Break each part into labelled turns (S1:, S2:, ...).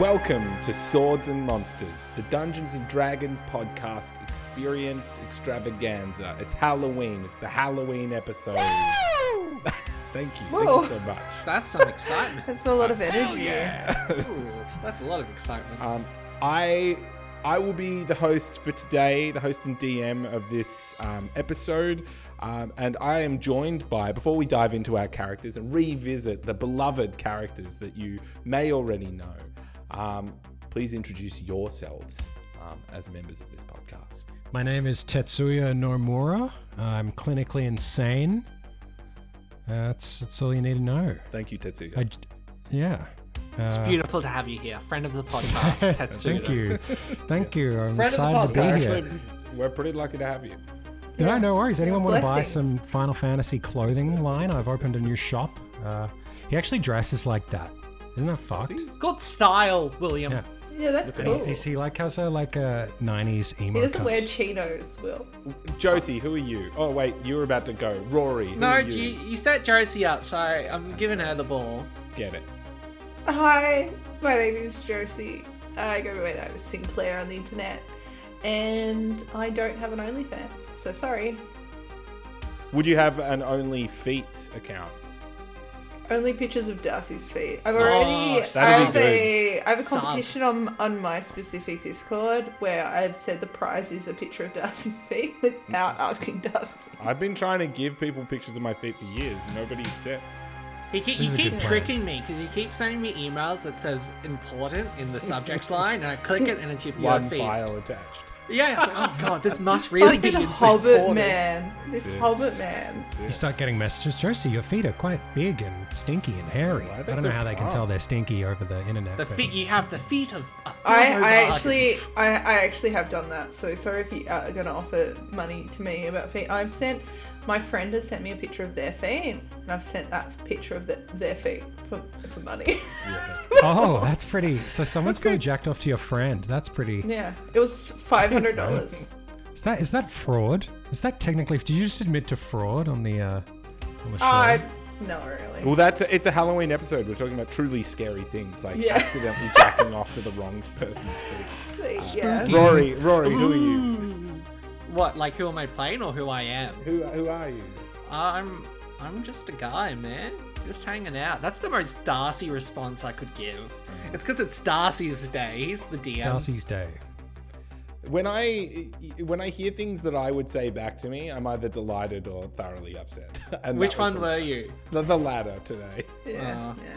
S1: Welcome to Swords and Monsters, the Dungeons and Dragons podcast experience extravaganza. It's Halloween. It's the Halloween episode. Thank you. Thank
S2: Whoa.
S1: you so much.
S3: That's some excitement.
S2: That's a lot of energy.
S3: Ooh, that's a lot of excitement.
S4: Uh,
S1: Um, I I will be the host for today, the host and DM of this um, episode, um, and I am joined by. Before we dive into our characters and revisit the beloved characters that you may already know, um, please introduce yourselves um, as members of this podcast.
S4: My name is Tetsuya Normura. I'm clinically insane. Uh, that's that's all you need to know.
S1: Thank you, Tetsuya.
S4: I, yeah.
S3: it's beautiful to have you here, friend of the podcast. Tetsuya.
S4: Thank you, thank you. I'm
S3: Friend of the
S4: excited to
S3: podcast.
S4: be
S1: Actually,
S4: here.
S1: we're pretty lucky to have you.
S4: No, no worries. Anyone want to buy
S2: Blessings.
S4: some Final Fantasy clothing line? I've opened a new shop. Uh, he actually dresses like that. Isn't that fucked?
S3: It's called style, William.
S4: Yeah.
S2: Yeah, that's cool.
S4: Is he like has a like a '90s emo?
S2: He doesn't
S4: cuts?
S2: wear chinos, Will.
S1: Josie, who are you? Oh wait, you were about to go. Rory, who
S3: No,
S1: are
S3: you, you set Josie up. Sorry, I'm giving her the ball.
S1: Get it.
S2: Hi, my name is Josie. I go by that Sinclair on the internet, and I don't have an OnlyFans, so sorry.
S1: Would you have an only feet account?
S2: Only pictures of Darcy's feet. I've already.
S3: that'd
S1: Oh, be
S2: I have
S1: good.
S2: a, I have a
S3: Sub.
S2: competition on on my specific Discord where I've said the prize is a picture of Darcy's feet without asking Darcy.
S1: I've been trying to give people pictures of my feet for years. Nobody accepts.
S3: He keep,
S4: This
S3: you
S4: is a
S3: keep
S4: good plan.
S3: tricking me because you keep sending me emails that says important in the subject line, and I click it, and it's your your
S1: One
S3: feed.
S1: file attached.
S3: Yeah, it's like, oh god, this must really be
S2: Fucking Hobbit
S3: important.
S2: man. This
S1: Yeah.
S2: Hobbit man.
S1: That's it.
S4: You start getting messages, Josie. Your feet are quite big and stinky and hairy.
S1: Why are
S4: I
S1: they
S4: don't
S1: so
S4: know how they can
S1: calm?
S4: tell they're stinky over the internet.
S3: The
S4: but-
S3: feet you have the feet of. a
S2: I,
S3: Bilbo
S2: I actually
S3: Baggins.
S2: I, I actually have done that. So sorry if you are going to offer money to me about feet. I've sent my friend has sent me a picture of their feet, and I've sent that picture of the, their feet for, for money.
S4: Oh, that's pretty. So someone's probably jacked off to your friend. That's pretty.
S2: yeah, it was five hundred dollars.
S4: Is that is that fraud? Is that technically? Did you just admit to fraud on the uh, on the show?
S2: I no really.
S1: Well, that's a, it's a Halloween episode. We're talking about truly scary things like
S2: Yeah.
S1: accidentally jacking off to the wrong person's feet.
S2: Yeah.
S1: Rory, Rory, who are
S3: Mm.
S1: you?
S3: What? Like who am I playing or who I am?
S1: Who who are you?
S3: I'm I'm just a guy, man. Just hanging out. That's the most Darcy response I could give. It's because it's Darcy's day. He's the DM.
S4: Darcy's day.
S1: When I when I hear things that I would say back to me, I'm either delighted or thoroughly upset. And
S3: Which
S1: that was
S3: one
S1: the-
S3: were you?
S1: the, the latter today?
S2: Yeah.
S3: Uh,
S2: yeah.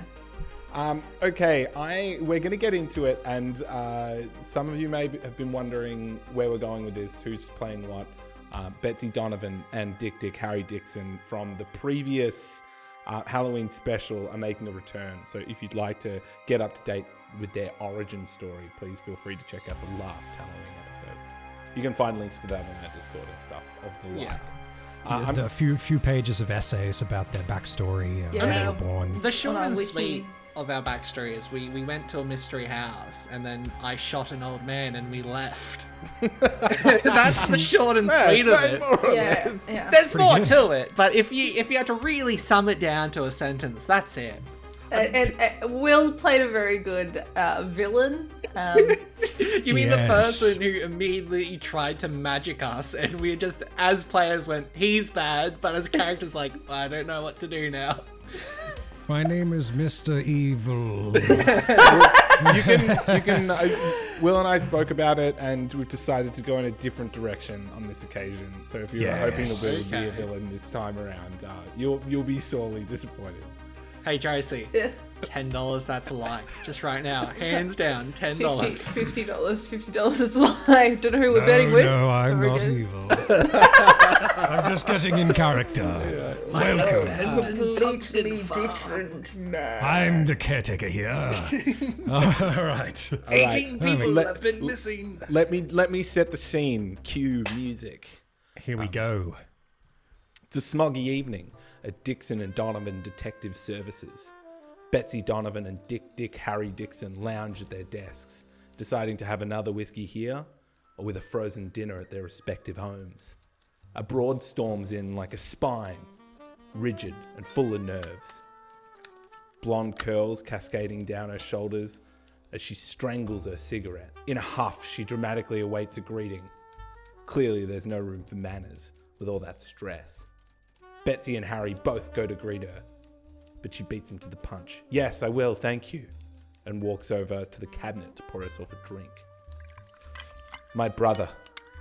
S1: Um, okay, I we're going to get into it, and uh, some of you may be, have been wondering where we're going with this, who's playing what. Uh, Betsy Donovan and Dick Dick Harry Dixon from the previous uh, Halloween special are making a return. So if you'd like to get up to date with their origin story, please feel free to check out the last Halloween episode. You can find links to that on our Discord and stuff of the like.
S3: Yeah.
S1: Uh, I'm-
S4: the the few few pages of essays about their backstory, uh,
S2: Yeah.
S4: where
S2: I
S4: they were
S2: mean,
S4: born.
S3: The short
S2: On our
S3: and
S2: wiki.
S3: sweet of our backstory is we, we went to a mystery house and then I shot an old man and we left. That's the short and sweet of it.
S1: More or
S2: Yeah,
S1: less.
S2: yeah.
S3: There's
S4: pretty
S3: more
S4: good.
S3: to it, but if you if you had to really sum it down to a sentence, that's it.
S2: And, and, and Will played a very good uh, villain. Um,
S3: You mean
S4: Yes.
S3: the person who immediately tried to magic us, and we just, as players, went, he's bad, but as characters, like, I don't know what to do now.
S4: My name is Mr. Evil.
S1: you can, you can. Uh, Will and I spoke about it, and we've decided to go in a different direction on this occasion. So if you were hoping that Will would be a
S3: Okay.
S1: villain this time around, uh, you'll you'll be sorely disappointed.
S3: Hey, Josie, $10, that's a lie. Just right now, hands down,
S2: $50,
S3: $10.
S2: dollars, fifty dollars is all I don't know who we're betting with.
S4: Oh, I'm
S2: Very good.
S4: I'm just getting in character. Welcome.
S2: Completely different man.
S4: I'm the caretaker here. All right.
S3: 18 people
S1: Let-
S3: have been missing.
S1: Let me let me set the scene. Cue music.
S4: Here we go.
S1: It's a smoggy evening at Dixon and Donovan Detective Services. Betsy Donovan and Dick Dick Harry Dixon lounge at their desks, deciding to have another whiskey here or with a frozen dinner at their respective homes. A broad storms in like a spine, rigid and full of nerves. Blonde curls cascading down her shoulders as she strangles her cigarette. In a huff, she dramatically awaits a greeting. Clearly, there's no room for manners with all that stress. Betsy and Harry both go to greet her, but she beats him to the punch. Yes, I will, thank you. And walks over to the cabinet to pour herself a drink. My brother,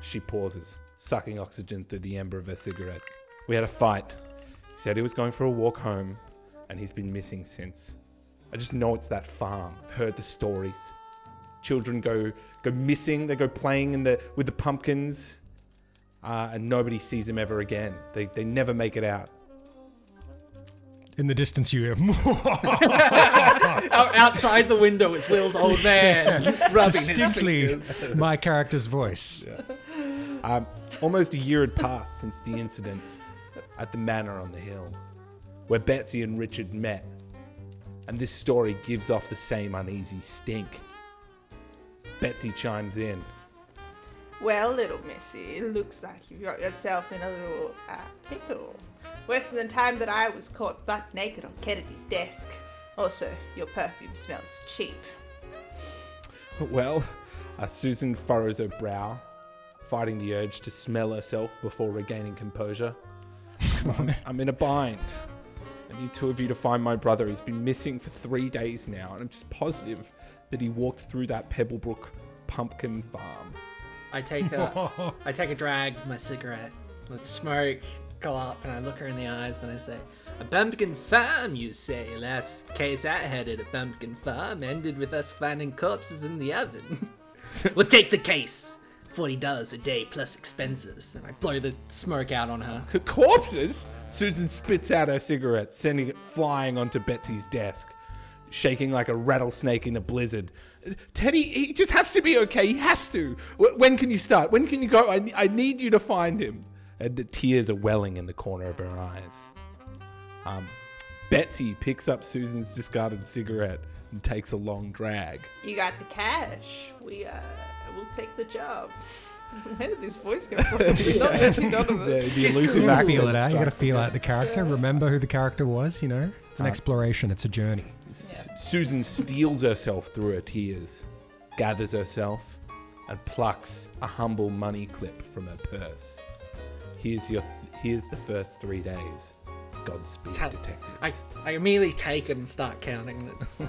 S1: she pauses, sucking oxygen through the ember of her cigarette. We had a fight. He said he was going for a walk home, and he's been missing since. I just know it's that farm. I've heard the stories. Children go go missing. They go playing in the with the pumpkins, uh, and nobody sees them ever again. They they never make it out.
S4: In the distance, you hear
S3: Out- outside the window is Will's old man rubbing his
S4: distinctly
S3: fingers.
S4: my character's voice.
S1: Um, almost a year had passed since the incident at the manor on the hill, where Betsy and Richard met, and this story gives off the same uneasy stink. Betsy chimes in.
S2: Well, little missy, it looks like you've got yourself in a little uh, pickle. Worse than the time that I was caught butt naked on Kennedy's desk. Also, your perfume smells cheap.
S1: Well, uh, Susan furrows her brow, fighting the urge to smell herself before regaining composure. I'm, I'm in a bind. I need two of you to find my brother. He's been missing for three days now, and I'm just positive that he walked through that Pebblebrook pumpkin farm.
S3: I take a, I take a drag of my cigarette. Let's smoke. Go up and I look her in the eyes and I say, "A bumpkin farm, you say? Last case I had at a bumpkin farm ended with us finding corpses in the oven. we'll take the case. Forty dollars a day plus expenses." And I blow the smoke out on her.
S1: C- Corpses? Susan spits out her cigarette, sending it flying onto Betsy's desk, shaking like a rattlesnake in a blizzard. Teddy, he just has to be okay. He has to. Wh- When can you start? When can you go? I, I need you to find him. And the tears are welling in the corner of her eyes. Um, Betsy picks up Susan's discarded cigarette and takes a long drag.
S2: You got the cash. We uh, will take the job. Where did this voice come from? It's not Betsy Donovan.
S1: The, the
S3: Just
S1: elusive
S4: You
S1: accent
S4: feel it out. You gotta
S1: strikes
S4: feel out the character. Remember who the character was. You know, it's an exploration. It's a journey.
S1: S- Susan steals herself through her tears, gathers herself, and plucks a humble money clip from her purse. Here's your here's the first three days. Godspeed,
S3: Tell-
S1: detectives.
S3: I, I immediately take it and start counting it.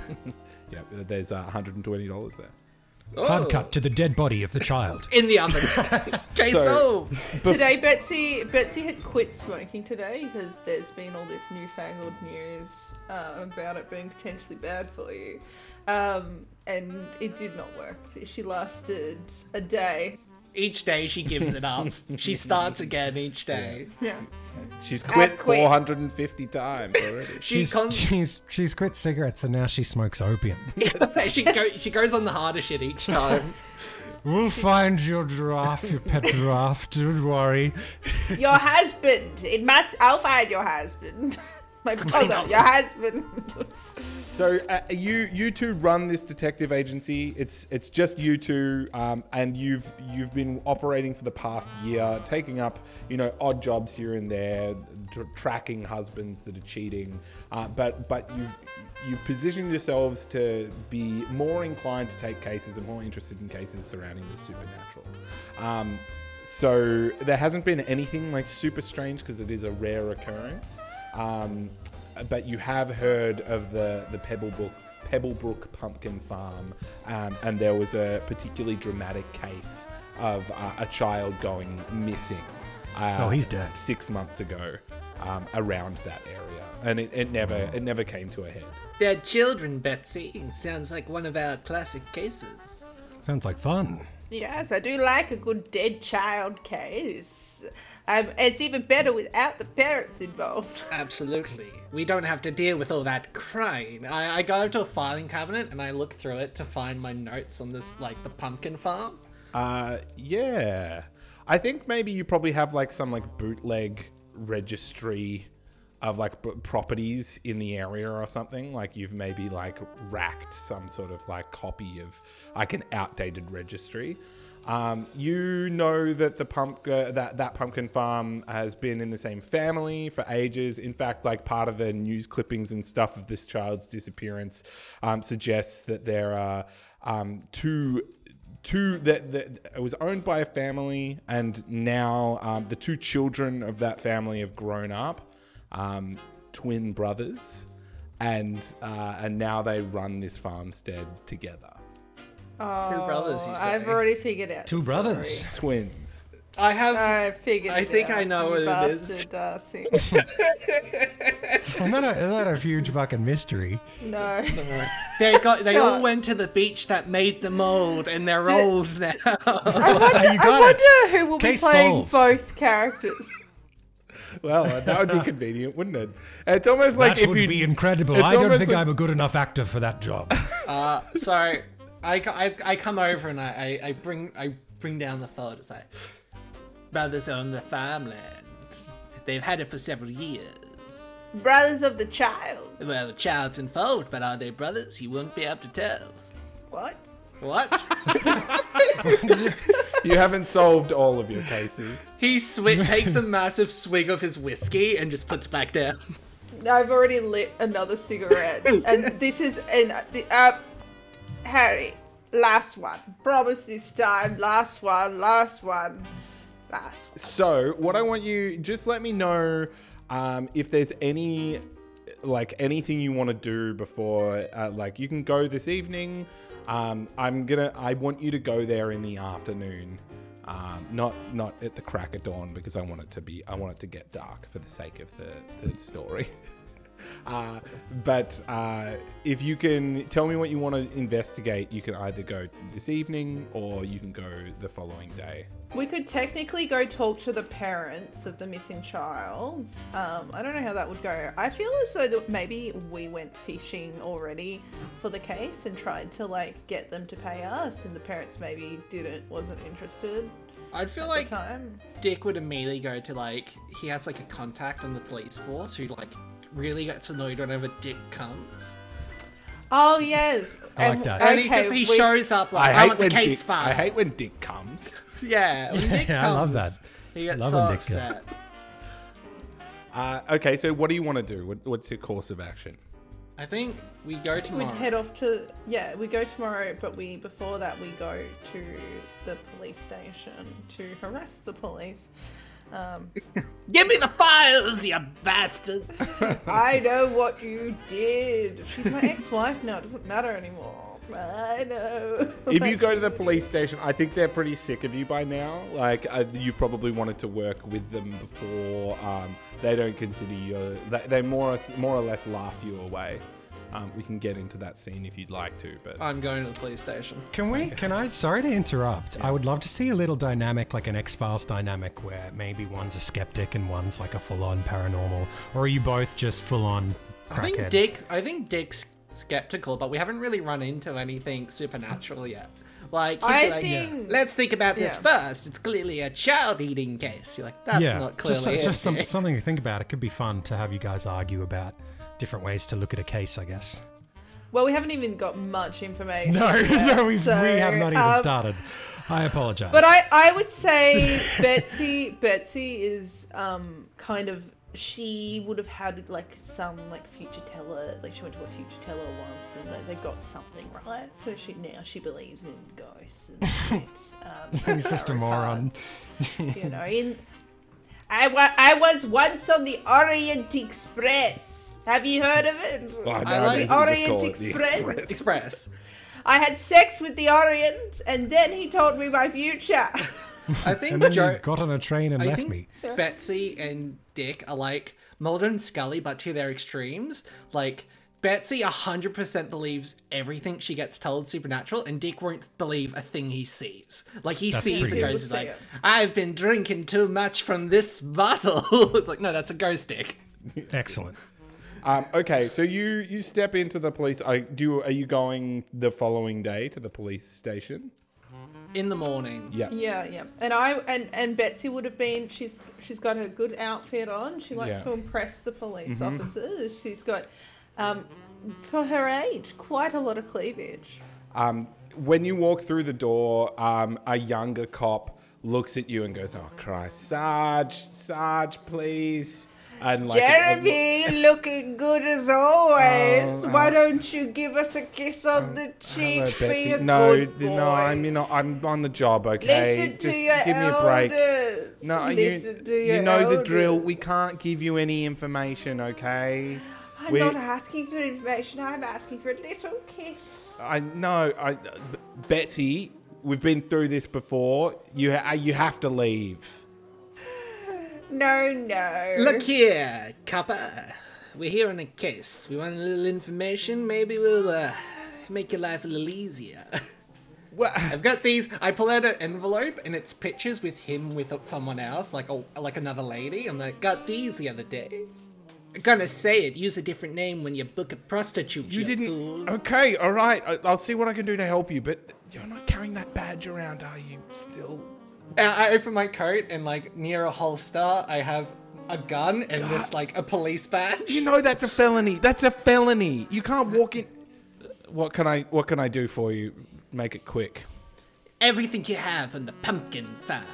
S1: Yeah, there's uh, $120 there.
S4: Hard cut to the dead body of the child.
S3: Oh, in the oven. Case
S1: So-
S3: so,
S2: Today, Betsy Betsy had quit smoking today because there's been all this newfangled news uh, about it being potentially bad for you, um, and it did not work. She lasted a day.
S3: Each day she gives it up. she starts again each day.
S2: Yeah.
S1: She's quit
S2: I've quit.
S1: 450 times already.
S3: She
S4: She's,
S3: con-
S4: she's she's quit cigarettes and now she smokes opium.
S3: she, go- she goes on the harder shit each time.
S4: We'll find your giraffe, your pet giraffe. Don't worry.
S2: Your husband. It must. I'll find your husband. My brother.
S3: knows?
S2: Your husband.
S1: so uh, you you two run this detective agency. It's it's just you two, um, and you've you've been operating for the past year, taking up you know odd jobs here and there, tr- tracking husbands that are cheating. Uh, but but you've you've positioned yourselves to be more inclined to take cases and more interested in cases surrounding the supernatural. Um, so there hasn't been anything like super strange because it is a rare occurrence. Um, but you have heard of the the Pebblebrook Pebblebrook Pumpkin Farm, um, and there was a particularly dramatic case of uh, a child going missing. Uh,
S4: Oh, he's dead.
S1: Six months ago, um, around that area, and it, it never it never came to a head.
S3: They're children, Betsy. Sounds like one of our classic cases.
S4: Sounds like fun.
S2: yes, I do like a good dead child case. Um, it's even better without the parents involved.
S3: Absolutely. We don't have to deal with all that crying. I, I go to a filing cabinet and I look through it to find my notes on this, like the pumpkin farm.
S1: Uh, yeah, I think maybe you probably have like some like bootleg registry of like b- properties in the area or something. Like you've maybe like racked some sort of like copy of like an outdated registry. Um, you know that the pump uh, that that pumpkin farm has been in the same family for ages. In fact, like part of the news clippings and stuff of this child's disappearance um, suggests that there are um, two two that, that it was owned by a family, and now um, the two children of that family have grown up, um, twin brothers, and uh, and now they run this farmstead together.
S2: Oh,
S3: brothers, you say.
S2: I've already figured out.
S4: Two brothers.
S1: Twins.
S3: I have.
S2: Sorry. I figured.
S3: I
S2: it
S3: think
S2: out,
S3: I know
S2: you
S3: what it is.
S2: bastard, Darcy.
S4: Well, not a, not a huge fucking mystery.
S2: No.
S3: they got. They all
S2: Stop.
S3: went to the beach that made the mold, and they're old now.
S4: Uh, you got
S2: I
S4: it.
S2: wonder who will
S4: Case
S2: be playing
S4: solved.
S2: both characters.
S1: Well, that would be convenient, wouldn't it? It's almost like
S4: that
S1: if
S4: would
S1: you
S4: be incredible.
S1: it's
S4: I don't
S1: almost
S4: think
S1: like-
S4: I'm a good enough actor for that job.
S3: uh, so I, co- I, I come over and I, I, I bring I bring down the fold. It's like brothers own the farmland. They've had it for several years.
S2: Brothers of the Child.
S3: Well, the child's in fold, but are they brothers? You won't be able to tell.
S2: What?
S3: What?
S1: you haven't solved all of your cases.
S3: he swi- takes a massive swig of his whiskey and just puts back down.
S2: I've already lit another cigarette, and this is and the uh, Harry. Last one. Promise this time. Last one. Last one. Last one.
S1: So, what I want you just let me know um, if there's any like anything you want to do before uh, like you can go this evening. Um, I'm gonna. I want you to go there in the afternoon, um, not not at the crack of dawn because I want it to be. I want it to get dark for the sake of the, the story. Uh, but uh, if you can tell me what you want to investigate, you can either go this evening or you can go the following day.
S2: We could technically go talk to the parents of the missing child. Um, I don't know how that would go. I feel as though that maybe we went fishing already for the case and tried to like get them to pay us, and the parents maybe didn't, wasn't interested
S3: I'd feel
S2: at
S3: like
S2: the time.
S3: Dick would immediately go to like he has like a contact on the police force who like really gets annoyed whenever Dick comes.
S2: Oh yes,
S4: I like that.
S3: And he just
S2: we-
S3: he shows up like I, want the case
S1: Dick,
S3: file.
S1: I hate when Dick comes.
S3: yeah, when Dick
S4: Yeah, I love
S3: comes,
S4: that.
S3: He gets
S4: Love
S3: so
S4: when Dick comes.
S3: upset.
S1: Uh, okay, so what do you want to do? What, what's your course of action?
S3: I think we go
S2: We'd
S3: tomorrow.
S2: head off to yeah. We go tomorrow, but we before that we go to the police station to harass the police. Um,
S3: Give me the files, you bastards!
S2: I know what you did. She's my ex-wife now. It doesn't matter anymore. I know.
S1: If you go to the police station, I think they're pretty sick of you by now. Like uh, you probably wanted to work with them before. Um, they don't consider you. They, they more or, more or less laugh you away. Um, we can get into that scene if you'd like to, but
S3: I'm going to the police station.
S4: Can we? Can I? Sorry to interrupt. I would love to see a little dynamic, like an X Files dynamic, where maybe one's a skeptic and one's like a full on paranormal, or are you both just full on
S3: I think
S4: crackhead?
S3: Dick. I think Dick's skeptical, but we haven't really run into anything supernatural yet. Like, he'd be
S2: I
S3: like,
S2: think-
S3: let's think about this
S2: yeah.
S3: first. It's clearly a child-eating case. You're like, that's
S4: yeah,
S3: not clearly
S4: just, so-
S3: it,
S4: just some,
S3: Dick."
S4: something to think about. It could be fun to have you guys argue about different ways to look at a case, I guess.
S2: well, we haven't even got much information.
S4: No,
S2: yet,
S4: no, we've,
S2: so,
S4: we have not even
S2: um,
S4: started. I apologize.
S2: But I, I would say Betsy Betsy is um kind of she would have had like some like future teller like she went to a future teller once and like, they got something right so she now she believes in ghosts and shit, um, and
S4: He's just a
S2: tarot
S4: moron.
S2: cards, you know in I, wa- I was once on the Orient Express have you heard of it
S1: Well,
S3: I like-
S1: nowadays we just call
S2: Orient
S1: it the
S2: Express.
S1: Express.
S3: Express.
S2: I had sex with the Orient and then he told me my future
S3: I think
S4: and then
S3: Jo-
S4: you got on a train and
S3: I
S4: left
S3: think
S4: me.
S3: Betsy and Dick are like Mulder and Scully, but to their extremes. Like Betsy, hundred percent believes everything she gets told supernatural, and Dick won't believe a thing he sees. Like he sees
S4: pretty
S3: a
S4: good.
S3: ghost, he's
S2: He would
S3: like,
S2: say
S3: "I've been drinking too much from this bottle." it's like, no, that's a ghost, Dick.
S4: Excellent.
S1: Um, okay, so you you step into the police. I do. Are you going the following day to the police station?
S3: In the morning,
S1: Yeah.
S2: Yeah, yeah. And I and and Betsy would have been she's she's got her good outfit on. She likes
S1: Yeah. Mm-hmm.
S2: to impress the police officers. She's got um for her age, quite a lot of cleavage.
S1: Um, when you walk through the door, um, a younger cop looks at you and goes, "Oh Christ, Sarge, Sarge, please!" And like,
S2: Jeremy, looking good as always. Why don't you give us a kiss on the
S1: Um, uh, Hello,
S2: cheek? Be
S1: Betsy.
S2: a
S1: No,
S2: good boy.
S1: no, I'm you know, I'm on the job. Okay,
S2: Listen
S1: just
S2: to your
S1: give me a break.
S2: elders.
S1: No,
S2: Listen
S1: you,
S2: to your
S1: you know the drill. We
S2: elders.
S1: can't give you any information, okay?
S2: I'm
S1: we-
S2: not asking for information. I'm asking for a little kiss.
S1: I know. I, uh, B- Betsy, we've been through this before. You ha- you have to leave.
S2: No, no.
S3: Look here, copper. We're here on a case. We want a little information. Maybe we'll uh, make your life a little easier.
S1: Well,
S3: I've got these. I pull out an envelope, and it's pictures with him with someone else, like a, like another lady. I'm like, got these the other day. I'm gonna say it. Use a different name when you book a prostitute.
S1: you didn't.
S3: Fool.
S1: Okay, all right. I, I'll see what I can do to help you. But you're not carrying that badge around, are you? Still.
S3: And Uh, I open my coat, and like near a holster, I have a gun and this like a police badge.
S1: You know that's a felony. That's a felony. You can't walk in. Uh, What can I? What can I do for you? Make it quick.
S3: everything you have on the pumpkin farm.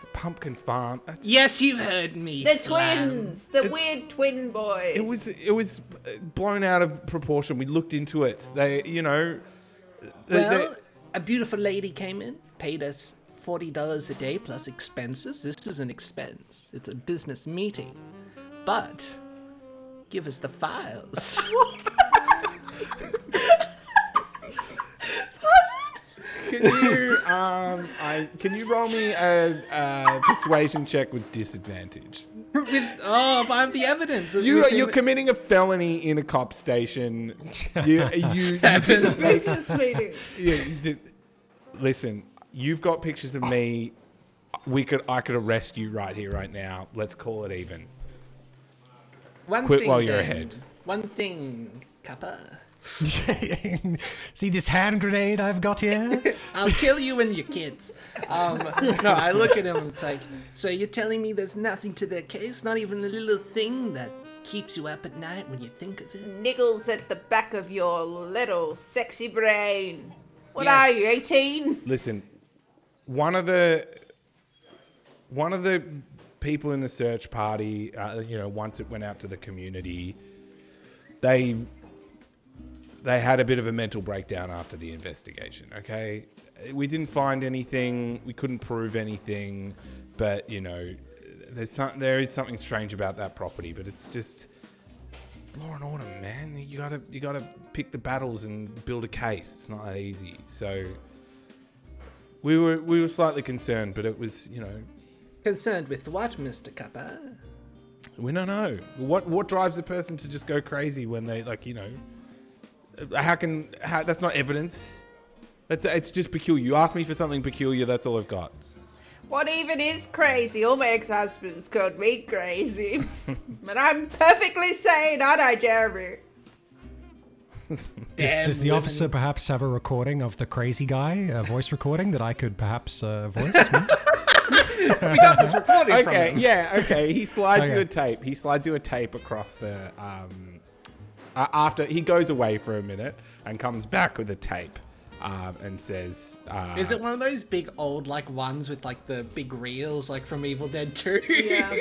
S1: The pumpkin farm. That's-
S3: Yes, you heard me.
S2: They're
S3: Slam.
S2: twins. The weird twin boys.
S1: It was it was uh, blown out of proportion. We looked into it. They, you know, they, they-
S3: Well, a beautiful lady came in, paid us forty dollars a day plus expenses. This is an expense. It's a business meeting, but give us the files.
S1: can you um, I can you roll me a, a persuasion check with disadvantage?
S3: With- oh, but I have the evidence.
S1: You are, you're committing a felony in a cop station. You you, you didn't make-
S2: business meeting.
S1: yeah, you did- listen. You've got pictures of me. We could I could arrest you right here right now. Let's call it even.
S3: One
S1: quit
S3: thing
S1: while you're
S3: then.
S1: ahead.
S3: One thing, Kappa.
S4: See this hand grenade I've got here?
S3: I'll kill you and your kids. Um, no, I look at him and it's like, so you're telling me there's nothing to their case? Not even the little thing that keeps you up at night when you think of it?
S2: Niggles at the back of your little sexy brain. What are
S3: Yes.
S2: you, 18?
S1: Listen, one of the one of the people in the search party, uh, you know, once it went out to the community, they they had a bit of a mental breakdown after the investigation. Okay, we didn't find anything, we couldn't prove anything, but you know, there's some, there is something strange about that property, but it's just. It's law and order, man. You gotta, you gotta pick the battles and build a case. It's not that easy. So, we were we were slightly concerned, but it was you know
S3: Concerned with what, Mr. Kappa?
S1: we don't know what what drives a person to just go crazy when they like you know uh, how can how, that's not evidence. That's it's just peculiar. You asked me for something peculiar. That's all I've got.
S2: What even is crazy? All my ex husbands called me crazy. but I'm perfectly sane, aren't I, Jeremy?
S4: Does,
S3: Damn
S4: does the
S3: women.
S4: officer perhaps have a recording of the crazy guy, a voice recording that I could perhaps uh, voice?
S3: We got this recording from
S1: Okay,
S3: him.
S1: yeah, okay. He slides
S4: Okay.
S1: you a tape. He slides you a tape across the um uh, after he goes away for a minute and comes back with a tape um, and says, uh,
S3: Is it one of those big old like ones with like the big reels like from Evil Dead 2?
S2: Yeah,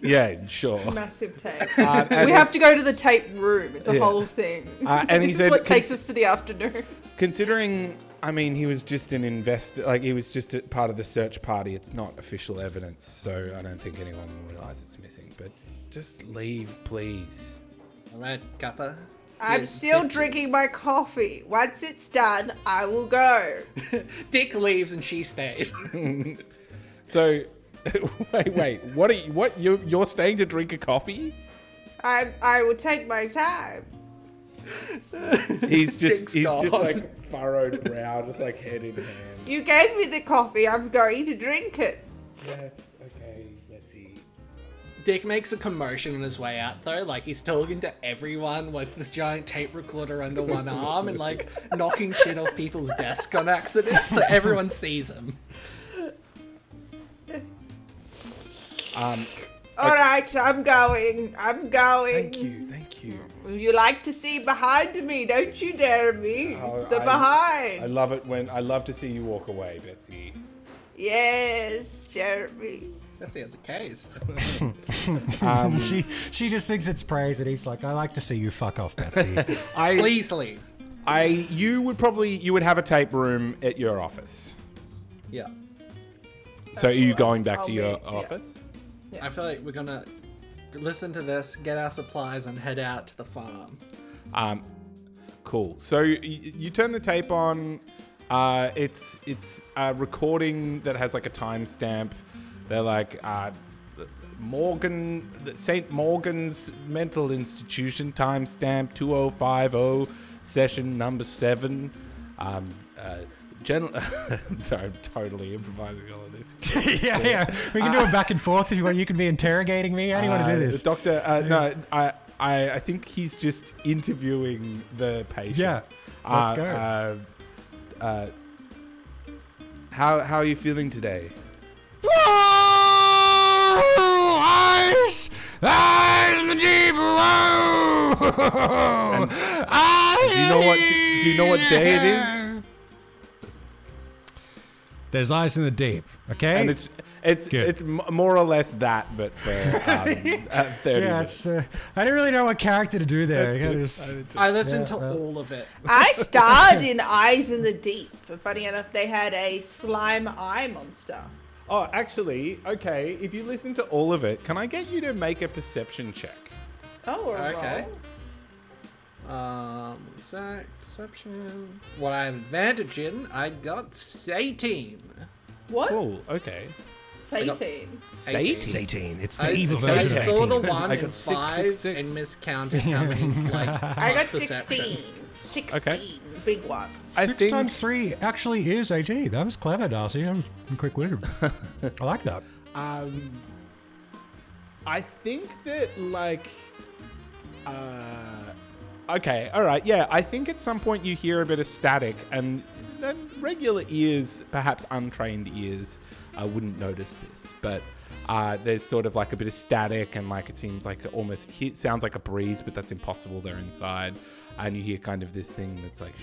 S1: Yeah, sure.
S2: massive tape.
S1: Um, and
S2: we have
S1: it's-
S2: to go to the tape room. It's a
S1: Yeah.
S2: whole thing.
S1: Uh, and he
S2: this
S1: said
S2: is what
S1: cons-
S2: takes us to the afternoon.
S1: Considering, I mean, he was just an investor, like he was just a part of the search party. It's not official evidence, so I don't think anyone will realize it's missing. But just leave, please.
S3: Alright, Kappa.
S2: I'm
S3: Here's
S2: still
S3: pictures.
S2: drinking my coffee. Once it's done, I will go.
S3: Dick leaves and she stays.
S1: So, wait, wait. What are you? What you? You're staying to drink a coffee?
S2: I I will take my time.
S1: He's just
S3: Dick's
S1: he's just
S3: gone.
S1: like furrowed brow, just like head in hand.
S2: You gave me the coffee. I'm going to drink it.
S1: Yes. Okay. Let's see.
S3: Dick makes a commotion on his way out though, like he's talking to everyone with this giant tape recorder under one arm and like knocking shit off people's desk on accident, so
S1: Um,
S3: everyone sees him.
S2: All right, I'm going. I'm going.
S1: Thank you, thank you.
S2: You like to see behind me, don't you dare me.
S1: Oh,
S2: the
S1: I-
S2: behind.
S1: I love it when I love to see you walk away, Betsy.
S2: yes, Jeremy.
S3: Betsy has a case.
S1: Um,
S4: she she just thinks it's praise, and he's like, "I like to see you fuck off, Betsy."
S1: I,
S3: Please leave.
S1: I, you would probably you would have a tape room at your office.
S3: Yeah.
S1: So are you going back
S2: I'll
S1: to your
S2: be- yeah.
S1: office?
S3: I feel like we're gonna listen to this, get our supplies, and head out to the farm.
S1: Um, cool. So you, you turn the tape on. Uh, it's it's a recording that has like a timestamp. They're like uh, Morgan St. Morgan's Mental Institution timestamp 2050 oh, session number seven. Um, uh, gen- I'm sorry, I'm totally improvising all of this.
S4: yeah, yeah. We can do it back and forth if you want. You can be interrogating me. How do you want to do
S1: Uh,
S4: this?
S1: Doctor, uh, no, I, I, I think he's just interviewing the patient.
S4: Yeah, let's go.
S1: Uh, uh, how, how are you feeling today?
S4: Ice, ice, the deep
S1: Do you know what? Do you know what day it is?
S4: There's ice in the deep. Okay.
S1: And it's it's
S4: Good.
S1: it's m- more or less that, but for um, uh, thirty
S4: yeah, uh,
S1: minutes.
S4: it's, uh, I didn't really know what character to do there. I kinda just-
S3: I listened to
S4: well-
S3: all of it.
S2: I starred in Eyes in the Deep. But funny enough, they had a slime eye monster.
S1: Oh, actually, okay. If you listen to all of it, can I get you to make a perception check?
S2: Oh, or
S3: Okay.
S2: roll.
S3: Um, so perception. What I have advantage in, I got 18.
S2: What?
S1: Cool. Okay.
S2: Satan.
S4: It's 18. It's the
S3: I,
S4: evil
S3: so I
S4: version of
S3: saw
S4: 18.
S3: the one
S1: I
S3: and
S1: got six, six,
S3: five
S1: six.
S3: and miscounted how many like
S2: I got
S3: plus perception.
S2: 16. 16. Big ones.
S1: I
S4: Six
S1: think-
S4: times three actually is 18. That was clever, Darcy. I'm quick witted. I like that.
S1: Um, I think that like, uh, okay, all right, yeah. I think at some point you hear a bit of static, and, and regular ears, perhaps untrained ears, uh, wouldn't notice this, but. Uh, there's sort of like a bit of static and like it seems like it almost it sounds like a breeze but that's impossible they're inside and you hear kind of this thing that's like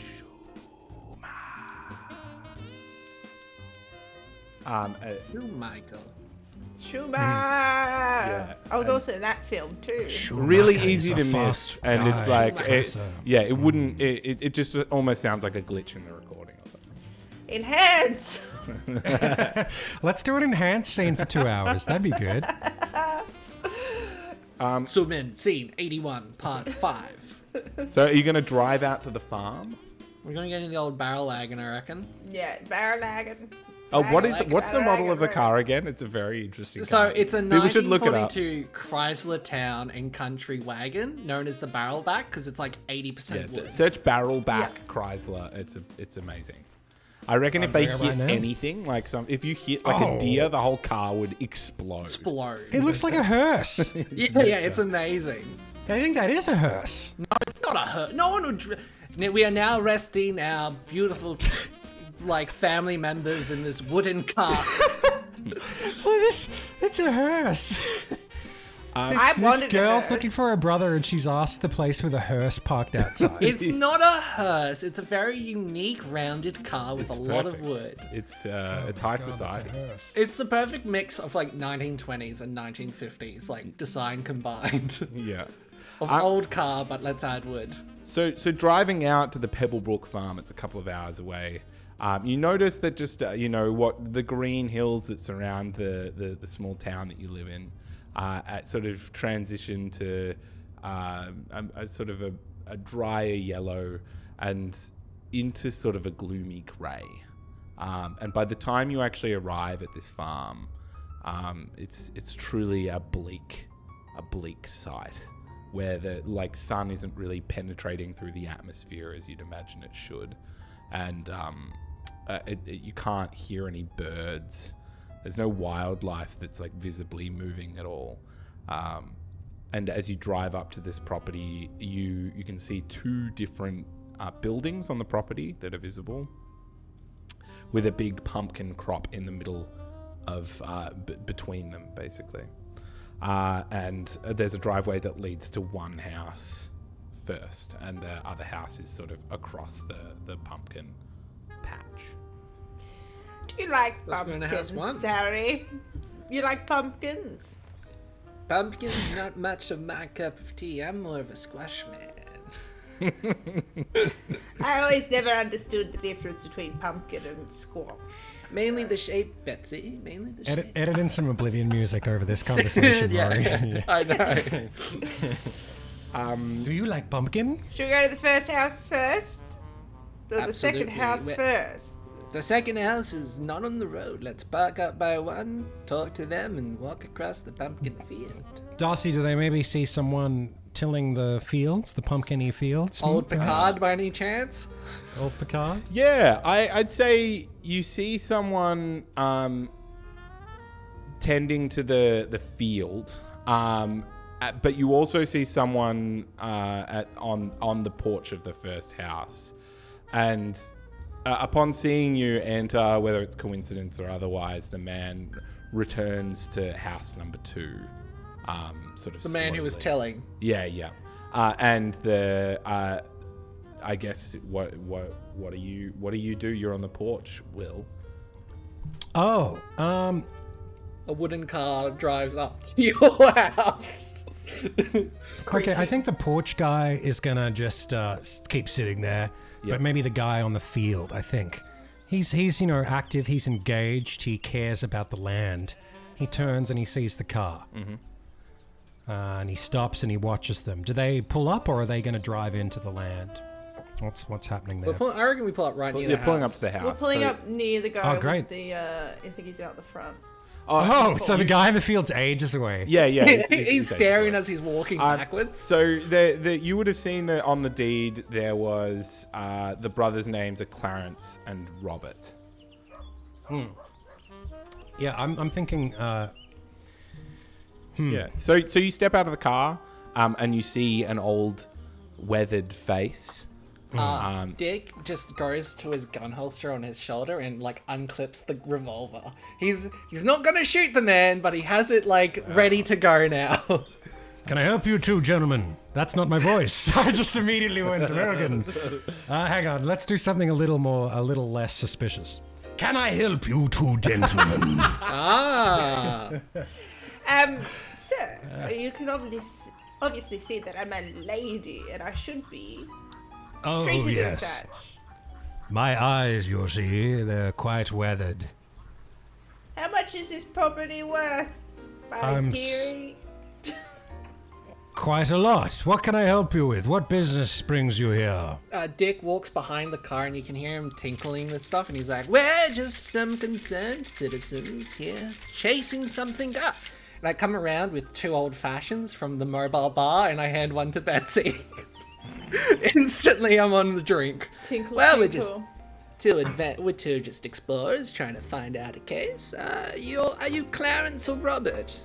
S1: Shuma. um, uh,
S3: Oh, Michael.
S2: Schumacher.
S1: Yeah,
S2: I was
S1: and-
S2: also in that film too.
S1: really easy to miss and it's like it, yeah it
S4: Mm.
S1: wouldn't it, it- it just almost sounds like a glitch in the recording or something
S2: Enhance.
S4: Let's do an enhanced scene for two hours. That'd be good.
S3: Um, Zoom in, scene 81, part 5.
S1: so are you going to drive out to the farm
S3: We're gonna get in the old barrel wagon, I reckon.
S2: Yeah, Baralagan.
S1: oh what is
S2: Like
S1: what's the
S2: that,
S1: model of the
S2: right.
S1: car again it's a very interesting
S3: So
S1: car.
S3: it's a
S1: People should look it up.
S3: 1942 Chrysler Town and Country wagon, known as the Barrelback, because it's like 80%
S1: Yeah,
S3: wood.
S1: search barrel back chrysler it's a, it's amazing i reckon if they
S4: doing it
S1: hit
S4: right now.
S1: anything like some if you hit like
S4: Oh.
S1: a deer the whole car would explode
S3: Explode.
S4: It looks like a hearse.
S3: yeah, yeah, it's amazing.
S4: I think that is a hearse.
S3: It's not a hurt. No one would. Dr- Now, we are now resting our beautiful, like, family members in this wooden car.
S4: So this, it's a hearse. this,
S2: I
S4: this
S2: wanted a
S4: girl's
S2: hearse.
S4: looking for her brother, and she's asked the place with a hearse parked outside.
S3: it's not a hearse. It's a very unique, rounded car with
S1: it's
S3: a lot of
S1: perfect.
S3: wood.
S1: it's uh it's high
S4: Oh God, it's a
S1: society
S4: hearse.
S3: It's the perfect mix of like 1920s and 1950s, like design combined.
S1: yeah
S3: of
S1: I-
S3: old car, but let's add wood.
S1: So, so driving out to the Pebblebrook farm, it's a couple of hours away. Um, you notice that just uh, you know what the green hills that surround the the, the small town that you live in, uh, at sort of transition to uh, a, a sort of a, a drier yellow and into sort of a gloomy grey. Um, and by the time you actually arrive at this farm, um, it's it's truly a bleak a bleak sight where the like sun isn't really penetrating through the atmosphere as you'd imagine it should and um, uh, it, it- you can't hear any birds there's no wildlife that's like visibly moving at all um, and as you drive up to this property you you can see two different uh, buildings on the property that are visible with a big pumpkin crop in the middle of uh, b- between them basically uh, and uh, there's a driveway that leads to one house first, and the other house is sort of across the, the pumpkin patch.
S2: Do you like
S3: Let's go into house
S2: pumpkins,
S3: one.
S2: Sari? You like pumpkins?
S3: Pumpkin's not much of my cup of tea. I'm more of a squash man.
S2: I always never understood the difference between pumpkin and squash.
S3: Mainly the shape, Betsy. Mainly the shape.
S4: Edit, edit in some Oblivion music over this conversation, Rory.
S3: I know.
S4: Do you like pumpkin?
S2: Should we go to the first house first? Or the
S3: Absolutely.
S2: second house
S3: Where-
S2: first?
S3: The second house is not on the road. Let's park up by one, talk to them, and walk across the pumpkin field.
S4: Darcy, do they maybe see someone tilling the fields, the pumpkin-y fields?
S3: Old
S4: Hmm,
S3: Picard, by any chance?
S4: perhaps? Uh, Old Picard?
S1: Yeah, I, I'd say you see someone um, tending to the the field, um, uh, but you also see someone uh, at, on on the porch of the first house, and uh, upon seeing you enter, whether it's coincidence or otherwise, the man returns to house number two. Um, sort of
S3: The man who was
S1: slowly.
S3: telling.
S1: Yeah, yeah. Uh, and the uh, I guess what what what do you what do you do? You're on the porch, Will.
S4: Oh, um,
S3: A wooden car drives up to your house.
S4: okay. I think the porch guy is gonna just uh, s- keep sitting there, but maybe the guy on the field. I think he's he's you know active. He's engaged. He cares about the land. He turns and he sees the car,
S3: Mm-hmm.
S4: uh, and he stops and he watches them. Do they pull up or are they gonna drive into the land? What's what's happening there?
S3: We're pull- I reckon we pull up right near
S1: You're
S3: the
S1: pulling up
S3: house.
S1: to the house.
S2: We're pulling
S1: Ah, so-
S2: up near the
S4: Oh,
S2: guy
S4: great.
S2: with the. Uh, I think he's out the front.
S4: Oh, so the guy in the field's ages away.
S1: Yeah, yeah.
S3: He's, staring as he's walking
S1: Um,
S3: backwards.
S1: So the, the you would have seen that on the deed there was uh, the brothers' names are Clarence and Robert.
S4: Yeah, I'm, I'm thinking. Uh,
S1: Yeah. So so you step out of the car um, and you see an old weathered face.
S3: Uh,
S1: um,
S3: Dick just goes to his gun holster on his shoulder and like unclips the revolver. He's he's not gonna shoot the man, but he has it like ready to go now.
S4: Can I help you two gentlemen? That's not my voice. I just immediately went American. Uh, hang on, let's do something a little more, a little less suspicious. Can I help you two gentlemen?
S3: ah,
S2: Um, sir, you can obviously obviously see that I'm a lady and I should be
S4: oh,
S2: treated as
S4: yes.
S2: such.
S4: My eyes, you see, they're quite weathered.
S2: How much is this property worth, my
S4: I'm s-
S2: dearie?
S4: Quite a lot. What can I help you with? What business brings you here?
S3: uh, Dick walks behind the car and you can hear him tinkling with stuff, and he's like, "We're just some concerned citizens here chasing something up." And I come around with two old fashions from the mobile bar, and I hand one to Betsy. Instantly, I'm on the drink.
S2: Tinkle,
S3: well, we're
S2: tinkle.
S3: just Two advent, we're two just explorers trying to find out a case. Uh, you are you Clarence or Robert?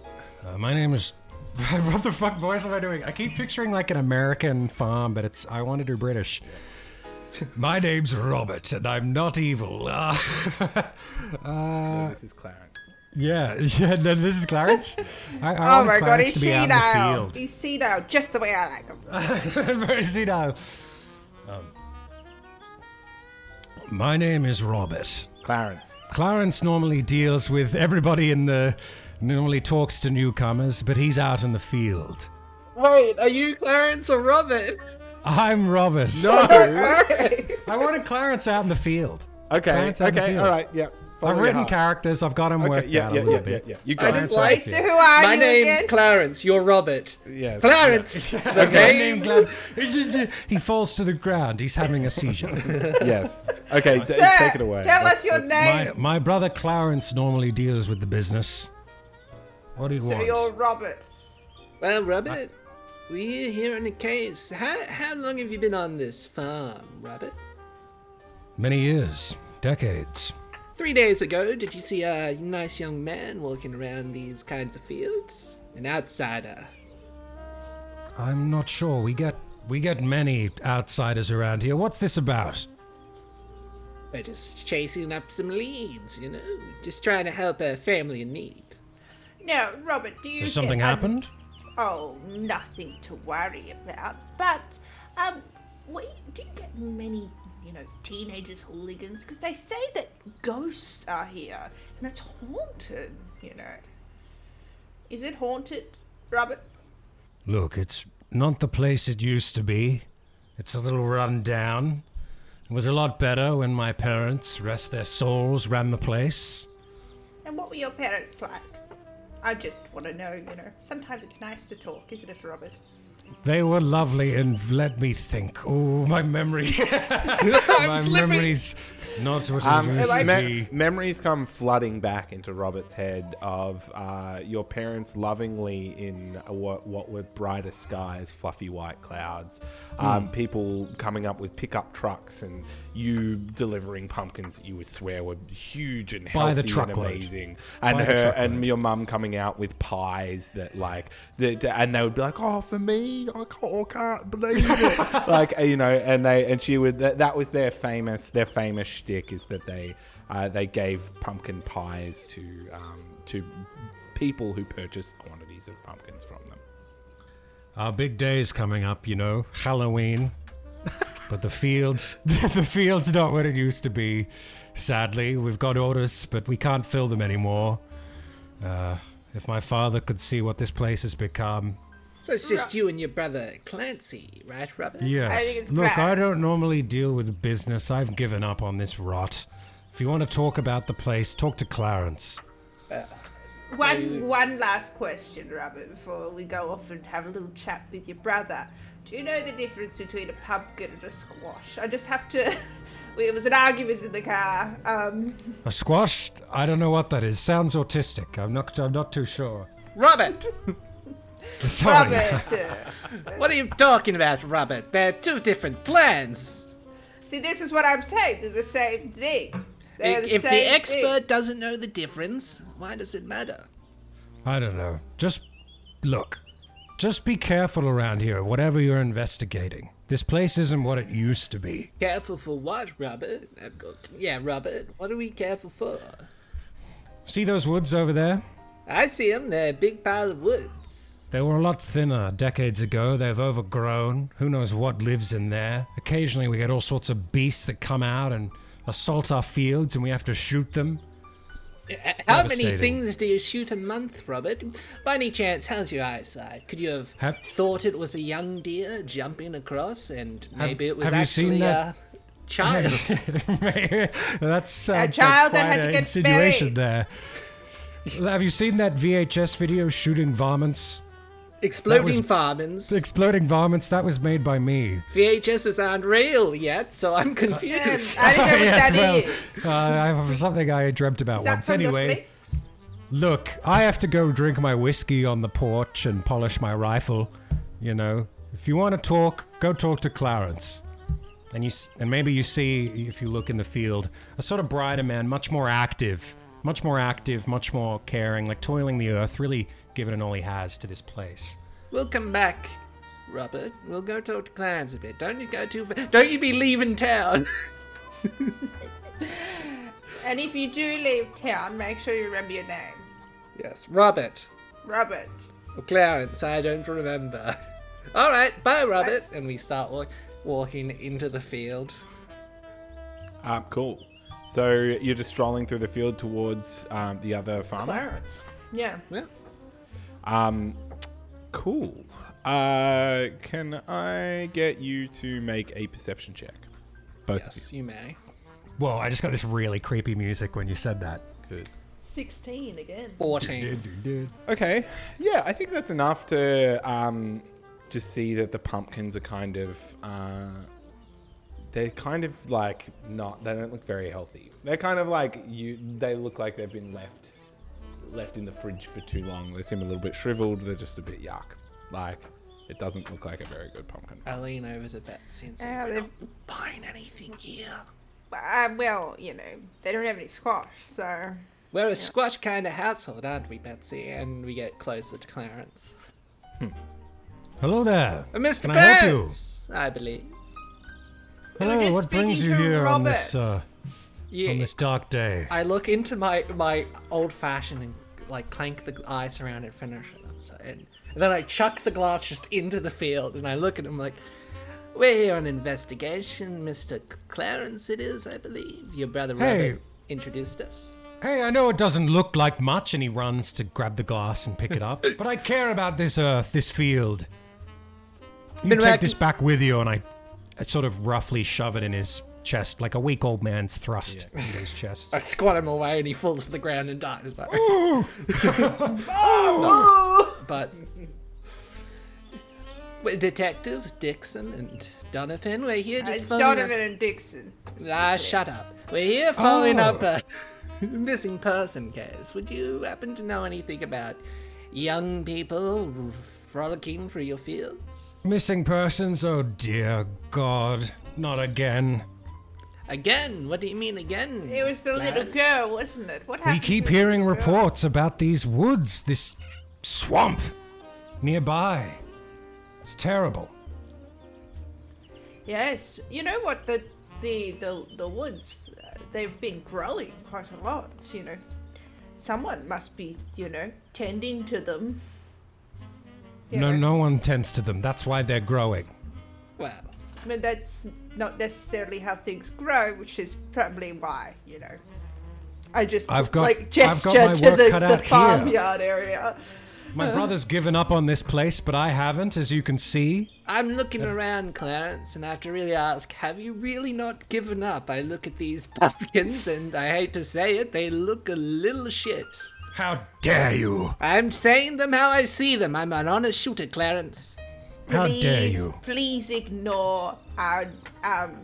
S4: Uh, my name is. what the fuck voice am I doing? I keep picturing like an American farm, but it's. I want to do British. my name's Robert, and I'm not evil. Uh,
S1: Uh, this is Clarence.
S4: yeah, yeah. No, this is Clarence. I, I
S2: Oh
S4: wanted
S2: my god,
S4: Clarence
S2: he's
S4: to be out in
S2: senile.
S4: the
S2: He's senile, just the way I like him.
S4: field. Very senile. Um, my name is Robert.
S1: Clarence.
S4: Clarence normally deals with everybody in the. Normally talks to newcomers, but he's out in the field.
S3: Wait, are you Clarence or Robert?
S4: I'm Robert.
S1: No.
S4: I wanted Clarence out in the field.
S1: Oh. okay.
S4: Clarence out in the
S1: Okay.
S4: field.
S1: All right. Oh, Yeah. Follow
S4: I've
S1: your
S4: written
S1: heart.
S4: characters. I've got them
S1: Okay,
S4: worked
S1: yeah,
S4: out
S1: yeah,
S4: a
S1: yeah,
S4: little bit.
S1: yeah, yeah. You
S3: I
S1: got
S3: just
S1: it.
S3: like-
S2: Wait, so who are
S3: My
S2: you
S3: name's
S2: again?
S3: Clarence. You're Robert.
S1: Yes.
S3: Clarence.
S4: My
S3: Okay.
S4: name Glenn. he falls to the ground. He's having a seizure.
S1: Yes. Okay. d-
S2: Sir,
S1: take it away.
S2: Tell us your
S4: my,
S2: name.
S4: my brother Clarence normally deals with the business. What do you
S2: So you're
S4: want?
S2: Robert.
S3: well, Robert, we're here on a case. How how long have you been on this farm, Robert?
S4: Many years, decades.
S3: Three days ago, did you see a nice young man walking around these kinds of fields? An outsider.
S4: I'm not sure. We get we get many outsiders around here. What's this about?
S3: We're just chasing up some leads, you know, just trying to help a family in need.
S2: Now, Robert, do you
S4: Has something
S2: get- um,
S4: happened?
S2: Oh, nothing to worry about. But, um, we, do you get many, you know, teenagers hooligans? Because they say that ghosts are here and it's haunted, you know. Is it haunted, Robert?
S4: Look, it's not the place it used to be. It's a little run down. It was a lot better when my parents, rest their souls, ran the place.
S2: And what were your parents like? I just want to know, you know. Sometimes it's nice to talk, isn't it, Robert?
S4: They were lovely and let me think. Oh, my memory. my memory's not what it
S1: Um,
S4: used to
S1: Me-
S4: be.
S1: memories come flooding back into Robert's head of uh, your parents lovingly in what, what were brighter skies, fluffy white clouds, um, people coming up with pickup trucks, and you delivering pumpkins that you would swear were huge and
S4: By
S1: healthy
S4: the
S1: and
S4: truckload.
S1: amazing, and
S4: By the
S1: her and
S4: truckload.
S1: your mum coming out with pies that like that, and they would be like, "Oh, for me, I can't, I can't believe it!" like you know, and they and she would that, that was their famous their famous shtick is that they uh, they gave pumpkin pies to um, to people who purchased quantities of pumpkins from them.
S4: Our big day's coming up, you know, Halloween. but the fields, the field's not what it used to be. Sadly, we've got orders, but we can't fill them anymore. Uh, if my father could see what this place has become,
S3: So it's just you and your brother Clancy, right, Robert?
S4: Yes.
S2: I think it's
S4: Look, I
S2: crap.
S4: don't normally deal with business. I've given up on this rot. If you want to talk about the place, talk to Clarence.
S2: One one last question, Robert, before we go off and have a little chat with your brother. Do you know the difference between a pumpkin and a squash? I just have to. It was an argument in the car. Um,
S4: A squash? I don't know what that is. Sounds autistic. I'm not. I'm not too sure.
S3: Robert!
S4: Sorry.
S2: Robert. uh,
S3: What are you talking about, Robert? They're two different plans.
S2: see, this is what I'm saying. They're the same thing. They're
S3: if the
S2: same
S3: expert
S2: thing.
S3: doesn't know the difference, why does it matter?
S4: I don't know. Just look. Just be careful around here. Whatever you're investigating, this place isn't what it used to be.
S3: Careful for what, Robert? I've got- Yeah, Robert, what are we careful for?
S4: See those woods over there?
S3: I see them, they're a big pile of woods.
S4: They were a lot thinner decades ago. They've overgrown. Who knows what lives in there? Occasionally, we get all sorts of beasts that come out and assault our fields, and we have to shoot them.
S3: How many
S4: devastating.
S3: things do you shoot a month, Robert? By any chance, how's your eyesight? Could you have
S4: Have-
S3: thought it was a young deer jumping across and maybe it was
S4: have you
S3: actually
S4: seen that-
S3: a child?
S4: that sounds
S2: child
S4: like
S2: that
S4: uh, quite
S2: had to
S4: an
S2: get
S4: insinuation
S2: buried.
S4: there. have you seen that VHS video shooting varmints?
S3: Exploding farmings.
S4: Exploding varmints? That was made by me.
S3: VHSs aren't real yet, so I'm
S2: Um, I
S3: confused.
S2: don't know what
S4: Yes,
S2: that is.
S4: well, uh, I have something I dreamt about
S2: Is that
S4: once.
S2: from your
S4: Anyway.
S2: flick?
S4: Look, I have to go drink my whiskey on the porch and polish my rifle. You know, if you want to talk, go talk to Clarence. And you, s- and maybe you see if you look in the field a sort of brighter man, much more active, much more active, much more caring, like toiling the earth, really giving it all he has to this place.
S3: We'll come back, Robert. We'll go talk to Clarence a bit. Don't you go too far. Don't you be leaving town.
S2: And if you do leave town, make sure you remember your name,
S3: yes, Robert.
S2: Robert.
S3: Or Clarence, I don't remember. All right, bye, Robert. And we start walk- walking into the field.
S1: Um, cool. So you're just strolling through the field towards um, the other farmer.
S2: Clarence. Yeah.
S3: Well,
S1: Um, cool. Uh, can I get you to make a perception check? Both
S3: yes, you may.
S4: Whoa! I just got this really creepy music when you said that.
S1: of you. Good.
S2: 16 again.
S3: 14.
S1: Okay. Yeah, I think that's enough to um, just see that the pumpkins are kind of. Uh, they're kind of like not. They don't look very healthy. They're kind of like you. They look like they've been left, left in the fridge for too long. They seem a little bit shriveled. They're just a bit yuck. Like, it doesn't look like a very good pumpkin.
S3: I lean over to Betsy and say,
S2: Ah,
S3: We're
S2: they-
S3: not buying anything here.
S2: Uh, well, you know, they don't have any squash, so.
S3: We're a squash kind of household, aren't we, Betsy? And we get closer to Clarence.
S4: Hello there,
S3: Uh, Mr.
S4: Can I help you?
S3: Clarence, I believe.
S2: We were
S4: Hello,
S2: just
S4: what brings you
S2: speaking to
S4: here on
S2: Robert.
S4: this uh,
S3: Yeah.
S4: on this dark day?
S3: I look into my my old fashioned like clank the ice around and finish it. I'm so- And and then I chuck the glass just into the field, and I look at him like, "We're here on investigation, Mister Clarence. It is, I believe. Your brother
S4: Hey.
S3: Robert introduced us."
S4: Hey, I know it doesn't look like much, and he runs to grab the glass and pick it up. But I care about this earth, this field. You
S3: Been
S4: take
S3: working-
S4: this back with you, and I, I sort of roughly shove it in his chest, like a weak old man's thrust into his chest.
S3: I squat him away, and he falls to the ground and dies. But, but Well, detectives Dixon and Donovan, we're here just
S2: Uh, It's
S3: following up-
S2: Donovan and Dixon.
S3: Ah, shut up. We're here following
S4: Oh.
S3: up a missing person case. Would you happen to know anything about young people frolicking through your fields?
S4: Missing persons? Oh dear God, not again.
S3: Again? What do you mean again?
S2: It was the little
S3: Clarence?
S2: girl, wasn't it? What
S4: We
S2: happened?
S4: keep
S2: to the
S4: hearing
S2: little girl?
S4: reports about these woods, this swamp nearby. It's terrible.
S2: Yes, you know what the the the, the woods uh, they've been growing quite a lot. You know, someone must be you know tending to them. You
S4: No,
S2: know,
S4: no one tends to them. That's why they're growing.
S3: Well,
S2: I mean that's not necessarily how things grow, which is probably why you know. I just
S4: I've got-
S2: like
S4: I've
S2: gesture
S4: got my
S2: to
S4: work
S2: the,
S4: cut
S2: the
S4: out here.
S2: farmyard area.
S4: My brother's given up on this place, but I haven't, as you can see.
S3: I'm looking around, Clarence, and I have to really ask have you really not given up? I look at these pumpkins, and I hate to say it, they look a little shit.
S4: How dare you!
S3: I'm saying them how I see them. I'm an honest shooter, Clarence.
S4: How
S2: please,
S4: dare you!
S2: Please ignore our um,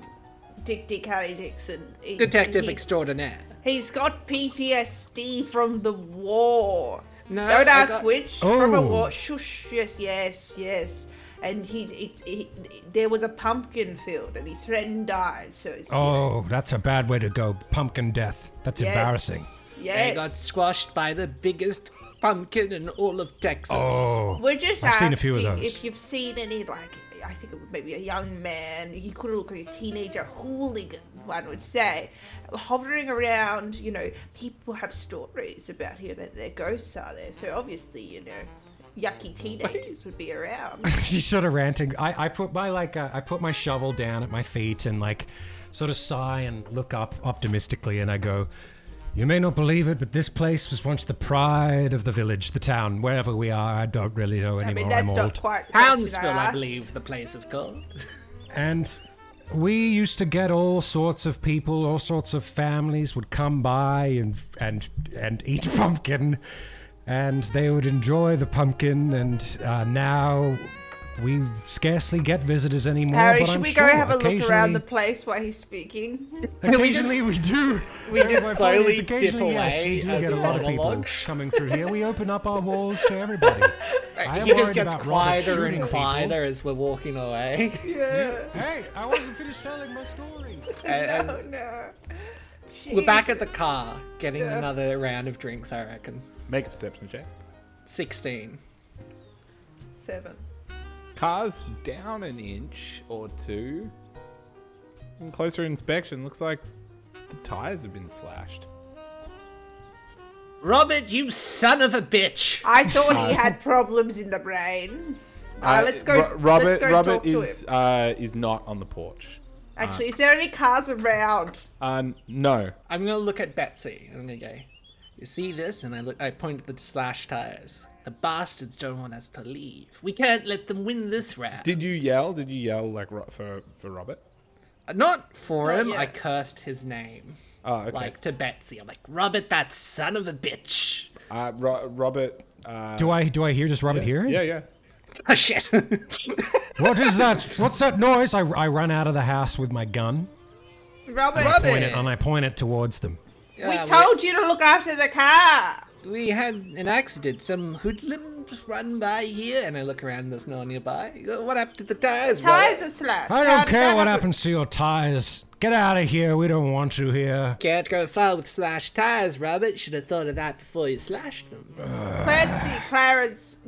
S2: Dick Dick Harry Dixon. He-
S3: Detective
S2: he's-
S3: extraordinaire.
S2: He's got PTSD from the war.
S3: No,
S2: Don't
S3: I
S2: ask
S3: got-
S2: which. From a
S4: Oh.
S2: war. Shush. Yes, yes, yes. And he, it, it, there was a pumpkin field, and his friend died. So it's
S4: Oh, that's a bad way to go. Pumpkin death. That's
S2: yes,
S4: embarrassing.
S2: Yes.
S3: They got squashed by the biggest pumpkin in all of Texas.
S4: Oh.
S2: We're just
S4: I've
S2: asking
S4: seen a few of those.
S2: if you've seen any, like, I think it was maybe a young man, he could look like a teenager hooligan, one would say, hovering around. You know, people have stories about here that their ghosts are there, so obviously, you know, yucky teenagers would be around.
S4: She's sort of ranting. I, I put my like uh, I put my shovel down at my feet and like sort of sigh and look up optimistically and I go, "You may not believe it, but this place was once the pride of the village, the town, wherever we are. I don't really know
S2: I mean,
S4: anymore.
S2: that's
S4: I'm
S2: not
S4: old."
S2: quite. the question
S3: Houndsville, I
S2: asked.
S3: believe the place is called.
S4: And we used to get all sorts of people, all sorts of families would come by and and and eat pumpkin, and they would enjoy the pumpkin. And uh, now we scarcely get visitors anymore.
S2: Harry,
S4: but
S2: should
S4: I'm
S2: we
S4: sure
S2: go have a look around the
S4: occasionally-
S2: place while he's speaking?
S4: Occasionally we, do.
S3: we
S4: My
S3: just
S4: point is,
S3: slowly dip
S4: occasionally, yes,
S3: away
S4: we do
S3: as
S4: get a lot of people
S3: monologues.
S4: coming through here. We open up our walls to everybody. I am
S3: he just
S4: worried
S3: gets
S4: about Robert
S3: quieter
S4: shooting
S3: and
S4: people.
S3: quieter as we're walking away.
S4: Hey, I wasn't finished telling my story.
S3: And-
S2: Oh, no.
S3: we're back at the car, getting another round of drinks, I reckon.
S1: Make a perception check.
S3: 16.
S2: Seven.
S1: Cars down an inch or two. And closer inspection, looks like the tires have been slashed.
S3: Robert, you son of a bitch!
S2: I thought he had problems in the brain. Uh, let's go.
S1: Ro- Robert.
S2: let's go
S1: Robert
S2: talk
S1: is
S2: To him.
S1: uh, is not on the porch.
S2: Actually, is there any cars around?
S1: Um, no.
S3: I'm gonna look at Betsy. and I'm gonna go. You see this? And I look. I point at the slash tires. The bastards don't want us to leave. We can't let them win this round.
S1: Did you yell? Did you yell like ro- for for Robert?
S3: Not for
S2: Not
S3: him. I
S2: yet.
S3: cursed his name.
S1: Oh, okay.
S3: Like to Betsy. I'm like, Robert, that son of a bitch.
S1: uh, Ro- Robert. Uh,
S4: Do I do I hear just Robert hearing?
S1: yeah, yeah.
S3: Oh shit.
S4: What is that? What's that noise? I, I run out of the house with my gun
S2: Robert,
S3: Robert!
S4: point it, Uh, and I point it towards them.
S2: we
S3: Yeah,
S2: told you to look after the car.
S3: we, we had an accident. Some hoodlum run by here, and I look around. There's no one nearby. I go, What happened to the tires?
S2: Tires
S3: Robert?
S2: are slashed.
S4: I
S2: How
S4: don't
S2: did
S4: care
S2: that
S4: what
S2: happen?
S4: happens to your tires. Get out of here. We don't want you here.
S3: Can't go far with slash tires, Robert. Should have thought of that before you slashed them.
S2: Clancy, Clarence,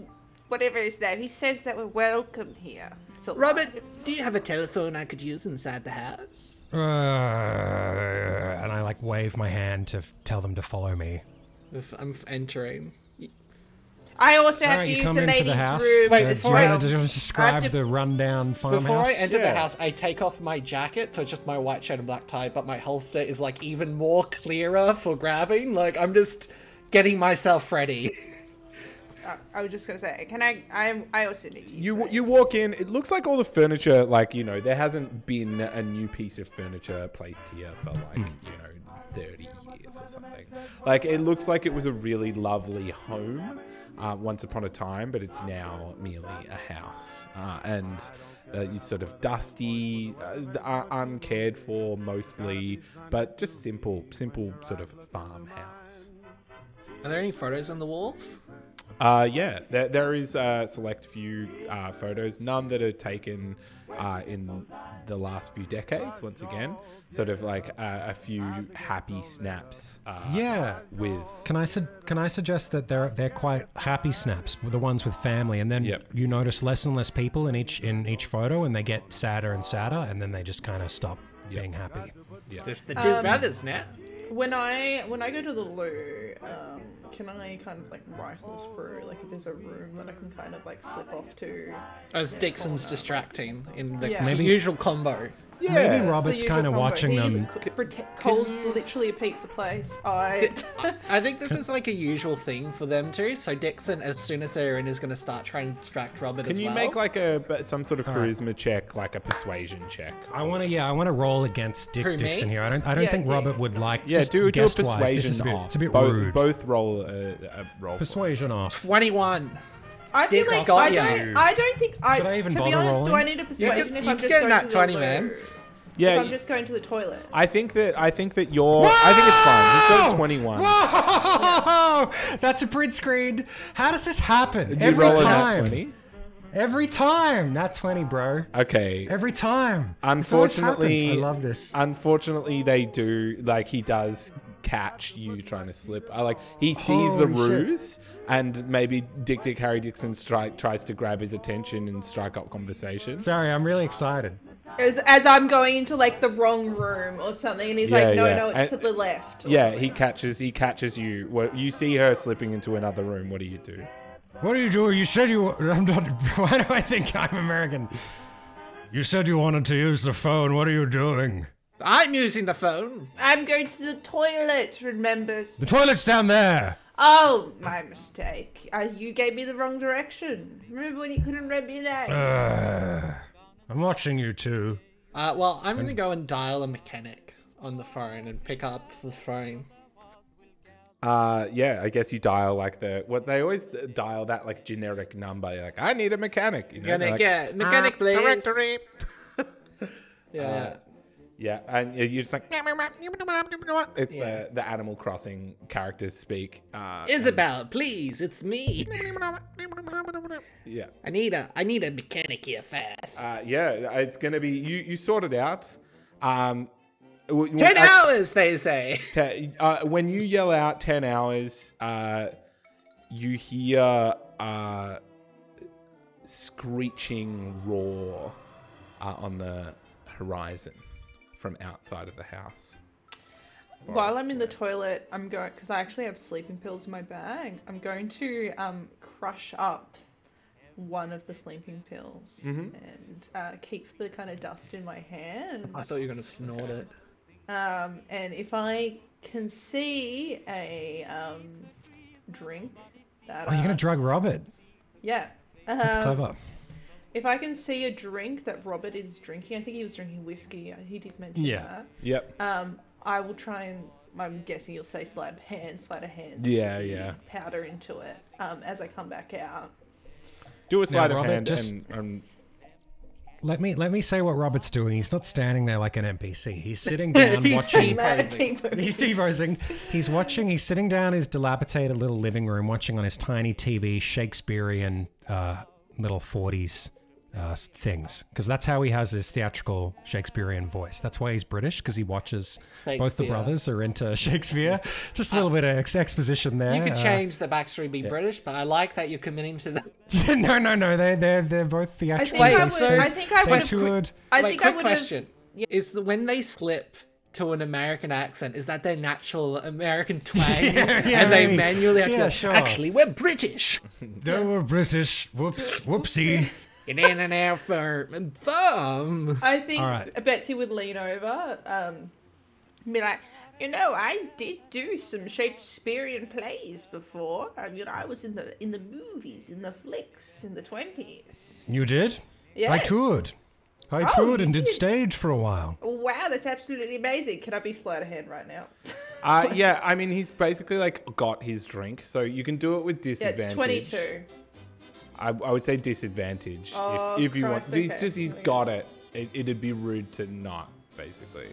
S2: whatever his name, he says that we're welcome here. It's a lie.
S3: Robert, do you have a telephone I could use inside the house?
S4: Uh, and I like wave my hand to f- tell them to follow me.
S3: If I'm f- entering.
S2: I also have
S4: Alright,
S2: to
S4: you
S2: use
S4: come
S2: the
S4: into
S2: ladies'
S4: the house.
S2: room.
S3: Wait,
S4: uh,
S2: as
S4: do you
S3: before I-
S2: well.
S4: wanna just describe
S2: to-
S4: the rundown farmhouse?
S3: Before I enter
S1: Yeah.
S3: the house, I take off my jacket, so it's just my white shirt and black tie, but my holster is like even more clearer for grabbing. Like I'm just getting myself ready.
S2: I- uh, I was just gonna say, can I? I I also need to use
S1: You
S2: that.
S1: you walk in. It looks like all the furniture, like you know, there hasn't been a new piece of furniture placed here for like you know thirty years or something. Like it looks like it was a really lovely home uh, once upon a time, but it's now merely a house uh, and. Uh, it's sort of dusty, uh, uh, uncared for mostly, but just simple, simple sort of farmhouse.
S3: Are there any photos on the walls?
S1: Uh, yeah, there, there is a select few uh, photos, none that are taken uh, in the last few decades, once again. Sort of like uh, a few happy snaps uh,
S4: Yeah.
S1: with.
S4: Can I su- can I suggest that they're they're quite happy snaps, the ones with family, and then
S1: Yep.
S4: you notice less and less people in each in each photo, and they get sadder and sadder, and then they just kind of stop being happy.
S3: There's the two brothers now.
S2: When I when I go to the loo, um, can I kind of like rifle through? Like, if there's a room that I can kind of like slip off to.
S3: As Dixon's distracting in the
S2: Yeah.
S4: Maybe-
S3: usual combo.
S1: Yeah.
S4: Maybe Robert's
S2: usual
S4: kind of
S2: combo.
S4: watching
S2: He
S4: them.
S2: c- prete- Cole's literally a pizza place. I.
S3: I think this is like a usual thing for them too. So Dixon, as soon as they're in, is going to start trying to distract Robert
S1: Can
S3: as
S1: you
S3: well.
S1: make like a but some sort of charisma check, like a persuasion check?
S4: I want to, yeah, I want to roll against Dick
S3: Who, me?
S4: Dixon here. I don't, I don't
S2: Yeah,
S4: think
S2: Dick.
S4: Robert would like.
S1: Yeah,
S4: just
S1: do, do a
S4: guest wise, this
S1: persuasion
S4: is a bit,
S1: off.
S4: It's a bit
S1: both,
S4: rude.
S1: both roll a, a roll.
S4: Persuasion off.
S3: twenty-one.
S2: I feel
S3: Dick
S2: like
S3: Scott,
S2: I
S3: yeah.
S2: don't. I don't think I.
S4: Should I even
S2: to be
S4: bother
S2: honest, do I
S4: rolling?
S2: need a
S3: You
S2: persuasion
S3: could-
S2: if
S3: you
S2: I'm
S3: could
S2: just
S3: get
S2: going
S3: nat
S2: to the
S3: 20,
S2: loo?
S3: man.
S2: If
S1: Yeah,
S2: I'm just going to the toilet.
S1: I think that I think that you're. I think it's fine. He's got a
S4: Whoa!
S1: twenty-one.
S4: Whoa! That's a print screen. How does this happen?
S1: Did you
S4: every
S1: roll a nat
S4: time.
S1: 20?
S4: Every time. Not 20, bro.
S1: Okay.
S4: Every time. This always
S1: Unfortunately,
S4: happens. I love this.
S1: Unfortunately, they do like he does catch you trying to slip. I like he sees the
S4: Holy shit.
S1: ruse, and maybe Dick Dick Harry Dixon strike tries to grab his attention and strike up conversation.
S4: Sorry, I'm really excited.
S2: As, as I'm going into like the wrong room or something, and he's
S1: Yeah,
S2: like, "No,
S1: yeah.
S2: no, it's
S1: And-
S2: to the left." or
S1: yeah,
S2: something.
S1: he catches he catches you. What you see her slipping into another room. What do you do?
S4: What do you do? You said you. I'm not. Why do I think I'm American? You said you wanted to use the phone. What are you doing?
S3: I'm using the phone.
S2: I'm going to the toilet. Remembers.
S4: The toilet's down there.
S2: Oh, my mistake. Uh, you gave me the wrong direction. Remember when you couldn't remember your name?
S4: Uh, I'm watching you two.
S3: Uh, well, I'm going to go and dial a mechanic on the phone and pick up the phone.
S1: Uh, yeah, I guess you dial like the what they always dial that like generic number. You're like I need a mechanic. You know, they're
S3: Gonna
S1: like, "Ah,
S3: get mechanic, please. Uh,
S1: Directory.
S3: "Ah, Yeah.
S1: Yeah, and you- you're just like it's the, the Animal Crossing characters speak. Uh,
S3: Isabel, please, it's me.
S1: yeah,
S3: I need a, I need a mechanic here fast.
S1: uh, yeah. It's gonna be you. You sort it out. Um, w- w-
S3: Ten
S1: I-
S3: hours, they say.
S1: te- uh, when you yell out 10 hours, uh, you hear uh, screeching roar uh, on the horizon from outside of the house.
S2: While I'm in the toilet, I'm going because I actually have sleeping pills in my bag. I'm going to um, crush up one of the sleeping pills
S4: Mm-hmm.
S2: and uh, keep the kind of dust in my hand.
S3: I thought you were going to snort it.
S2: Um, and if I can see a um, drink, that
S4: Are you
S2: uh,
S4: gonna drug Robert?
S2: yeah.
S4: That's
S2: Um,
S4: clever.
S2: If I can see a drink that Robert is drinking, I think he was drinking whiskey. uh, He did mention
S4: Yeah.
S1: Yep.
S2: that. Um, I will try and. I'm guessing you'll say slab hand, sleight of hand.
S1: Yeah,
S2: the
S1: yeah.
S2: Powder into it. Um, as I come back out.
S1: Do a sleight of
S4: Robert,
S1: hand
S4: just-
S1: and, and
S4: Let me let me say what Robert's doing. He's not standing there like an NPC. He's sitting down watching. He's deposing. He's watching. He's sitting down in his dilapidated little living room, watching on his tiny TV Shakespearean uh, little forties uh, s- things, because that's how he has his theatrical Shakespearean voice. That's why he's British, because he watches. Both the
S3: Shakespeare.
S4: brothers are into Shakespeare. Just a little bit of ex- exposition there.
S3: You could
S4: uh,
S3: change the backstory, be British, but I like that you're committing to that.
S4: no, no, no. They they're they're both
S2: I think
S4: theatrical.
S2: I
S4: they
S2: would.
S4: sang-
S2: I think I
S4: they
S2: would have.
S4: toured.
S2: I
S3: Wait,
S2: think I
S3: quick
S2: would have.
S3: question: Is the when they slip, to an American accent? Is that their natural American twang? and they
S4: right.
S3: manually have to
S4: Yeah,
S3: go,
S4: sure.
S3: actually, we're British.
S4: No, we're British. Whoops. Whoopsie.
S3: In an and out for thumb.
S2: I think
S4: All right.
S2: Betsy would lean over, um, and be like, you know, I did do some Shakespearean plays before. I mean, I was in the in the movies, in the flicks, in the twenties.
S4: You did? I
S2: Yes.
S4: toured. I
S2: Oh,
S4: toured
S2: you
S4: and did
S2: did.
S4: stage for a while.
S2: Wow, that's absolutely amazing. Can I be sleight of hand right now?
S1: Uh, yeah, I mean, he's basically like got his drink, so you can do it with
S2: yeah,
S1: disadvantage.
S2: it's twenty-two.
S1: I, I would say disadvantage
S2: Oh,
S1: if, if you want.
S2: Christ,
S1: He's
S2: okay.
S1: just he's got it. it. It'd be rude to not, basically.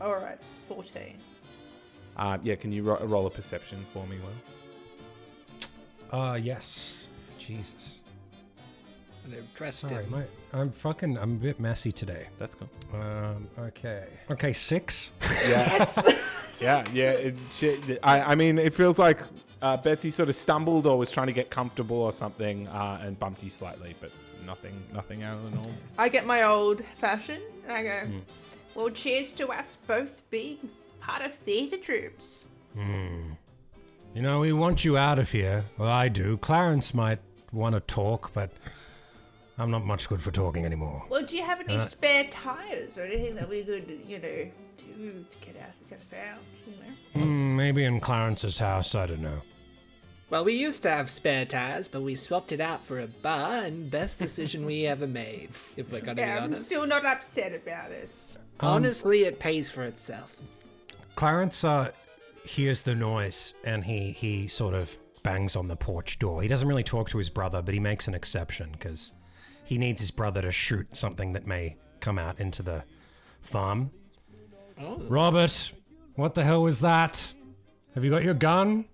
S2: All right, it's fourteen.
S1: Uh, yeah, can you ro- roll a perception for me, Will?
S4: Uh, yes. Jesus.
S3: They're dressed
S4: Sorry,
S3: in
S4: my, I'm fucking, I'm a bit messy today.
S1: That's cool.
S4: Um, okay. Okay, six.
S1: Yeah, yeah. It, she, I, I mean, it feels like uh, Betsy sort of stumbled or was trying to get comfortable or something uh, and bumped you slightly, but nothing, nothing out of the norm.
S2: I get my old fashioned and I go,
S4: Mm.
S2: well, cheers to us both being part of theatre troops.
S4: You know, we want you out of here. Well, I do. Clarence might want to talk, but I'm not much good for talking anymore.
S2: Well, do you have any
S4: Uh,
S2: spare tires or anything that we could, you know, do to get out, get us out, you know?
S4: Hmm, maybe in Clarence's house, I don't know.
S3: Well, we used to have spare tires, but we swapped it out for a bar, and best decision we ever made, if we're gonna
S2: Yeah, I'm
S3: be honest.
S2: still not upset about it.
S4: Um,
S3: Honestly, it pays for itself.
S4: Clarence uh, hears the noise and he he sort of bangs on the porch door. He doesn't really talk to his brother, but he makes an exception because he needs his brother to shoot something that may come out into the farm.
S3: Oh.
S4: Robert, what the hell was that? Have you got your gun?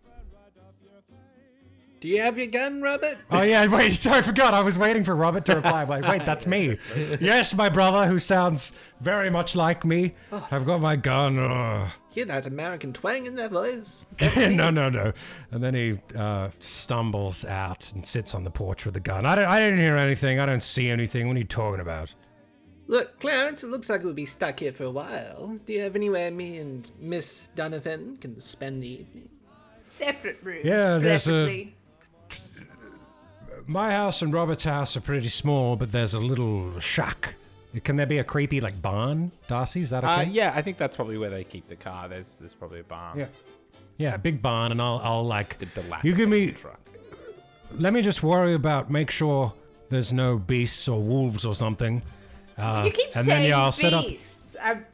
S3: Do you have your gun, Robert?
S4: Oh yeah, wait, sorry, I forgot. I was waiting for Robert to reply. I'm like, wait, that's me. yes, my brother, who sounds very much like me. I've got my gun. Ugh.
S3: Hear that American twang in their voice?
S4: no, no, no. And then he uh, stumbles out and sits on the porch with the gun. I, don't, I didn't hear anything. I don't see anything. What are you talking about?
S3: Look, Clarence, it looks like we'll be stuck here for a while. Do you have anywhere me and Miss Donovan can spend the evening?
S2: Separate rooms.
S4: Yeah, there's a-
S2: preferably.
S4: My house and Robert's house are pretty small, but there's a little shack. Can there be a creepy, like, barn? Darcy, is that okay?
S1: Uh, yeah, I think that's probably where they keep the car. There's, there's probably a barn.
S4: Yeah. Yeah, big barn, and I'll, I'll like.
S1: The
S4: you
S1: dilapidated
S4: give me.
S1: Truck.
S4: Let me just worry about make sure there's no beasts or wolves or something. Uh,
S2: You keep
S4: and
S2: saying
S4: then yeah, I'll set up.
S2: beasts. I'm-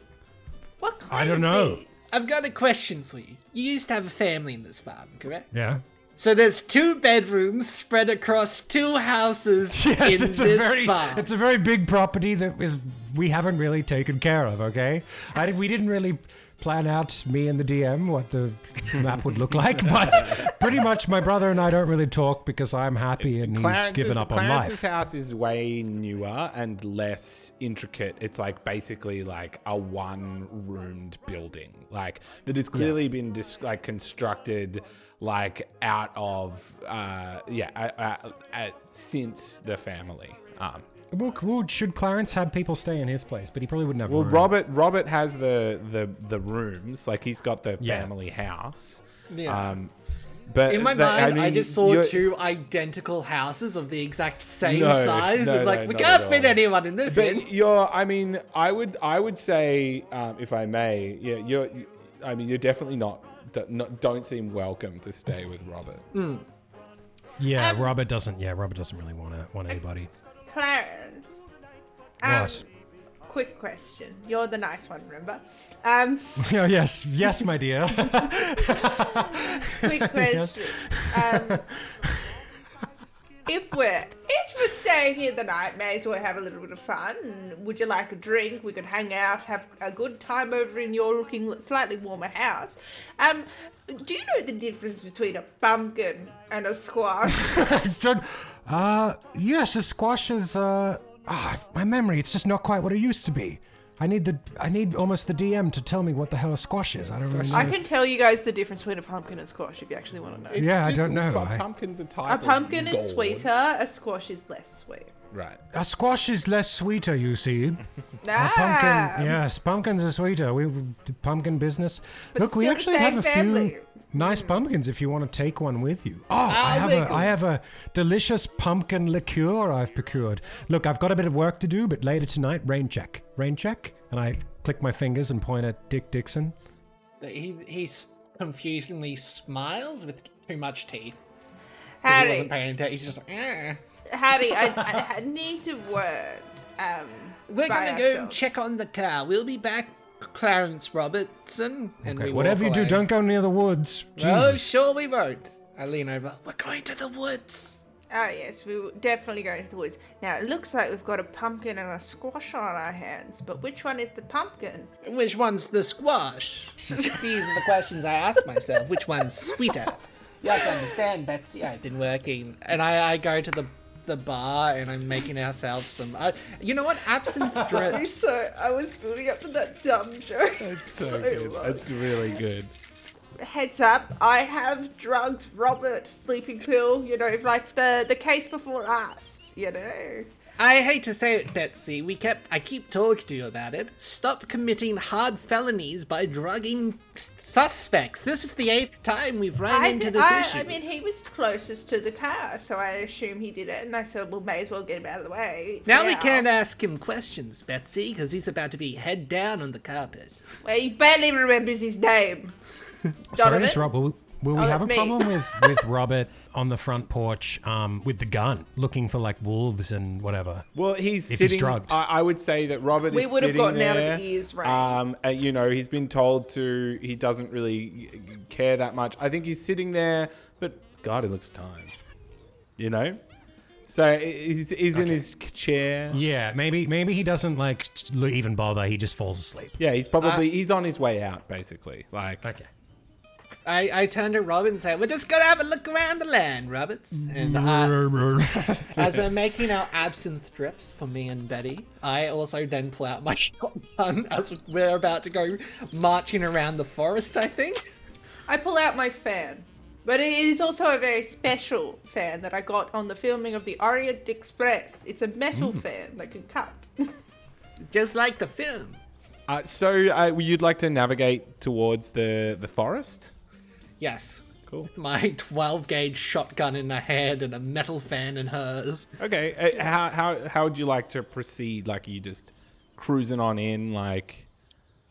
S2: what kind
S4: I don't
S2: of
S4: know.
S2: beasts? Uh,
S3: I've got a question for you. You used to have a family in this farm, correct?
S4: Yeah.
S3: So there's two bedrooms spread across two houses
S4: Yes,
S3: in
S4: it's a
S3: this
S4: very
S3: farm.
S4: it's a very big property that is we haven't really taken care of. Okay, I did- we didn't really plan out me and the DM what the map would look like, but pretty much my brother and I don't really talk because I'm happy and he's
S1: Clarence's,
S4: given up on
S1: Clarence's
S4: life.
S1: house is way newer and less intricate. It's like basically like a one-roomed building, like that has clearly been dis- like constructed like out of uh, yeah uh, uh, uh, since the family. Um,
S4: Well, well, should Clarence have people stay in his place? But he probably wouldn't have.
S1: well,
S4: room.
S1: Robert Robert has the the the rooms, like he's got the
S4: Yeah.
S1: family house.
S3: Yeah.
S1: Um, but
S3: In my
S1: the-
S3: mind, I,
S1: mean,
S3: just saw
S1: you're-
S3: two identical houses of the exact same
S1: No,
S3: size.
S1: no,
S3: and like,
S1: no,
S3: we
S1: not
S3: can't
S1: at
S3: fit
S1: all.
S3: anyone in this inn.
S1: But you're, I mean, I would, I would say, um, if I may, yeah, you're, you- I mean, you're definitely not, d- not, don't seem welcome to stay with Robert.
S2: Mm.
S4: yeah,
S2: Um,
S4: Robert doesn't. Yeah, Robert doesn't really want to want anybody.
S2: Clarence. Um,
S4: What?
S2: Quick question. You're the nice one, remember? Um,
S4: oh, yes, yes, my dear.
S2: quick question. um, if we're if we're staying here the night, may as well have a little bit of fun. Would you like a drink? We could hang out, have a good time over in your looking slightly warmer house. Um, do you know the difference between a pumpkin and a squash?
S4: So, uh, yes, the squash is, uh, ah, my memory, it's just not quite what it used to be. I need the, I need almost the DM to tell me what the hell a squash is. I don't really
S2: I
S4: know.
S2: can tell you guys the difference between a pumpkin and squash if you actually want to know.
S1: It's
S4: Yeah, I
S1: just-
S4: don't know.
S1: but
S4: I-
S1: Pumpkin's a type.
S2: A
S1: of
S2: pumpkin is
S1: gourd.
S2: sweeter. A squash is less sweet.
S1: Right.
S4: A squash is less sweeter, you see. A
S2: Nah.
S4: pumpkin, yes, pumpkins are sweeter. We the pumpkin business.
S2: But
S4: Look, we
S2: still the
S4: actually
S2: same
S4: have a
S2: family. Ah,
S4: few nice pumpkins if you want to take one with you. Oh, I have a I have a delicious pumpkin liqueur I've procured. Look, I've got a bit of work to do, but later tonight, rain check, rain check, and I click my fingers and point at Dick Dixon.
S3: He he s- confusingly smiles with too much teeth. 'cause He
S2: Harry,
S3: wasn't paying attention. He's just like, "Eh."
S2: Harry, I, I, I need a word. Um,
S3: we're
S2: by
S3: gonna go
S2: ourselves.
S3: check on the car. We'll be back, Clarence Robertson. And
S4: Okay,
S3: we
S4: whatever you
S3: walk
S4: do,
S3: away.
S4: don't go near the woods.
S3: Oh,
S4: Jesus.
S3: sure we won't. I lean over. We're going to the woods.
S2: Oh yes, we were definitely going to the woods. Now it looks like we've got a pumpkin and a squash on our hands, but which one is the pumpkin?
S3: Which one's the squash? These are the questions I ask myself. Which one's sweeter? You have to understand, Betsy. I've been working, and I, I go to the the bar, and I'm making ourselves some. I, you know what? Absinthe drips.
S2: So I was building up to that dumb joke.
S1: That's so, good. That's really good.
S2: Heads up, I have drugged Robert sleeping pill. You know, like the the case before last. You know.
S3: I hate to say it, Betsy. We kept. I keep talking to you about it. Stop committing hard felonies by drugging s- suspects. This is the eighth time we've run
S2: I,
S3: into
S2: did-
S3: this
S2: I,
S3: issue.
S2: I mean, he was closest to the car, so I assume he did it. And I said, well, may as well get him out of the way.
S3: now we can't
S2: uh,
S3: ask him questions, Betsy, because he's about to be head down on the carpet.
S2: Well, he barely remembers his name.
S4: Sorry,
S2: Donovan?
S4: it's Rob. Will we, will we
S2: Oh,
S4: have a
S2: that's me.
S4: problem with, with Robert on the front porch um, with the gun, looking for like wolves and whatever?
S1: Well, he's
S4: If he's
S1: sitting.
S4: drugged.
S1: I, I would say that Robert
S2: We
S1: is
S2: would have
S1: sitting
S2: gotten out of
S1: there.
S2: the ears range.
S1: Um, uh, you know, he's been told to. He doesn't really care that much. I think he's sitting there, but God, he looks tired. You know, so he's, he's in his c- chair.
S4: Yeah, maybe maybe he doesn't like t- even bother. He just falls asleep.
S1: Yeah, he's probably he's on his way out, basically. Like,
S4: Uh, Okay.
S3: I, I turned to Robin and said, We're just gonna have a look around the land, Roberts. And uh, as I'm making our absinthe drips for me and Betty, I also then pull out my shotgun as we're about to go marching around the forest, I think.
S2: I pull out my fan, but it is also a very special fan that I got on the filming of the Orient Express. It's a metal fan that can cut.
S3: Just like the film.
S1: uh, so uh, you'd like to navigate towards the the forest?
S3: Yes.
S1: Cool.
S3: My 12 gauge shotgun in my hand and a metal fan in hers.
S1: Okay. Uh, how how how would you like to proceed? Like, are you just cruising on in? Like,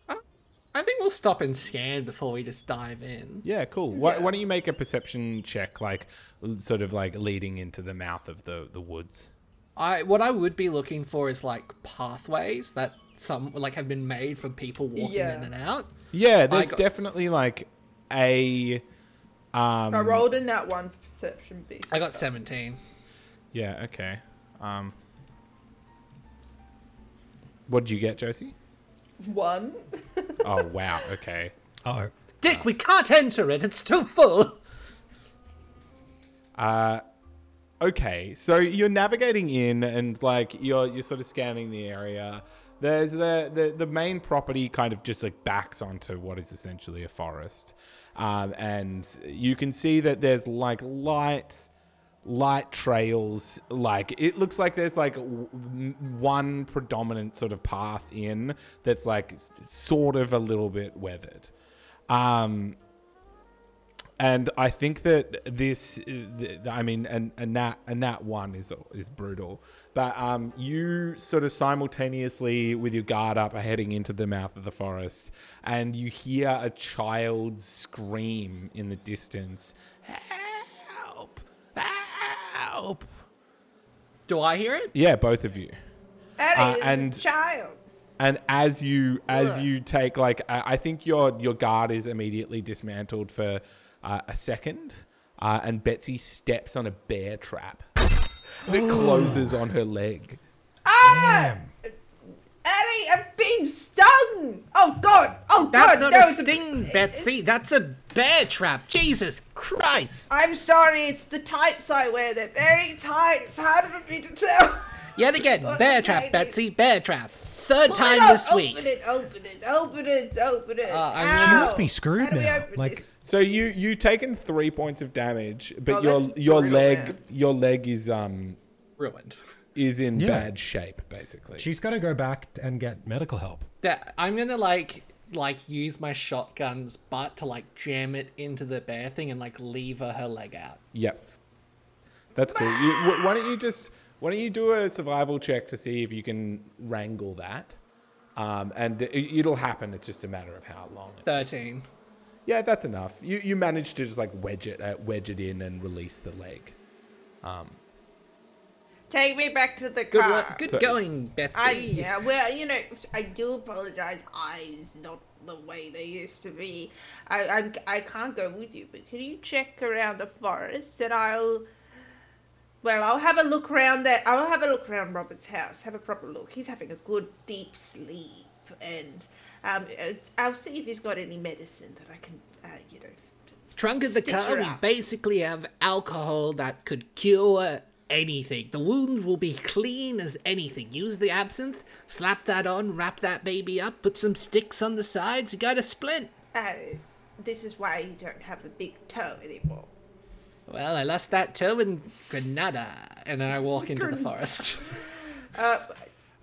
S3: I think we'll stop and scan before we just dive in.
S1: yeah, cool. Why, why don't you make a perception check? Like, l- sort of like leading into the mouth of the the woods.
S3: I what I would be looking for is like pathways that some like have been made for people walking
S2: Yeah.
S3: in and out.
S1: Yeah, there's
S3: got-
S1: definitely like a
S2: I rolled in that one for perception B.
S3: I got 17.
S1: yeah. Okay. Um, what did you get, Josie?
S2: one.
S1: Oh wow. Okay.
S4: Oh,
S3: Dick, we can't enter it. It's too full.
S1: Okay, so you're navigating in and like you're you're sort of scanning the area. There's the the, the main property kind of just like backs onto what is essentially a forest, um, and you can see that there's like light light trails like it looks like there's like w- m- one predominant sort of path in that's like s- sort of a little bit weathered um and I think that this, th- I mean, and and that and that one is is brutal. But um, you sort of simultaneously with your guard up are heading into the mouth of the forest, and you hear a child scream in the distance. Help! Help!
S3: Do I hear it?
S1: Yeah, both of you. Uh,
S2: Harry
S1: and-
S2: is a child.
S1: and as you as
S2: Ugh.
S1: you take like I, I think your your guard is immediately dismantled for uh, a second uh, and betsy steps on a bear trap that closes on her leg
S2: Ah! Harry, I've been stung! Oh god! Oh
S3: That's
S2: god!
S3: not a
S2: no, the-
S3: sting, Betsy. That's a bear trap. Jesus Christ.
S2: I'm sorry, it's the tights I wear. They're very tight. It's hard for me to tell.
S3: Yet again,
S2: What
S3: bear
S2: the
S3: trap,
S2: game
S3: Betsy.
S2: is-
S3: Bear trap. Third
S2: Pull it
S3: time
S2: up,
S3: this week.
S2: Open oh, it, open it, open it, open it.
S3: Uh, I mean-
S2: Ow.
S3: She
S4: must be screwed
S2: How do we
S4: now,
S2: open
S4: like-
S2: this?
S1: so you you taken three points of damage but
S2: Oh,
S1: your
S2: that's
S1: your
S2: brutal,
S1: leg
S2: man.
S1: your leg is um
S3: Ruined.
S1: is in
S4: Yeah.
S1: bad shape, basically.
S4: She's got to go back and get medical help.
S3: That I'm gonna like like use my shotgun's butt to like jam it into the bear thing and like lever her leg out.
S1: Yep. That's cool. You, wh- why don't you just why don't you do a survival check to see if you can wrangle that? Um, and it, it'll happen. It's just a matter of how long. It,
S3: Thirteen.
S1: yeah, that's enough. You you manage to just like wedge it uh, wedge it in and release the leg.
S2: Take me back to the
S3: Good
S2: car.
S3: work. Good
S1: So-
S3: going, Betsy.
S2: Ah. I, yeah, well, you know, I do apologize. Eyes not the way they used to be. I, I'm, I can't go with you, but can you check around the forest and I'll. Well, I'll have a look around there. I'll have a look around Robert's house. Have a proper look. He's having a good deep sleep, and um, uh, I'll see if he's got any medicine that I can, uh, you know,
S3: Trunk of the
S2: Stitch
S3: car,
S2: her
S3: we
S2: up.
S3: basically have alcohol that could cure anything. The wound will be clean as anything. Use the absinthe, slap that on, wrap that baby up, put some sticks on the sides, you got a splint.
S2: uh, this is why you don't have a big toe anymore.
S3: Well, I lost that toe in Granada, and then I walk into the forest.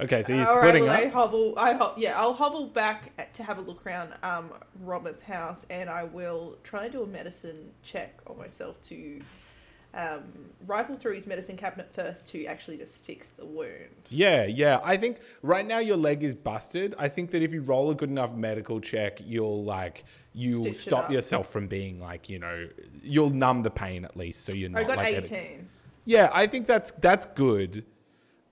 S1: Okay, so you're
S2: All right,
S1: splitting
S2: well, I
S1: up.
S2: hovel. I ho- yeah, I'll hovel back at- to have a look around um, Robert's house, and I will try and do a medicine check on myself to um, rifle through his medicine cabinet first to actually just fix the wound.
S1: Yeah, yeah. I think right now your leg is busted. I think that if you roll a good enough medical check, you'll like you'll
S2: Stitch it
S1: stop
S2: up.
S1: yourself from being like you know you'll numb the pain at least, so you're not
S2: I got
S1: like at a-
S2: eighteen.
S1: Yeah, I think that's that's good.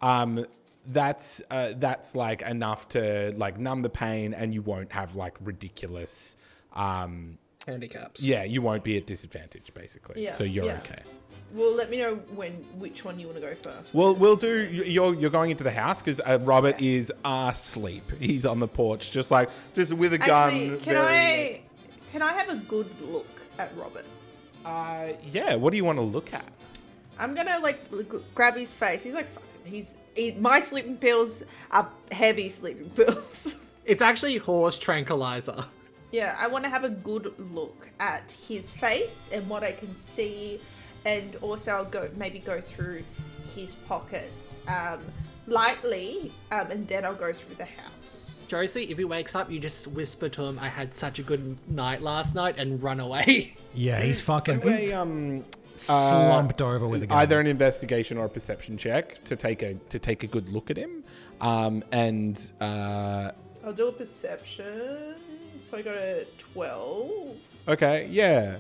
S1: Um, that's uh, that's like enough to like numb the pain, and you won't have like ridiculous. Um,
S3: Handicaps.
S1: yeah, you won't be at disadvantage basically.
S2: Yeah,
S1: so you're
S2: yeah.
S1: okay.
S2: Well, let me know when which one you want to go first.
S1: We'll we'll do. You're you're going into the house because uh, Robert is asleep. He's on the porch, just like just with a gun.
S2: actually, can
S1: very-
S2: I can I have a good look at Robert?
S1: Uh, yeah. What do you want to look at?
S2: I'm gonna like l- g- grab his face. He's like, fucking, he's he, my sleeping pills are heavy sleeping pills.
S3: It's actually horse tranquilizer.
S2: Yeah, I want to have a good look at his face and what I can see, and also I'll go maybe go through his pockets um, lightly, um, and then I'll go through the house.
S3: Josie, if he wakes up, you just whisper to him, I had such a good night last night, and run away.
S4: Yeah, he's fucking
S1: Do a, um,
S4: slumped over with a gun.
S1: either an investigation or a perception check to take a to take a good look at him. Um, and uh,
S2: I'll do a perception. So I got a twelve.
S1: okay, yeah.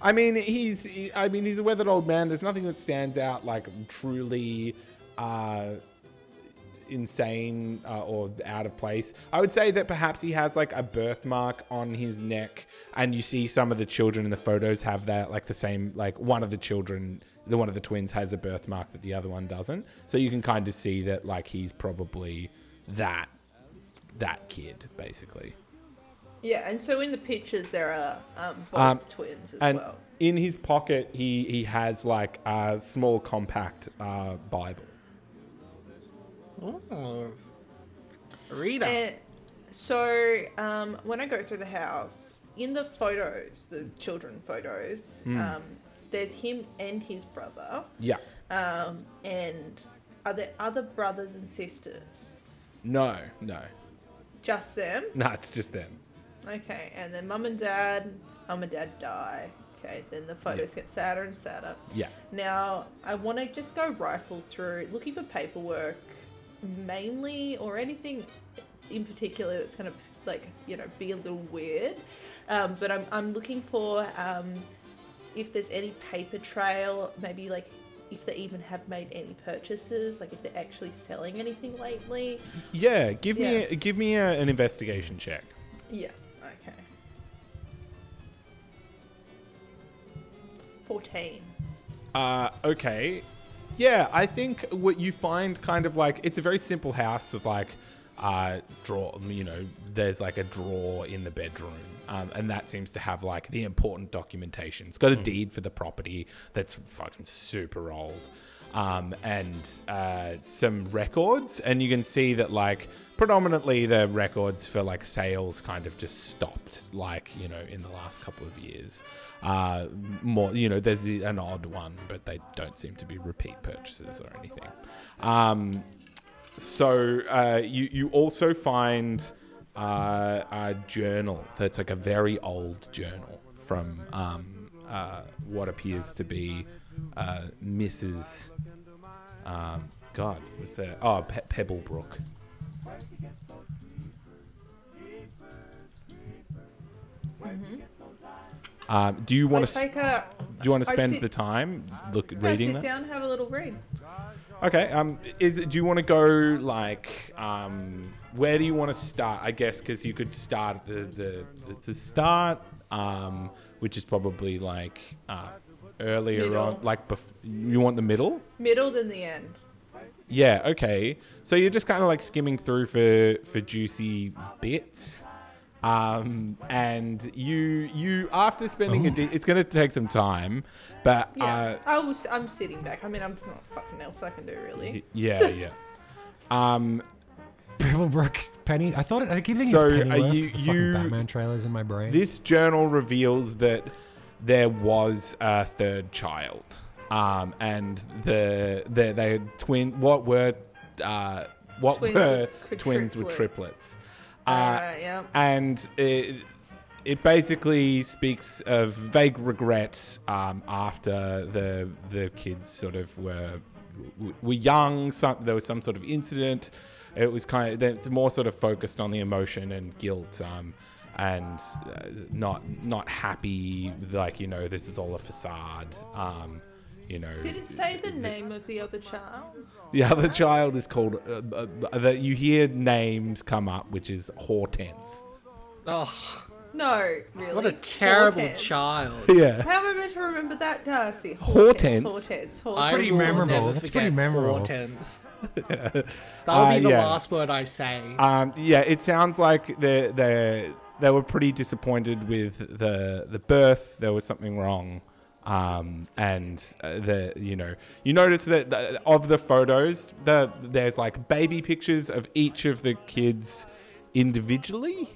S1: I mean, he's he- I mean he's a weathered old man. There's nothing that stands out like truly uh, insane uh, or out of place. I would say that perhaps he has like a birthmark on his neck, and you see some of the children in the photos have that like the same like one of the children, the one of the twins has a birthmark that the other one doesn't. So you can kind of see that like he's probably that that kid basically.
S2: Yeah, and so in the pictures there are um, both
S1: Um,
S2: twins as
S1: And
S2: well.
S1: in his pocket, he he has like a small compact uh, Bible.
S2: Oh.
S3: Ooh. Rita.
S2: And so um, when I go through the house, in the photos, the children photos,
S1: Hmm.
S2: um, there's him and his brother.
S1: Yeah.
S2: Um, and are there other brothers and sisters?
S1: No, no,
S2: Just them?
S1: no. It's just them.
S2: Okay. And then mum and dad, mum and dad die. Okay. Then the photos get sadder and sadder.
S1: Yeah.
S2: Now, I want to just go rifle through looking for paperwork mainly or anything in particular that's going to like, you know, be a little weird. Um, but I'm, I'm looking for um, if there's any paper trail, maybe like if they even have made any purchases, like if they're actually selling anything lately.
S1: Yeah. Give me
S2: Yeah.
S1: a, give me a, an investigation check.
S2: Yeah, okay. 14.
S1: Uh, okay. Yeah, I think what you find kind of like it's a very simple house with like uh draw you know there's like a drawer in the bedroom um, and that seems to have like Hmm. the important documentation it's got a deed for the property that's fucking super old um, and uh, some records, and you can see that like predominantly the records for like sales kind of just stopped, like you know, in the last couple of years. Uh, more, you know, there's the- an odd one, but they don't seem to be repeat purchases or anything. Um, so uh, you you also find uh, a journal that's like a very old journal from um, uh, what appears to be uh, Mrs. Um, God, what's that? Oh, Pe- Pebblebrook.
S2: Mm-hmm.
S1: Um, do you want to
S2: take a-
S1: do you want to
S2: uh, I
S1: spend
S2: sit-
S1: the time look
S2: Yeah,
S1: reading
S2: sit
S1: that?
S2: down, have a little read.
S1: Okay. Um, is it, do you want to go like um, where do you want to start? I guess because you could start at the the the, the start, um, which is probably like uh, earlier on,
S2: Middle.
S1: like bef- you want the middle.
S2: Middle than the end.
S1: Yeah. Okay. So you're just kind of like skimming through for for juicy bits. Um, and you you after spending a de- it's gonna take some time, but uh,
S2: Oh. Yeah, I was. I'm sitting back. I mean, I'm there's not fucking else I can do really.
S1: y- yeah yeah. Um,
S4: Pebblebrook Penny. I thought it, I keep thinking
S1: So, are
S4: it's Pennyworth.
S1: you-
S4: the fucking
S1: you-
S4: Batman trailers in my brain.
S1: This journal reveals that there was a third child, um, and the the they had twin what were uh, what
S2: Twins
S1: were
S2: were tri-
S1: twins were
S2: triplets.
S1: triplets, uh,
S2: uh, yeah.
S1: and it it basically speaks of vague regret um, after the the kids sort of were w- were young. Some, there was some sort of incident. It was kind of it's more sort of focused on the emotion and guilt. Um, and uh, not not happy, like you know, this is all a facade. Um, you know,
S2: Did it say the name of the other child?
S1: the other child is called. Uh, uh, uh, that you hear names come up, which is Hortense.
S3: Oh,
S2: No, really.
S3: what a terrible
S2: Hortense.
S3: child.
S1: Yeah.
S2: How am I meant to remember that, Darcy?
S1: Hortense.
S2: Hortense.
S3: I
S2: Hortense.
S4: pretty
S3: will
S4: memorable.
S3: never
S4: That's pretty
S3: forget
S4: memorable.
S3: Hortense. That'll
S1: Uh,
S3: be the
S1: yeah.
S3: last word I say.
S4: Uh,
S1: Um, yeah, it sounds like they they they were pretty disappointed with the the birth. There was something wrong, um, and uh, the you know you notice that the, of the photos, the there's like baby pictures of each of the kids individually,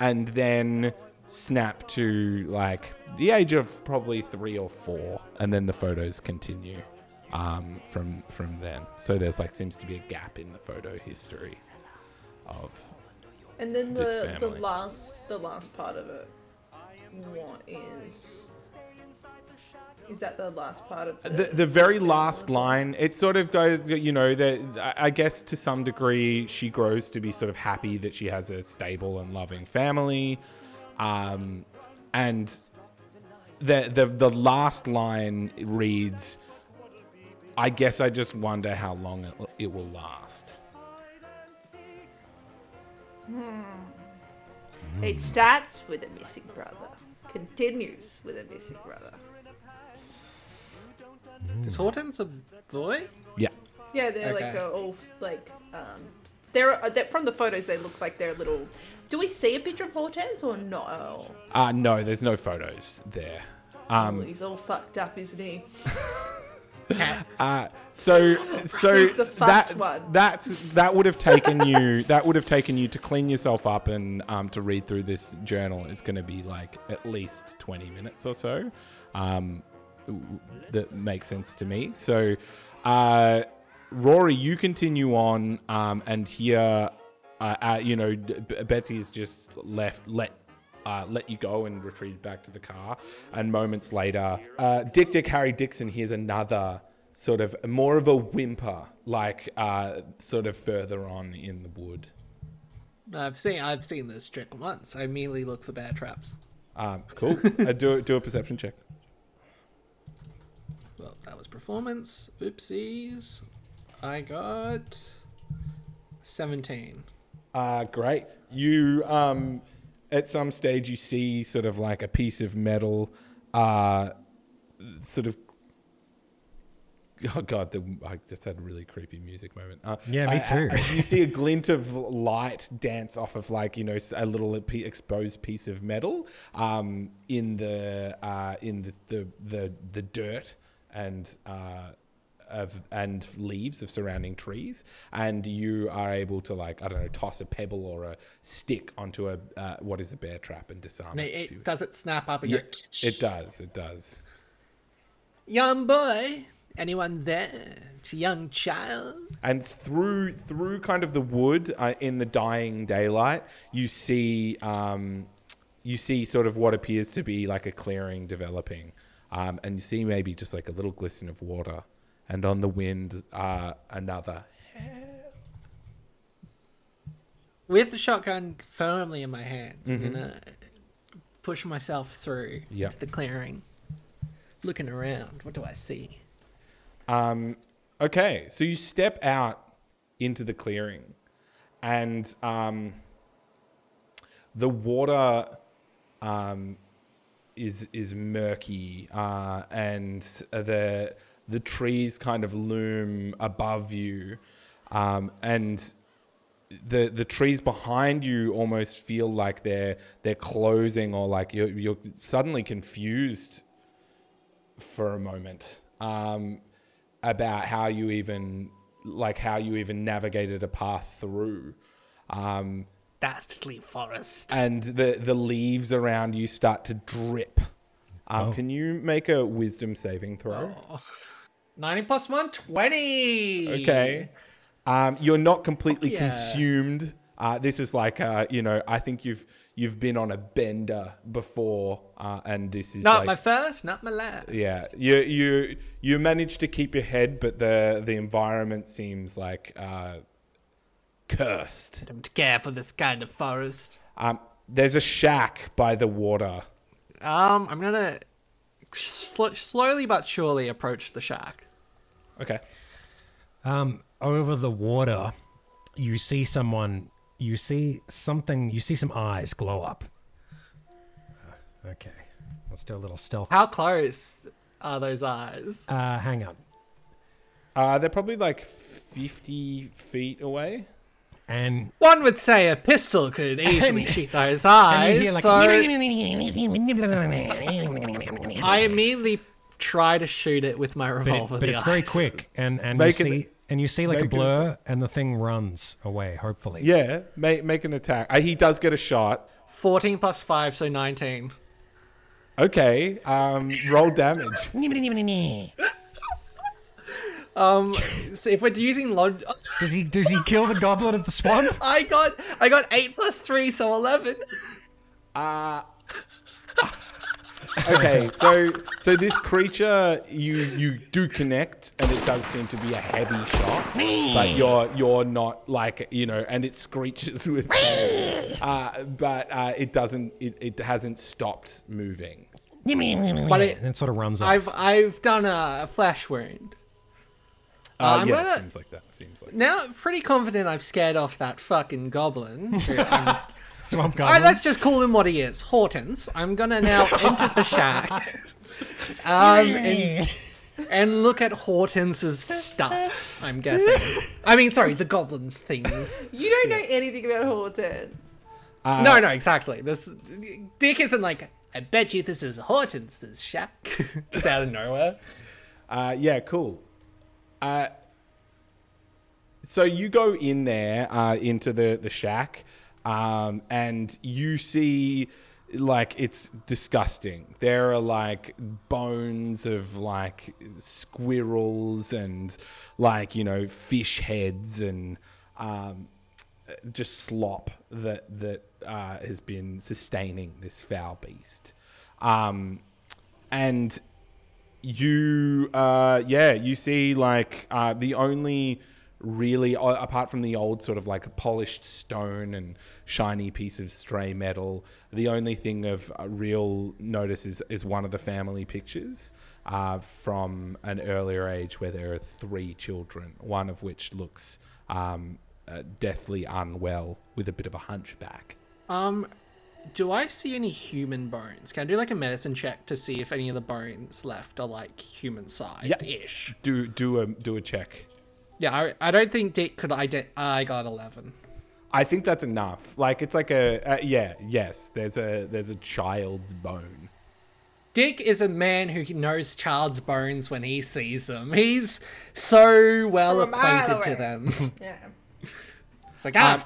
S1: and then snap to like the age of probably three or four, and then the photos continue um, from from then. So there's like seems to be a gap in the photo history of.
S2: And then
S1: This
S2: the the
S1: family.
S2: last the last part of it. What is? Is that the last part of
S1: The, the very last line, it sort of goes, you know, that I- I guess to some degree she grows to be sort of happy that she has a stable and loving family. Um, and the, the, the last line reads, I guess I just wonder how long it, it will last.
S2: It starts with a missing brother. Continues with a missing brother.
S3: Is Hortense a boy?
S1: Yeah.
S2: Yeah, they're like
S3: Okay.
S2: they're all like um, they're, uh, they from the photos they look like they're little. Do we see a picture of Hortense or Oh, no?
S1: Uh, no, there's no photos there. Um,
S2: He's all fucked up, isn't he?
S1: So so
S2: He's the fucked
S1: that
S2: one.
S1: that that would have taken you that would have taken you to clean yourself up and um, to read through this journal is going to be like at least twenty minutes or so. Um, that makes sense to me. So, uh, Rory, you continue on um, and here, uh, uh, you know, D- B- Betsy's just left let. Uh, let you go and retreat back to the car. And moments later, uh, Dick Dick Harry Dixon hears another sort of more of a whimper, like uh, sort of further on in the wood.
S3: I've seen I've seen this trick once. I immediately look for bear traps.
S1: Um, cool. uh, do do a perception check.
S3: Well, that was performance. Oopsies. I got 17.
S1: Uh, great. You, um, at some stage, you see sort of like a piece of metal, uh, sort of. Oh god, the, I just had a really creepy music moment. Uh,
S4: Yeah, me
S1: I- I-
S4: too.
S1: I- you see a glint of light dance off of like you know s- a little pe- exposed piece of metal um, in the uh, in the, the the the dirt, and uh, of and leaves of surrounding trees, and you are able to like I don't know toss a pebble or a stick onto a uh, what is a bear trap and disarm it.
S3: And it,
S1: if you-
S3: it does it snap up and
S1: Yeah,
S3: go,
S1: it does. It does.
S3: young boy, anyone there? It's a young child.
S1: and through through kind of the wood uh, in the dying daylight, you see um, you see sort of what appears to be like a clearing developing, um, and you see maybe just like a little glisten of water, and on the wind uh, another.
S3: with the shotgun firmly in my hand, I'm gonna push myself through
S1: Mm-hmm. Yeah.
S3: to the clearing, looking around. What do I see?
S1: Um, okay, so you step out into the clearing, and um, the water um, is is murky, uh, and the the trees kind of loom above you, um, and the the trees behind you almost feel like they're they're closing or like you're, you're suddenly confused for a moment um, about how you even like how you even navigated a path through um,
S3: Dastardly forest.
S1: and the the leaves around you start to drip um,
S4: Wow.
S1: can you make a wisdom saving throw
S3: Oh, 90 plus 1, 20!
S1: okay um, you're not completely
S3: Fuck yeah.
S1: consumed uh, this is like uh, you know i think you've you've been on a bender before uh, and this is
S3: Not
S1: like,
S3: my first, not my last.
S1: Yeah, you you you manage to keep your head, but the the environment seems like uh, cursed.
S3: Don't care for this kind of forest.
S1: Um, there's a shack by the water.
S3: Um, I'm gonna sl- slowly but surely approach the shark.
S1: Okay.
S4: Um, over the water, you see someone. You see something. You see some eyes glow up. Uh, okay, let's do a little stealth.
S3: How close are those eyes?
S4: Uh, hang on.
S1: Uh, they're probably like fifty feet away.
S4: And
S3: One would say a pistol could easily shoot those eyes.
S4: and you hear like.
S3: so- I immediately try to shoot it with my
S4: but it-
S3: revolver.
S4: but
S3: the
S4: it's very
S3: eyes.
S4: quick, and and
S1: Make
S4: you
S1: an-
S4: see and you see like a
S1: make an
S4: blur, and the thing runs away. Hopefully,
S1: Yeah, make make an attack. Uh, he does get a shot.
S3: 14 plus 5, so 19.
S1: Okay. Um, roll damage.
S3: So if we're using log-
S4: does he does he kill the goblet of the swamp?
S3: I got I got 8 plus 3, so 11.
S1: Okay, so so this creature you you do connect, and it does seem to be a heavy shot, but you're you're not like you know, and it screeches with, pain. uh, but uh, it doesn't it, it hasn't stopped moving.
S4: But
S3: it-
S4: and it sort of runs off.
S3: I've I've done a flash wound.
S1: Uh,
S3: I'm
S1: yeah,
S3: gonna-
S1: seems like that. Seems like
S3: Now I'm pretty confident I've scared off that fucking goblin.
S4: Swamp
S3: All right,
S4: goblin.
S3: let's just call him what he is, Hortense. I'm gonna now enter the shack, um, and, and look at Hortense's stuff. I'm guessing. I mean, sorry, the goblins' things.
S2: You don't know anything about Hortense.
S3: no, no, exactly. This Dick isn't like. I bet you this is Hortense's shack. just out of nowhere.
S1: Uh, yeah, cool. Uh, so you go in there uh, into the the shack, um, and you see like it's disgusting. There are like bones of like squirrels and like you know fish heads and um, just slop that that uh, has been sustaining this foul beast. Um, and you uh yeah you see like uh the only really uh, apart from the old sort of like polished stone and shiny piece of stray metal the only thing of uh, real notice is is one of the family pictures uh from an earlier age where there are three children one of which looks um uh, deathly unwell with a bit of a hunchback
S3: Um, do I see any human bones? Can I do like a medicine check to see if any of the bones left are like human sized ish?
S1: do do a do a check
S3: Yeah, I, I don't think Dick could ident. I got eleven.
S1: I think that's enough. Like it's like a uh, yeah, yes. There's a there's a child's bone.
S3: Dick is a man who knows child's bones when he sees them. He's so well
S2: From a mile
S3: acquainted to
S2: away.
S3: them.
S2: Yeah.
S3: It's like, ah,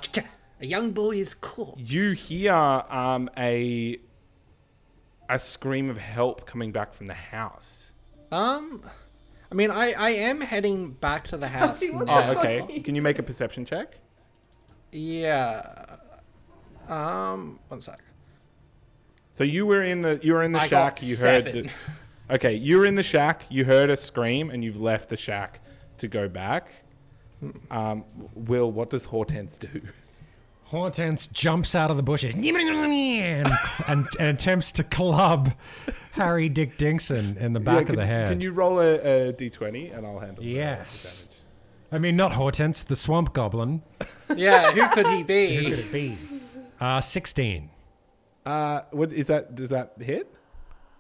S3: a young boy is cool.
S1: You hear um, a a scream of help coming back from the house.
S3: Um, I mean, I I am heading back to the house.
S2: see what the-
S3: now.
S1: Oh, okay. Can you make a perception check?
S3: Yeah. Um, one sec.
S1: So you were in the you were in the
S3: I
S1: shack.
S3: got
S1: You heard
S3: seven.
S1: the. Okay, you were in the shack. You heard a scream, and you've left the shack to go back. Um, Will, what does Hortense do?
S4: Hortense jumps out of the bushes and, and, and attempts to club Harry Dick Dixon in the
S1: Yeah,
S4: back
S1: can,
S4: of the head.
S1: Can you roll a, a d20 and I'll handle the- the
S4: Yes.
S1: damage.
S4: I mean, not Hortense, the swamp goblin.
S3: Yeah, who could he be?
S4: it be? Uh, 16.
S1: Uh, what is that? Does that hit?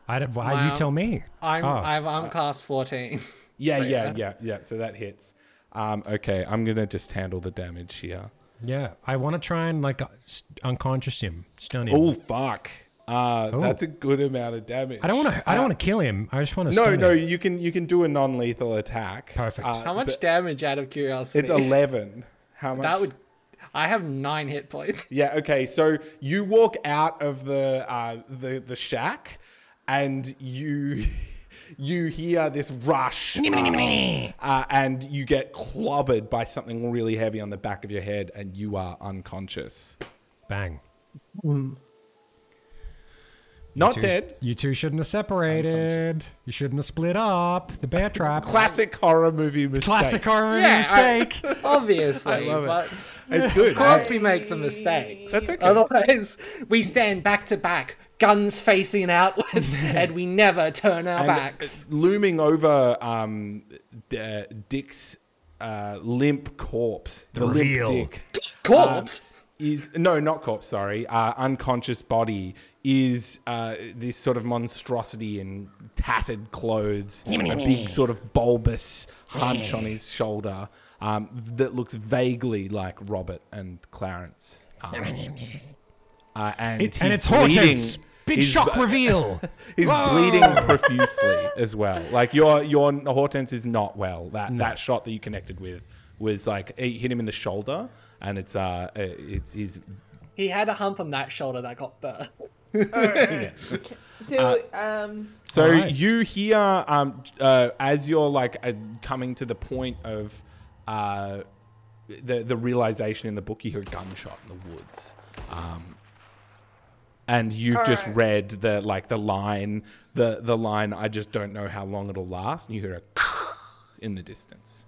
S4: I don't, why
S3: Wow.
S4: you tell me?
S3: I'm
S4: Oh.
S3: I'm, I'm class fourteen.
S1: Yeah,
S3: So,
S1: yeah,
S3: yeah.
S1: yeah, yeah. So that hits. Um, okay, I'm gonna just handle the damage here.
S4: Yeah, I want to try and like uh, s- unconscious him, stun him.
S1: Oh fuck! Uh,
S4: Oh.
S1: that's a good amount of damage.
S4: I don't want to. I don't want to kill him. I just want to.
S1: No,
S4: stun
S1: no,
S4: Him.
S1: you can you can do a non-lethal attack.
S4: Perfect.
S3: How much
S1: but
S3: damage? Out of curiosity,
S1: It's eleven. How much?
S3: That would. I have nine hit points.
S1: Yeah. Okay. So you walk out of the uh, the the shack, and you you hear this rush, of, uh, and you get clobbered by something really heavy on the back of your head, and you are unconscious.
S4: Bang.
S1: Not
S4: Two-
S1: dead.
S4: You two shouldn't have separated.
S1: Unconscious.
S4: You shouldn't have split up. The bear trap.
S1: Classic horror movie mistake.
S4: Classic horror
S3: Yeah, I-
S4: mistake.
S3: Obviously,
S1: love it.
S3: but
S1: It's good.
S3: of course we make the mistakes.
S1: That's okay.
S3: Otherwise, we stand back to back, guns facing outwards, and we never turn our
S1: And
S3: backs.
S1: Looming over um, D- uh, Dick's uh, limp corpse. The,
S4: reveal.
S1: limp dick.
S3: Corpse.
S1: is no, not corpse. Sorry, uh, unconscious body is uh, this sort of monstrosity in tattered clothes, a big sort of bulbous hunch on his shoulder um, that looks vaguely like Robert and Clarence. Um, uh, and,
S4: It- and
S1: he's
S4: it's
S1: bleeding-
S4: Hortense. Big
S1: he's-
S4: shock reveal.
S1: He's
S4: Whoa.
S1: bleeding profusely as well. Like your your Hortense is not well. That that shot that you connected with was like it hit him in the shoulder, and it's uh it's his
S3: He had a hump on that shoulder that got burnt.
S2: Do um.
S1: So
S4: Alright.
S1: you hear um, uh, as you're like uh, coming to the point of uh, the the realization in the book, you hear a gunshot in the woods, um, and you've just
S2: Alright.
S1: read the like the line the the line. I just don't know how long it'll last, and you hear a in the distance.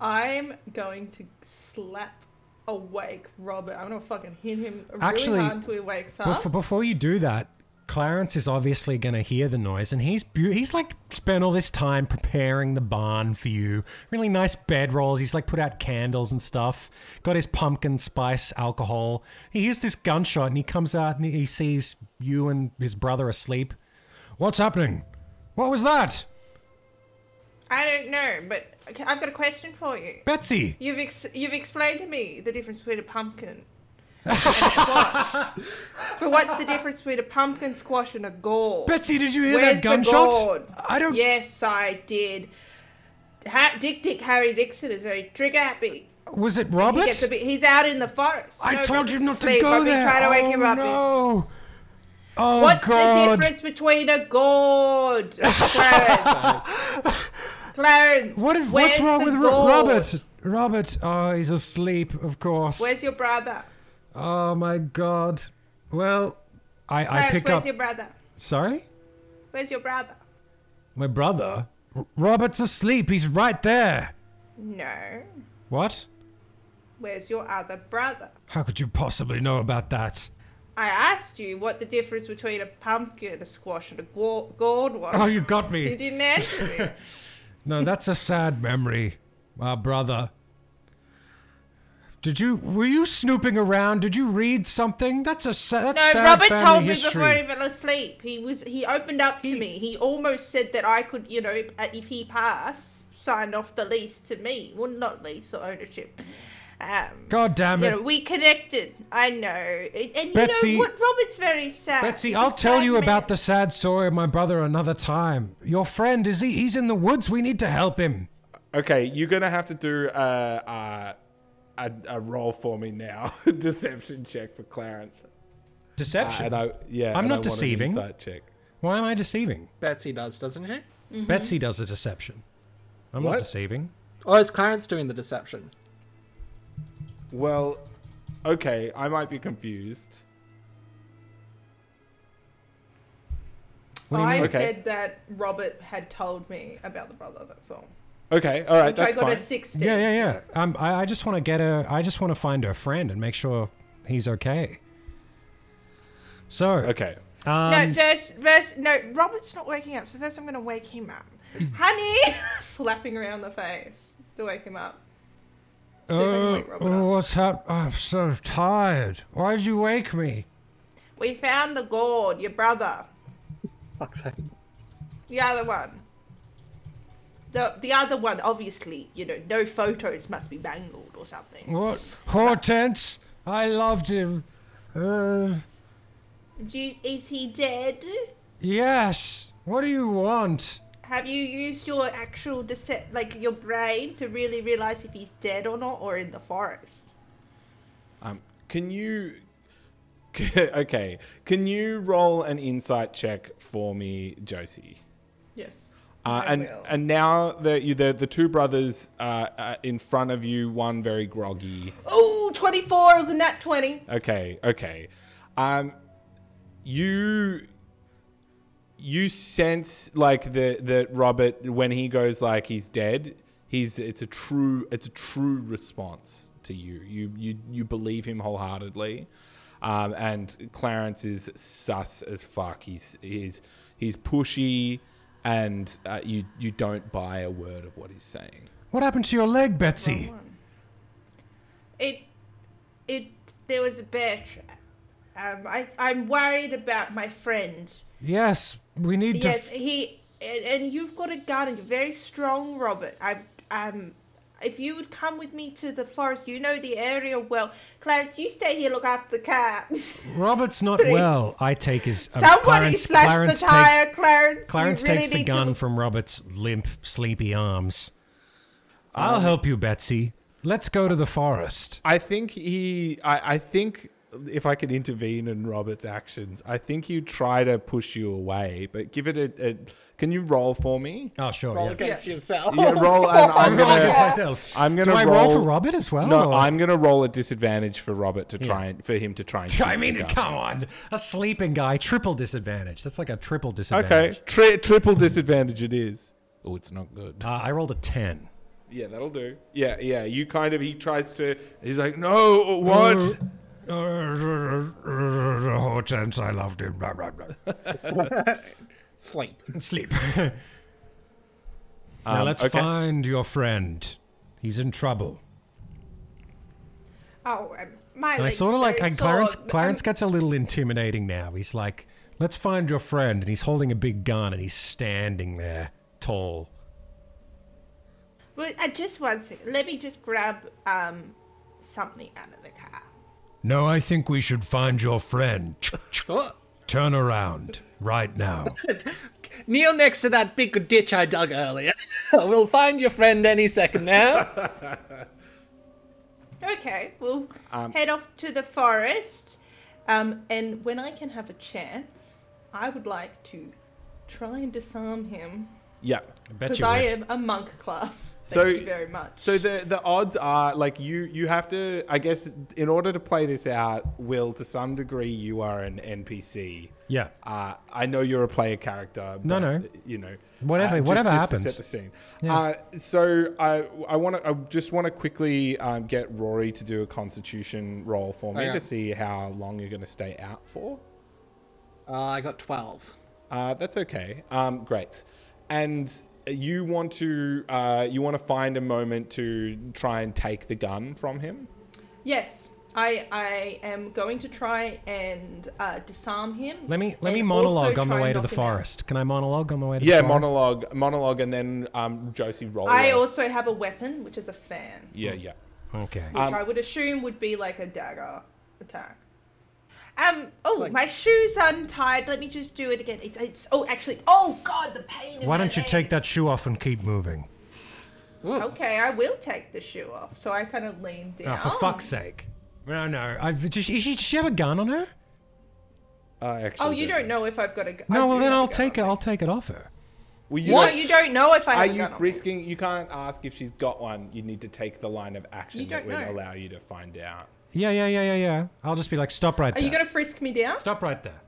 S2: I'm going to slap awake Robert. I'm gonna fucking hit him really
S4: Actually,
S2: hard until he wakes up.
S4: Before, before you do that, Clarence is obviously going to hear the noise, and he's beau- he's like spent all this time preparing the barn for you. Really nice bedrolls. He's like put out candles and stuff. Got his pumpkin spice alcohol. He hears this gunshot, and he comes out and he sees you and his brother asleep. What's happening? What was that,
S2: I don't know, but okay, I've got a question for you.
S4: Betsy?
S2: You've ex- you've explained to me the difference between a pumpkin and a squash. but what's the difference between a pumpkin squash and a gourd?
S4: Betsy, did you hear
S2: Where's
S4: that
S2: The gourd?
S4: gunshot? I don't.
S2: Yes, I did. Ha- Dick Dick Harry Dixon is very trigger happy.
S4: Was it
S2: He
S4: Robert?
S2: gets a bit, he's out in the forest.
S4: I
S2: No,
S4: told you
S2: Robert's
S4: not to
S2: asleep.
S4: go
S2: I've been
S4: there.
S2: trying to wake
S4: oh
S2: him up. He's-
S4: no. Oh
S2: What's
S4: God.
S2: the difference between a gourd, Clarence? Clarence,
S4: What if,
S2: where's
S4: what's wrong
S2: the
S4: with Ro-
S2: gourd?
S4: Robert? Robert, oh, he's asleep, of course.
S2: Where's your brother?
S4: oh my god. Well, I, I
S2: Clarence,
S4: pick
S2: where's
S4: up.
S2: your brother?
S4: Sorry,
S2: Where's your brother?
S4: my brother. R- Robert's asleep. He's right there.
S2: No.
S4: What?
S2: Where's your other brother?
S4: How could you possibly know about that?
S2: I asked you what the difference between a pumpkin, a squash, and a gour- gourd was.
S4: Oh, you got
S2: You
S4: me.
S2: didn't answer me.
S4: No, that's a sad memory, my brother. Did you were you snooping around? Did you read something? That's a sa- that's
S2: No,
S4: sad
S2: Robert
S4: family
S2: told me
S4: history.
S2: before he fell asleep. He was he opened up to me. He almost said that I could, you know, uh, if he passed, sign off the lease to me. Well, not lease or ownership. am.
S4: God damn
S2: You
S4: it.
S2: know, we connected. I know. And, and you
S4: Betsy-
S2: know what? Robert's very sad.
S4: Betsy,
S2: He's
S4: I'll
S2: a
S4: tell
S2: sad
S4: you
S2: man.
S4: about the sad story of my brother another time. Your friend is he? He's in the woods. We need to help him.
S1: Okay, you're gonna have to do uh, uh, a a roll for me now. Deception check for Clarence. Uh,
S4: Deception.
S1: and I, yeah,
S4: I'm
S1: and
S4: not
S1: I want an
S4: deceiving.
S1: Insight check.
S4: Why am I deceiving?
S3: Betsy does, doesn't she?
S2: Mm-hmm.
S4: Betsy does a deception. I'm
S1: What?
S4: not deceiving.
S3: Or is Clarence doing the deception?
S1: Well, okay, I might be confused.
S4: What do you
S2: I
S4: mean?
S1: Okay.
S2: said that Robert had told me about the brother. That's all.
S1: Okay, all right,
S2: Which I
S1: that's
S2: got
S1: fine.
S2: a sixteen.
S4: Yeah, yeah, yeah. Um, I, I just want to get her. I just want to find her friend and make sure he's okay. So,
S1: Okay,
S4: um,
S2: no, first, first, no. Robert's not waking up, so first I'm gonna wake him up. Honey, slapping around the face to wake him up. See if I can
S4: uh,
S2: wake Robert
S4: oh,
S2: up.
S4: what's up? I'm so tired. Why did you wake me?
S2: We found the gourd, your brother,
S3: Fuck's sake.
S2: the other one. The the other one, obviously, you know, no photos must be mangled or something.
S4: What? Hortense, I loved him. Uh,
S2: Do you, is he dead?
S4: yes. What do you want?
S2: Have you used your actual dece- like your brain to really realize if he's dead or not, or in the forest?
S1: um, can you? okay, can you roll an insight check for me, Josie?
S2: Yes.
S1: Uh,
S2: I
S1: and
S2: will.
S1: and now the you- the the two brothers uh, uh, in front of you, one very groggy.
S2: Oh, 24 was a nat 20.
S1: Okay, okay. Um, you you sense like the that Robert when he goes like he's dead. He's it's a true it's a true response to you. You you you believe him wholeheartedly. Um, and Clarence is sus as fuck. He's he's he's pushy, and uh, you you don't buy a word of what he's saying.
S4: What happened to your leg, Betsy?
S2: It, it, there was a bear trap. Um, I, I'm worried about my friend.
S4: Yes, we need to.
S2: Yes,
S4: f-
S2: he, and, and you've got a gun and you're very strong, Robert. I, um, if you would come with me to the forest, you know the area well. Clarence, you stay here, look after the cat.
S4: Um, Robert's not
S2: Please.
S4: well. I take his. um,
S2: Somebody
S4: Clarence,
S2: slash
S4: Clarence
S2: the tire,
S4: takes,
S2: Clarence. You
S4: Clarence
S2: really
S4: takes the
S2: need to
S4: gun
S2: look
S4: from Robert's limp, sleepy arms. I'll
S2: Um,
S4: help you, Betsy. Let's go to the forest.
S1: I think he. I, I think if I could intervene in Robert's actions, I think he'd try to push you away. But give it a. a can you roll for me?
S4: Oh, sure.
S3: Roll
S4: yeah.
S3: against yourself.
S1: Yeah, roll, and I'm
S4: Roll
S1: gonna.
S4: against myself.
S1: I'm gonna
S4: Do I
S1: roll,
S4: roll, for Robert as well?
S1: No,
S4: or-
S1: I'm gonna roll a disadvantage for Robert to try and for him to try and.
S4: I
S1: shoot
S4: mean,
S1: the gun.
S4: come on. A sleeping guy, triple disadvantage. That's like a triple disadvantage.
S1: Okay, tri- triple disadvantage it is. Oh, it's not good.
S4: Uh, I rolled a 10.
S1: Yeah, that'll do. Yeah, yeah. You kind of. He tries to. He's like, no, what?
S4: Hortense, Oh, I loved him. Blah, blah, blah.
S3: Sleep.
S4: Sleep. now let's
S1: Um, okay.
S4: find your friend. He's in trouble.
S2: Oh, um, my
S4: And I
S2: leg's
S4: sort of like,
S2: very
S4: and Clarence,
S2: sore.
S4: Clarence
S2: Um,
S4: gets a little intimidating now. He's like, let's find your friend. And he's holding a big gun and he's standing there tall.
S2: But uh, just one second. Let me just grab um something out of the car.
S4: No, I think we should find your friend.
S3: Oh,
S4: Turn around right now.
S3: kneel next to that big ditch I dug earlier. we'll find your friend any second now.
S2: Okay, we'll
S1: Um.
S2: head off to the forest. Um, and when I can have a chance, I would like to try and disarm him
S1: Yeah.
S4: bet
S2: because
S4: you
S2: I
S4: would.
S2: am a monk class. Thank
S1: So-
S2: you very much.
S1: So the the odds are like you you have to I guess in order to play this out, Will to some degree you are an NPC.
S4: Yeah.
S1: Uh, I know you're a player character. But,
S4: No, no.
S1: You know,
S4: Whatever-
S1: uh, just-
S4: whatever
S1: just to
S4: happens.
S1: set the scene. Uh, so I I want to I just want to quickly um, get Rory to do a Constitution roll for me
S3: Okay.
S1: to see how long you're going to stay out for.
S3: Uh, I got 12.
S1: Uh, that's okay. Um, great. And you want to uh, you want to find a moment to try and take the gun from him.
S2: yes, I I am going to try and uh, disarm him.
S4: Let me let me
S2: and also
S4: monologue on the
S2: try
S4: way
S2: and
S4: to the
S2: knock him out.
S4: forest. Can I monologue on the way to
S1: Yeah,
S4: the forest?
S1: monologue, monologue, and then um, Josie roll.
S2: I
S1: it.
S2: also have a weapon, which is a fan.
S1: Yeah, yeah.
S4: Okay.
S2: which I would assume would be like a dagger attack. Um. Oh, my shoe's untied. Let me just do it again. It's. It's. Oh, actually. Oh God, the pain. in
S4: Why
S2: my
S4: don't you take that
S2: legs.
S4: shoe off and keep moving?
S2: Okay, I will take the shoe off. So I kind of lean
S4: Oh,
S2: down.
S4: for fuck's sake. No, no. I've, does, she, does she have a gun on her?
S1: I actually
S2: Oh, you
S1: do.
S2: don't know if I've got a gun.
S4: No, well then I'll take it. I'll take it off her.
S1: Well, you
S2: No,
S1: don't-
S2: you don't know if I
S1: Are
S2: have a
S1: you
S2: gun on me.
S1: risking? You can't ask if she's got one. You need to take the line of action
S2: You
S1: that
S2: don't
S1: would
S2: know.
S1: allow you to find out.
S4: Yeah, yeah, yeah, yeah, yeah. I'll just be like, stop right
S2: Are
S4: there.
S2: you gonna frisk me down?
S4: Stop right there.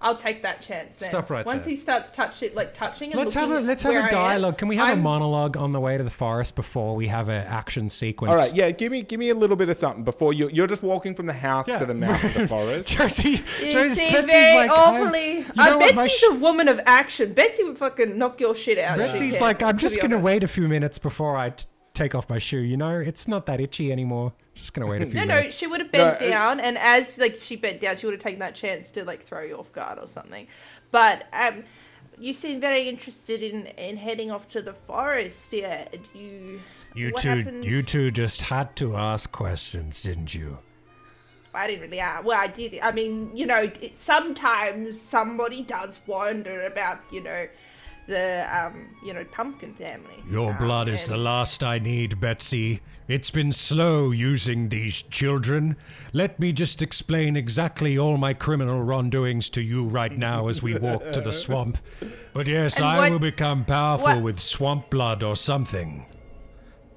S2: I'll take that chance then.
S4: Stop right
S2: Once
S4: there.
S2: he starts touch it, like touching. And
S4: Let's have a
S2: looking
S4: let's have
S2: where I
S4: a
S2: am,
S4: dialogue. Can we have
S2: I'm-
S4: a monologue on the way to the forest before we have an action sequence?
S1: All right, yeah. Give me, give me a little bit of something before you. You're just walking from the house
S4: Yeah.
S1: to the mouth of the forest.
S4: Josie,
S2: You
S4: Josie's-
S2: seem
S4: Betsy's
S2: very
S4: like, I'm-
S2: awfully.
S4: you know
S2: Uh,
S4: what, my
S2: Betsy's
S4: sh-
S2: a woman of action. Betsy would fucking knock your shit out. if she
S4: Betsy's
S2: can,
S4: like, I'm
S2: to
S4: just
S2: be
S4: gonna
S2: honest.
S4: wait a few minutes before I t- take off my shoe. You know, it's not that itchy anymore. Just gonna wait a few
S2: No, no,
S4: minutes.
S2: she would have bent
S1: No, uh,
S2: down, and as like she bent down, she would have taken that chance to like throw you off guard or something. But um, you seem very interested in in heading off to the forest. Yeah, and you.
S4: You
S2: what
S4: two,
S2: happened-
S4: you two just had to ask questions, didn't you?
S2: I didn't really. Uh, well, I did. I mean, you know, it, sometimes somebody does wonder about, you know, the um, you know, pumpkin family.
S4: Your
S2: Um,
S4: blood is the
S2: and-
S4: last I need, Betsy. It's been slow using these children. Let me just explain exactly all my criminal wrongdoings to you right now as we walk to the swamp. But yes,
S2: And
S4: I
S2: what-
S4: will become powerful
S2: what-
S4: with swamp blood or something.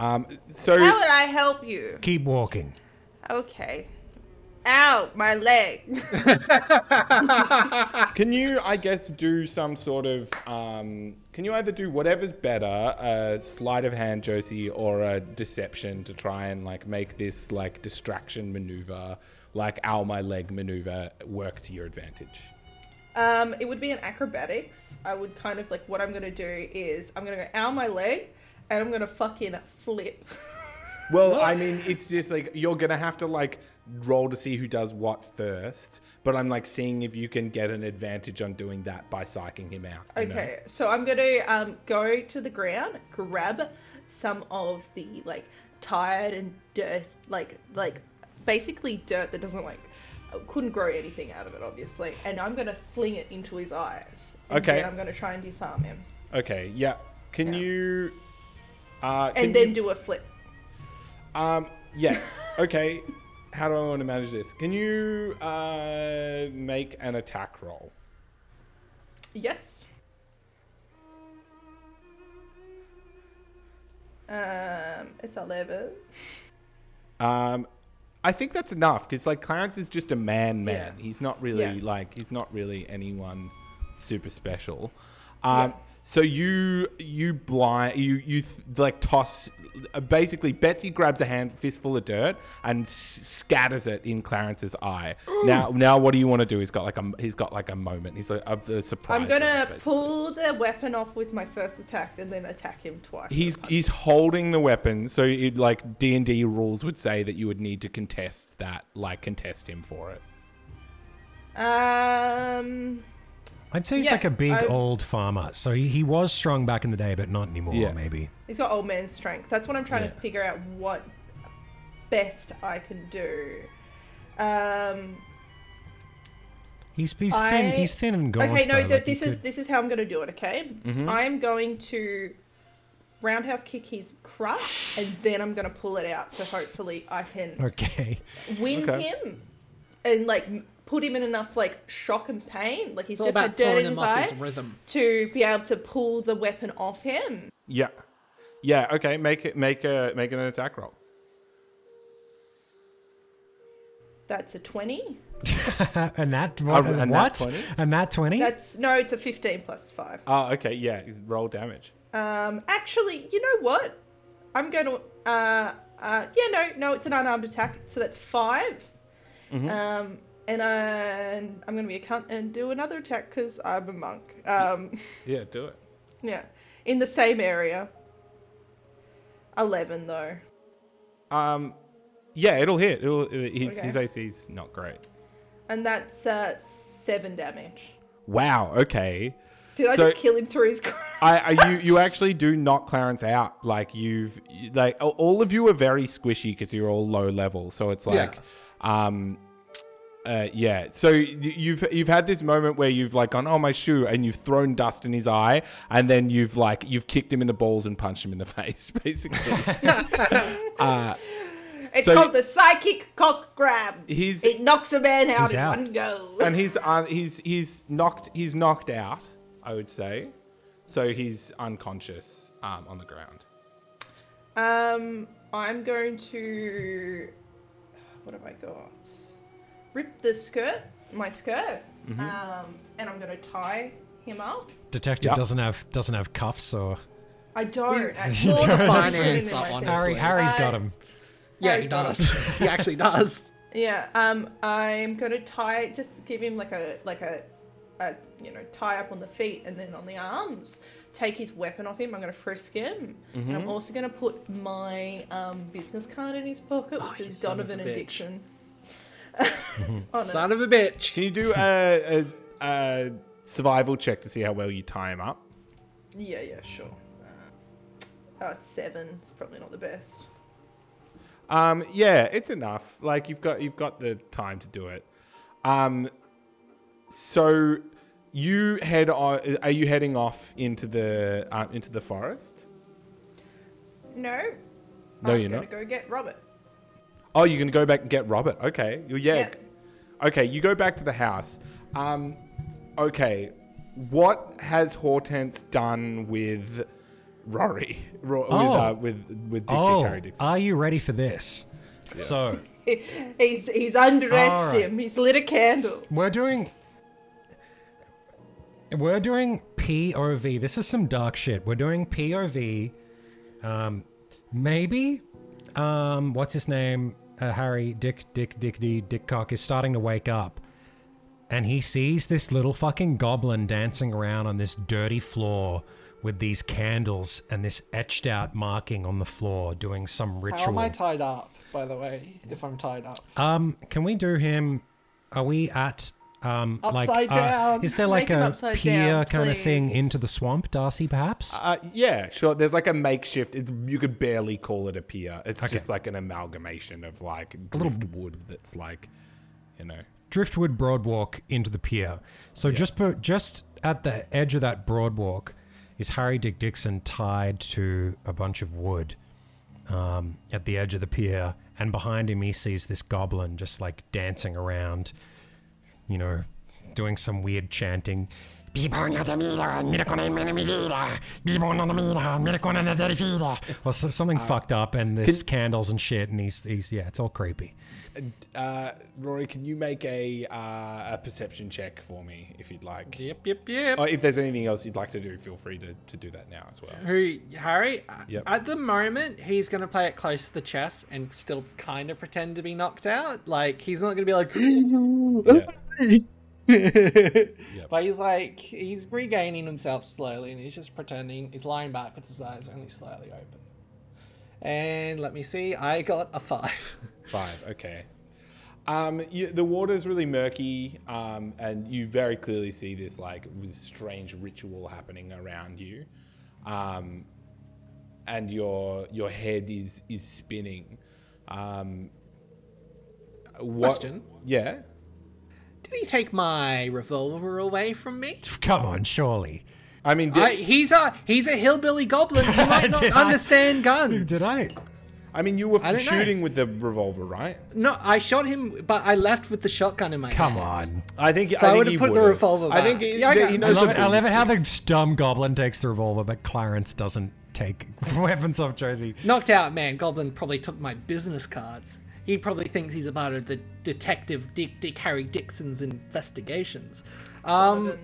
S1: Um, so
S2: How would I help you?
S4: Keep walking.
S2: Okay. Ow, my leg.
S1: Can you, I guess, do some sort of? Um, can you either do whatever's better, a sleight of hand, Josie, or a deception to try and like make this like distraction maneuver, like ow my leg maneuver, work to your advantage?
S2: Um, it would be an acrobatics. I would kind of like what I'm gonna do is I'm gonna go ow my leg, and I'm gonna fucking flip.
S1: Well, I mean, it's just like you're gonna have to like roll to see who does what first. But I'm like seeing if you can get an advantage on doing that by psyching him out. you know?
S2: Okay, so I'm gonna um, go to the ground, grab some of the like tired and dirt, like like basically dirt that doesn't like couldn't grow anything out of it, obviously, and I'm gonna fling it into his eyes. And
S1: Okay.
S2: then I'm gonna try and disarm him,
S1: Okay. Yeah. Can you? Uh,
S2: and
S1: can
S2: then
S1: you-
S2: do a flip.
S1: Um, yes. Okay. How do I want to manage this? Can you uh, make an attack roll?
S2: Yes. Um, it's eleven.
S1: Um, I think that's enough because like Clarence is just a man, man.
S2: Yeah.
S1: He's not really
S2: Yeah.
S1: like he's not really anyone super special. Um, So you you blind you you th- like toss uh, basically Betsy grabs a hand fistful of dirt and s- scatters it in Clarence's eye. Now now what do you want to do? He's got like a he's got like a moment. He's like of the surprise.
S2: I'm gonna
S1: moment, basically.
S2: pull the weapon off with my first attack, and then attack him twice.
S1: He's he's holding the weapon, so it, like D and D rules would say that you would need to contest that, like contest him for it.
S2: Um.
S4: I'd say he's
S2: Yeah,
S4: like a big
S2: I-
S4: old farmer, so he, he was strong back in the day, but not anymore.
S1: Yeah.
S4: Maybe.
S2: He's got old man strength. That's what I'm trying
S1: Yeah.
S2: to figure out what best I can do. Um,
S4: He's, he's thin.
S2: I-
S4: He's thin and gaunt.
S2: okay, no,
S4: though,
S2: th-
S4: like, he
S2: this is
S4: could-
S2: this is how I'm going to do it. Okay, I am going to roundhouse kick his crutch, and then I'm going to pull it out. So hopefully, I can
S4: okay.
S2: win
S1: Okay.
S2: him and like m- put him in enough like shock and pain. Like he's
S3: It's all
S2: just
S3: about
S2: had dirt
S3: throwing
S2: in
S3: him
S2: his
S3: off
S2: eye
S3: his rhythm.
S2: to be able to pull the weapon off him.
S1: Yeah, yeah. Okay, make it make a make an attack roll.
S2: That's a twenty.
S4: And that
S1: A-
S4: what?
S1: a nat
S4: Uh, And that
S1: 20?
S4: twenty.
S2: That's no, it's a fifteen plus five.
S1: Oh, okay, yeah. Roll damage.
S2: Um, actually, you know what? I'm going to. Uh, uh, yeah, no, no, it's an unarmed attack, so that's 5 Um, and I, I'm going to be a cunt and do another attack because I'm a monk. Um,
S1: Yeah, do it.
S2: yeah, in the same area. Eleven though.
S1: Um, yeah, it'll hit. It'll. uh, His,
S2: Okay.
S1: his AC's not great.
S2: And that's uh, seven damage.
S1: Wow. Okay.
S2: Did I
S1: So-
S2: just kill him through his crotch?
S1: I, I you you actually do knock Clarence out. Like you've you- like a- all of you are very squishy because you're all low level. So it's like, um, uh, yeah. So y- you've you've had this moment where you've like gone, oh my shoe, and you've thrown dust in his eye, and then you've like you've kicked him in the balls and punched him in the face, basically.
S2: It's
S1: So-
S2: called the psychic cock grab.
S1: He's-
S2: it knocks a man out
S4: He's
S2: in
S4: out.
S2: one go.
S1: and he's un- he's he's knocked he's knocked out. I would say, so he's unconscious um, on the ground.
S2: Um, I'm going to. What have I got? Rip the skirt, my skirt,
S4: Mm-hmm.
S2: um, and I'm going to tie him up.
S4: Detective
S1: Yep.
S4: doesn't have doesn't have cuffs or
S2: I don't. actually.
S4: you
S2: All the
S4: don't.
S2: fucking
S3: Finance
S2: freedom in
S3: up
S2: my
S3: on
S2: face.
S3: us.
S4: Harry.
S3: Absolutely.
S4: Harry's
S2: I-
S4: got him.
S3: Yeah, he
S2: Harry's got
S3: does. he actually does.
S2: Yeah. Um, I'm going to tie. Just give him like a like a, a you know tie up on the feet and then on the arms. Take his weapon off him. I'm going to frisk him. And
S4: Mm-hmm.
S2: I'm also going to put my um, business card in his pocket, which
S3: you
S2: is
S3: Oh, son of a
S2: Donovan
S3: bitch.
S2: and Dixon. on it.
S3: Son of a bitch.
S1: Can you do a, a, a survival check to see how well you tie him up?
S2: Yeah, yeah, sure. Uh, uh, seven is probably not the best.
S1: Um, yeah, it's enough. Like you've got you've got the time to do it. Um, so you head on. Are you heading off into the uh, into the forest?
S2: No.
S1: No,
S2: I'm
S1: you're
S2: gonna
S1: not.
S2: Go get Robert.
S1: Oh, you're gonna go back and get Robert. Okay. You- Yeah.
S2: Yep.
S1: Okay, you go back to the house. Um, okay. What has Hortense done with Rory? Ro-
S4: Oh.
S1: With, uh, with with Dick Dick
S4: Oh,
S1: Harry Dixon.
S4: are you ready for this? So
S2: He- He's he's undressed
S4: All right.
S2: him. He's lit a candle.
S4: we're doing we're doing POV. This is some dark shit. We're doing POV. Um, maybe um, what's his name? Uh, Harry Dick Dick Dick D Dick Cock is starting to wake up, and he sees this little fucking goblin dancing around on this dirty floor with these candles and this etched out marking on the floor doing some ritual.
S5: How am I tied up, by the way, if I'm tied up?
S4: Um, can we do him? Are we at um like,
S5: Upside
S4: uh,
S5: down.
S4: is there like
S2: Make him
S4: a
S2: upside
S4: pier
S2: down,
S4: kind of thing
S2: please.
S4: into the swamp, Darcy? Perhaps.
S1: Uh, yeah, sure. There's like a makeshift. It's, you could barely call it a pier. It's
S4: Okay.
S1: just like an amalgamation of like driftwood that's like, you know.
S4: Driftwood Broadwalk into the pier. So just per, just at the edge of that Broadwalk is Harry Dick Dixon tied to a bunch of wood um, at the edge of the pier, and behind him he sees this goblin just like dancing around, you know, doing some weird chanting. Or so- something fucked up, and there's candles and shit, and he's, he's yeah, it's all creepy.
S1: Uh, Rory, can you make a uh, a perception check for me if you'd like?
S3: Yep, yep, yep.
S1: Or if there's anything else you'd like to do, feel free to, to do that now as well.
S3: Who Harry? uh,
S1: Yep.
S3: At the moment, he's gonna play it close to the chest and still kind of pretend to be knocked out. Like he's not gonna be like, but he's like he's regaining himself slowly, and he's just pretending. He's lying back with his eyes only slightly open. And let me see, I got a five.
S1: Five. Okay. Um, you, the water's really murky, um, and you very clearly see this like this strange ritual happening around you, um, and your your head is is spinning. Um, what,
S3: Question.
S1: Yeah.
S3: Did he take my revolver away from me?
S4: Come on, surely.
S1: I mean, did,
S3: I,
S1: I,
S3: he's a he's a hillbilly goblin. He might not
S4: Did I-
S3: understand guns.
S4: Did I?
S1: mean, you were
S3: I don't know.
S1: shooting with the revolver, right?
S3: No, I shot him, but I left with the shotgun in my
S4: Come
S3: hands.
S4: on.
S1: I think.
S3: So I
S1: think
S3: would've
S1: he
S3: put the
S1: would've.
S3: revolver
S1: I think
S3: back.
S1: he,
S3: Yeah, I
S1: he
S3: got- I
S1: knows
S4: I
S1: the
S4: love, it, I love it
S1: beast.
S4: how the dumb goblin takes the revolver, but Clarence doesn't take weapons off Josie.
S3: Knocked out man, Goblin probably took my business cards. He probably thinks he's a part of the detective Dick Dick Harry Dixon's investigations. Um,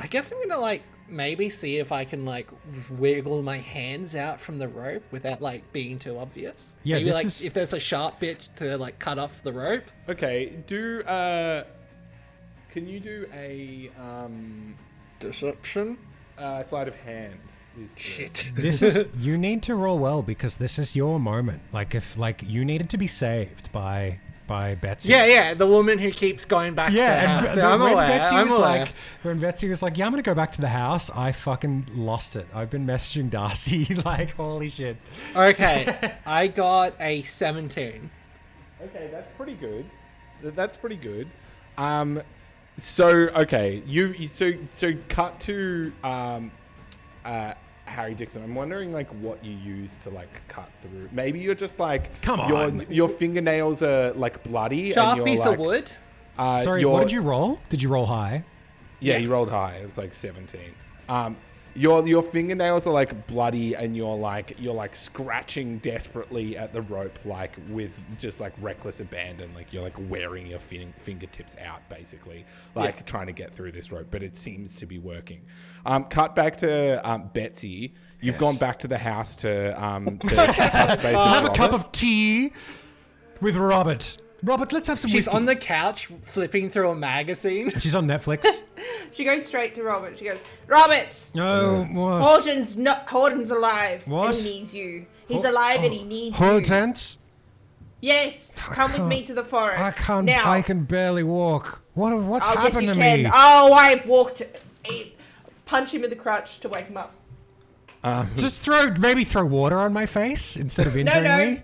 S3: I guess I'm gonna like maybe see if I can like wiggle my hands out from the rope without like being too obvious.
S4: Yeah,
S3: maybe
S4: this
S3: like
S4: is-
S3: if there's a sharp bit to like cut off the rope.
S1: Okay. Do. Uh, can you do a um,
S3: Deception.
S1: uh, sleight of hand? Is the-
S3: Shit.
S4: This is you need to roll well because this is your moment. Like if like you needed to be saved by by Betsy.
S3: Yeah, yeah, the woman who keeps going back to the
S4: Yeah, and
S3: house.
S4: b-
S3: I'm
S4: when
S3: aware.
S4: Betsy
S3: I'm
S4: was
S3: aware.
S4: like, when Betsy was like, "Yeah, I'm gonna go back to the house," I fucking lost it. I've been messaging Darcy like, "Holy shit!"
S3: okay, I got a 17.
S1: Okay, that's pretty good. Th- That's pretty good. Um, so okay, you you- so so cut to um, uh, Harry Dixon. I'm wondering like what you use to like cut through. Maybe you're just like
S4: Come on.
S1: your your fingernails are like bloody.
S3: Sharp
S1: and you're,
S3: piece
S1: like,
S3: of wood.
S1: Uh,
S4: Sorry,
S1: you're-
S4: what did you roll? Did you roll high?
S1: Yeah, you rolled high. It was like 17. Um, your your fingernails are like bloody, and you're like you're like scratching desperately at the rope, like with just like reckless abandon. Like you're like wearing your fin- fingertips out, basically, like trying to get through this rope. But it seems to be working. Um, cut back to um, Betsy. You've gone back to the house to um, to touch base.
S4: Have
S3: Uh,
S4: a cup of tea with Robert. Robert, let's have some.
S3: She's
S4: whiskey.
S3: on the couch flipping through a magazine.
S4: She's on Netflix.
S2: She goes straight to Robert. She goes, Robert,
S4: No, what?
S2: Horton's not Horton's alive.
S4: What?
S2: And he needs you. He's
S4: Oh,
S2: alive and he needs you.
S4: Hortense,
S2: Yes, come with me to the forest.
S4: I can't.
S2: Now.
S4: I can barely walk. What? What's
S2: I'll
S4: happened
S2: yes,
S4: to
S2: you can.
S4: me?
S2: Oh, I walked. eh, Punch him in the crotch to wake him up.
S4: Just throw, maybe throw water on my face instead of injuring
S2: no.
S4: me.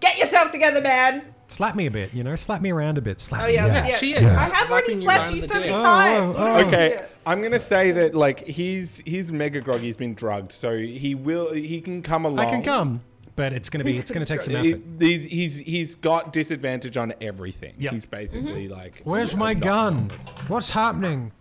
S2: Get yourself together, man.
S4: Slap me a bit, you know. Slap me around a bit. Slap
S2: Oh
S4: me.
S2: yeah, yeah.
S3: Yeah, she is.
S2: I have already
S3: Slapping
S2: slapped you
S3: you around the
S2: so many
S3: dick.
S2: times.
S4: Oh,
S2: What
S4: oh,
S2: are you
S4: oh.
S1: Okay,
S2: gonna do?
S1: I'm gonna say that like he's he's mega groggy. He's been drugged, so he will he can come along.
S4: I can come, but it's gonna be. It's gonna take some
S1: He-
S4: effort.
S1: he's, he's he's got disadvantage on everything.
S4: Yep.
S1: He's basically
S2: Mm-hmm.
S1: like.
S4: Where's
S1: yeah,
S4: my
S1: not-
S4: gun? What's happening?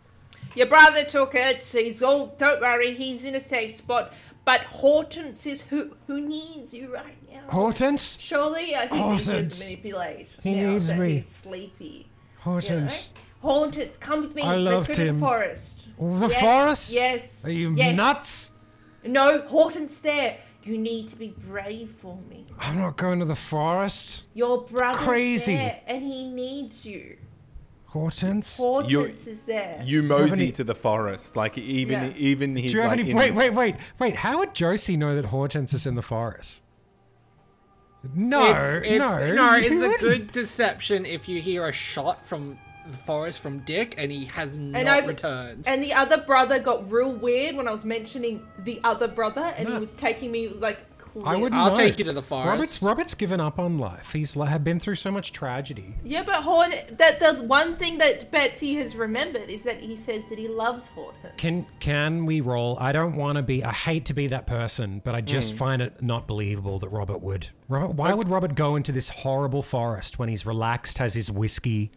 S2: Your brother took it. He's all. Don't worry. He's in a safe spot. But Hortense is who who needs you right now.
S4: Hortense?
S2: Surely, uh, I think he could
S4: Hortense.
S2: manipulate.
S4: He
S2: now
S4: needs
S2: that
S4: me.
S2: He's sleepy. You know?
S4: Hortense.
S2: Hortense, come with me.
S4: I
S2: Let's
S4: loved
S2: go to the
S4: him.
S2: forest.
S4: The
S2: Yes,
S4: forest?
S2: Yes.
S4: Are you
S2: yes.
S4: nuts?
S2: No, Horton's there. You need to be brave for me.
S4: I'm not going to the forest.
S2: Your brother's
S4: crazy.
S2: there, and he needs you.
S4: Hortense?
S2: Horton's
S1: You-
S2: is there.
S1: You
S4: have
S1: mosey
S4: any-
S1: to the forest, like even
S2: Yeah.
S1: even his.
S4: Do you have
S1: like,
S4: any.
S1: in-
S4: Wait, wait, wait, wait. How would Josie know that Hortense is in the forest? No,
S3: it's, it's,
S4: no.
S3: no,
S4: you
S3: it's a
S4: wouldn't.
S3: good deception if you hear a shot from the forest from Dick and he has not
S2: and I
S3: returned.
S2: and the other brother got real weird when I was mentioning the other brother, and he
S4: No.
S2: was taking me like. Clear.
S4: I wouldn't
S3: I'll
S4: know.
S3: take you to the forest.
S4: Robert's, Robert's given up on life. He's like, been through so much tragedy.
S2: Yeah, but Horton. That the one thing that Betsy has remembered is that he says that he loves Horton.
S4: Can can we roll? I don't want to be. I hate to be that person, but I
S3: Mm.
S4: just find it not believable that Robert would. Robert, why would Robert go into this horrible forest when he's relaxed, has his whiskey,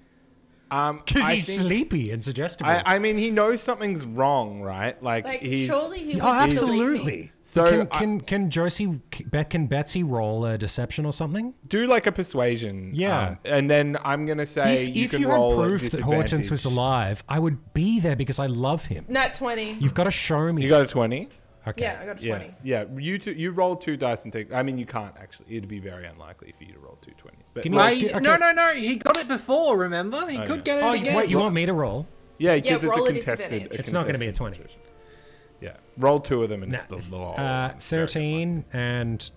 S1: Um,
S4: because
S1: I
S4: he's
S1: think-
S4: sleepy and suggestible?
S1: I, I mean, he knows something's wrong, right? Like,
S2: like
S1: he's.
S2: surely he. would
S4: oh,
S2: be sleeping.
S4: absolutely.
S1: So
S4: can
S1: I-
S4: can can Josie Bet can Betsy roll a deception or something?
S1: do like a persuasion.
S4: Yeah.
S1: um, and then I'm gonna say
S4: if
S1: you
S4: if
S1: can
S4: you had
S1: roll at
S4: proof that Hortense was
S1: disadvantage.
S4: alive, I would be there because I love him.
S2: Nat twenty.
S4: You've got to show me.
S1: you got a twenty.
S4: okay.
S2: Yeah, I got a
S1: Yeah,
S2: twenty.
S1: yeah. You two, you roll two dice and take. I mean, you can't actually. It'd be very unlikely for you to roll two twenties. But
S4: Give me-
S1: like,
S3: I,
S4: Okay, okay.
S3: No, no, no. He got it before, remember? He could get it
S4: Oh,
S3: again.
S4: wait, you want me to roll?
S1: yeah, because it's a
S2: roll it
S1: contested.
S2: disadvantage.
S4: It's not gonna be a
S1: contested
S4: 20.
S1: situation. Yeah, roll two of them and
S4: No,
S1: it's the law.
S4: Uh, 13 and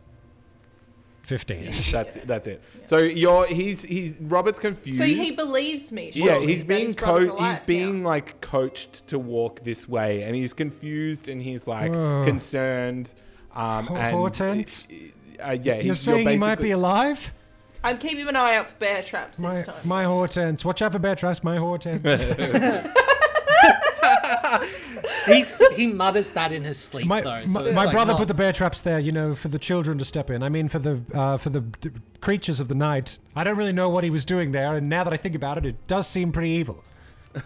S4: 15.
S1: That's it, that's it. So you're he's he's Robert's confused.
S2: So he believes me.
S1: yeah,
S2: surely,
S1: he's
S2: that
S1: being
S2: his brother's
S1: co-
S2: alive
S1: he's
S2: now.
S1: being like coached to walk this way, and he's confused and he's like concerned. Um,
S4: Ho-
S1: and
S4: Hortense?
S1: Uh, yeah, he's
S4: You're saying
S1: you're
S4: he might be
S1: basically-
S4: alive?
S2: I'm keeping an eye out for bear traps
S4: My,
S2: this time.
S4: my Hortense. Watch out for bear traps, my Hortense.
S3: He's, he mutters that in his sleep,
S4: My,
S3: though.
S4: my,
S3: so it's
S4: my
S3: like
S4: brother
S3: not-
S4: put the bear traps there, you know, for the children to step in. I mean, for the uh, for the d- creatures of the night. I don't really know what he was doing there, and now that I think about it, it does seem pretty evil.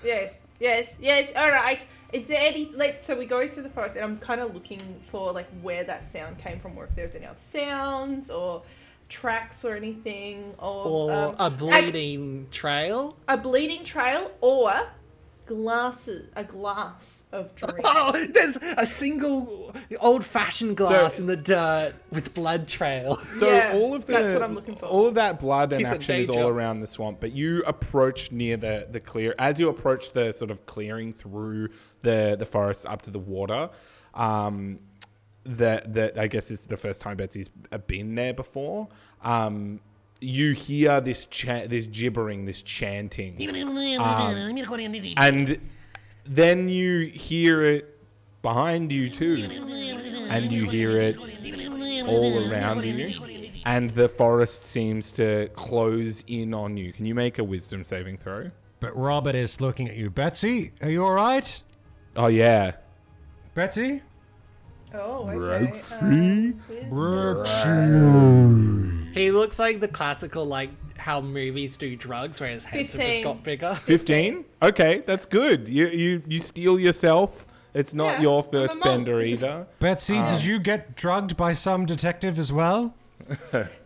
S2: yes, yes, yes. All right. Is there any? Let's. So we go through the forest, and I'm kind of looking for like where that sound came from, or if there's any other sounds or tracks or anything, or,
S3: Or
S2: um,
S3: a
S2: ac-
S3: bleeding trail.
S2: a bleeding trail, or glasses, a glass of drink.
S3: Oh, there's a single old-fashioned glass in the dirt with blood trails.
S1: So
S2: Yeah,
S1: all of the,
S2: that's what I'm looking for.
S1: All of that blood and
S3: He's a
S1: action is
S3: danger.
S1: all around the swamp, but you approach near the the clear. As you approach the sort of clearing through the the forest up to the water, um, that that I guess is the first time Betsy's been there before. Um, you hear this cha- this gibbering, this chanting, um, and then you hear it behind you too, and you hear it all around you, and the forest seems to close in on you. Can you make a wisdom saving throw?
S4: But Robert is looking at you. Betsy, are you all right?
S1: Oh yeah,
S4: Betsy?
S2: Oh, okay. Um,
S3: He looks like the classical, like how movies do drugs, where his heads have just
S2: 15.
S3: got bigger.
S1: 15 okay that's good you you you steal yourself it's not
S2: Yeah,
S1: your
S2: I'm a
S1: first
S2: monk.
S1: bender either
S4: Betsy, did you get drugged by some detective as well?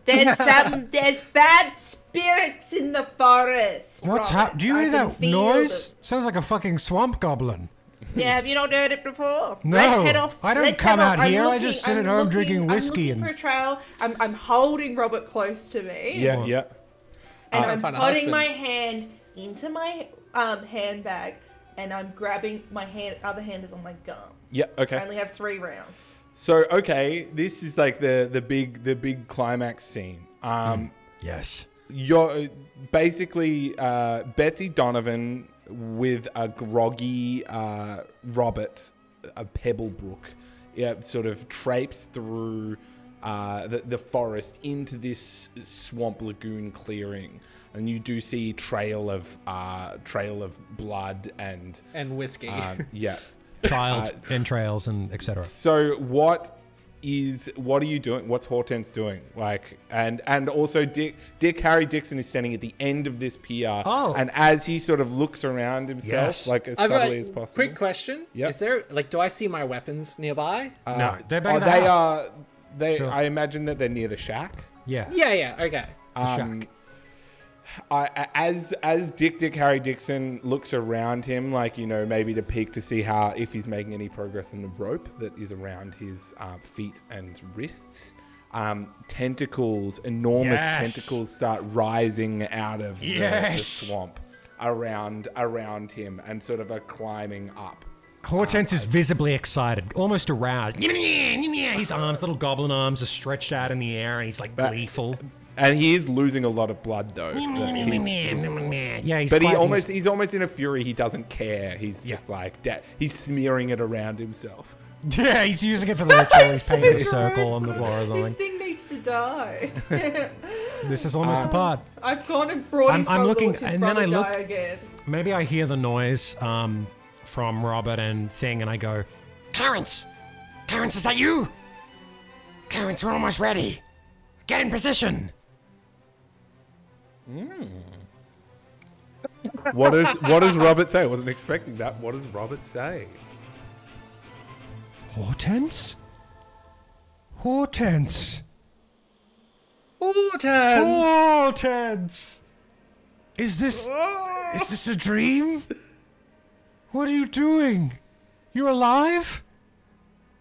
S2: there's some there's bad spirits in the forest.
S4: What's
S2: Robert.
S4: hap- Do you
S2: I
S4: hear
S2: can
S4: that
S2: feel
S4: noise? Sounds like a fucking swamp
S2: them.
S4: goblin.
S2: Yeah, have you not heard it before?
S4: No,
S2: Let's head off.
S4: I don't
S2: Let's
S4: come
S2: head off.
S4: out
S2: I'm
S4: here, I
S2: looking-
S4: just sit
S2: I'm
S4: at home
S2: looking-
S4: drinking whiskey
S2: I'm looking
S4: and-
S2: for a trail. I'm, I'm holding Robert close to me.
S1: yeah yeah
S2: and
S3: Trying to
S2: I'm
S3: find a
S2: putting
S3: husband.
S2: my hand into my um, handbag, and I'm grabbing my hand. Other hand is on my gun.
S1: yeah
S2: I
S1: okay
S2: only have three rounds.
S1: so okay this is like the the big the big climax scene um
S4: Yes.
S1: you're uh, basically uh betsy donovan with a groggy uh robert a pebblebrook yeah sort of traipse through uh, the, the forest into this swamp lagoon clearing, and you do see trail of uh, trail of blood and
S3: And whiskey.
S1: um, yeah. Uh,
S4: Child entrails and etc.
S1: So what is what are you doing? What's Hortense doing? Like and and also Dick Dick Harry Dixon is standing at the end of this pier.
S4: Oh.
S1: And as he sort of looks around himself,
S4: Yes.
S1: like as
S3: I've got
S1: subtly
S3: a
S1: as possible.
S3: Quick question:
S1: Yep.
S3: Is there like, do I see my weapons nearby?
S4: no, they're back
S1: oh,
S4: at the
S1: they
S4: house.
S1: are they
S4: Sure.
S1: I imagine that they're near the shack.
S4: Yeah.
S3: yeah, yeah. Okay.
S4: the shack.
S1: Um, I- I- as as Dick Dick Harry Dixon looks around him, like you know, maybe to peek to see how if he's making any progress in the rope that is around his uh, feet and wrists. Um, tentacles, enormous
S4: Yes.
S1: tentacles, start rising out of the- the,
S4: Yes.
S1: swamp around around him, and sort of are climbing up.
S4: Hortense is visibly excited, almost aroused. His arms, little goblin arms, are stretched out in the air, and he's like gleeful.
S1: And he is losing a lot of blood, though. He's- he's-
S4: Yeah, he's
S1: but he
S4: quite-
S1: almost
S4: he's-
S1: he's almost in a fury. He doesn't care. He's just like da- he's smearing it around himself.
S4: yeah, he's using it for the ritual. He's painting a
S2: Gross.
S4: circle on the floor or
S2: This
S4: something.
S2: thing needs to die.
S4: This is almost the part.
S2: I've gone and brought
S4: I'm-
S2: his
S4: I'm
S2: brother,
S4: looking-
S2: which is
S4: and then
S2: brother
S4: I look-
S2: die again.
S4: Maybe I hear the noise um, from Robert and Thing, and I go, Terrence! Terrence, is that you? Terrence, we're almost ready. Get in position.
S1: What does what does Robert say? I wasn't expecting that. What does Robert say?
S4: Hortense? Hortense!
S3: Hortense.
S4: Hortense! Is this. Is this a dream? What are you doing? You're alive?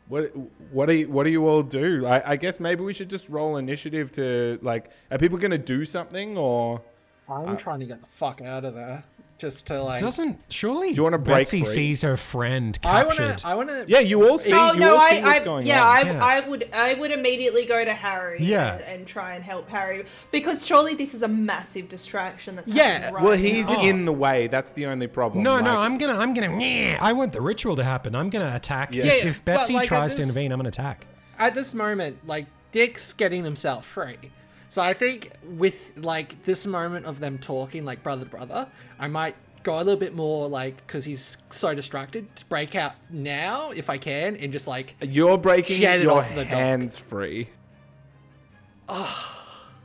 S1: What what do you, what do you all do? I, I guess maybe we should just roll initiative to like. Are people gonna do something or?
S3: I'm
S1: Uh,
S3: trying to get the fuck out of there, just to like.
S4: Doesn't. Surely.
S1: you wanna break
S4: Betsy
S1: free?
S4: sees her friend
S3: I
S4: captured.
S3: wanna. I wanna.
S1: Yeah, you all see.
S2: Oh
S1: you
S2: no,
S1: all see
S2: I,
S1: what's
S2: I
S1: going
S2: yeah,
S1: on.
S2: I,
S4: Yeah.
S2: I would, I would immediately go to Harry,
S4: Yeah.
S2: and, and try and help Harry because surely this is a massive distraction. That's
S3: Yeah.
S2: happening Right
S1: well, he's
S2: now.
S1: in the way. That's the only problem.
S4: No, no,
S1: Like,
S4: I'm gonna, I'm gonna. meh, I want the ritual to happen. I'm gonna attack.
S1: Yeah.
S4: If,
S3: Yeah,
S4: if
S3: but,
S4: Betsy
S3: like, at
S4: tries to
S3: this-
S4: intervene, I'm gonna attack.
S3: At this moment, like Dick's getting himself free. So I think with like this moment of them talking, like brother to brother, I might go a little bit more like because he's so distracted to break out now if I can and just like
S1: You're breaking
S3: Shed it
S1: your
S3: off the dock.
S1: hands free. Ah.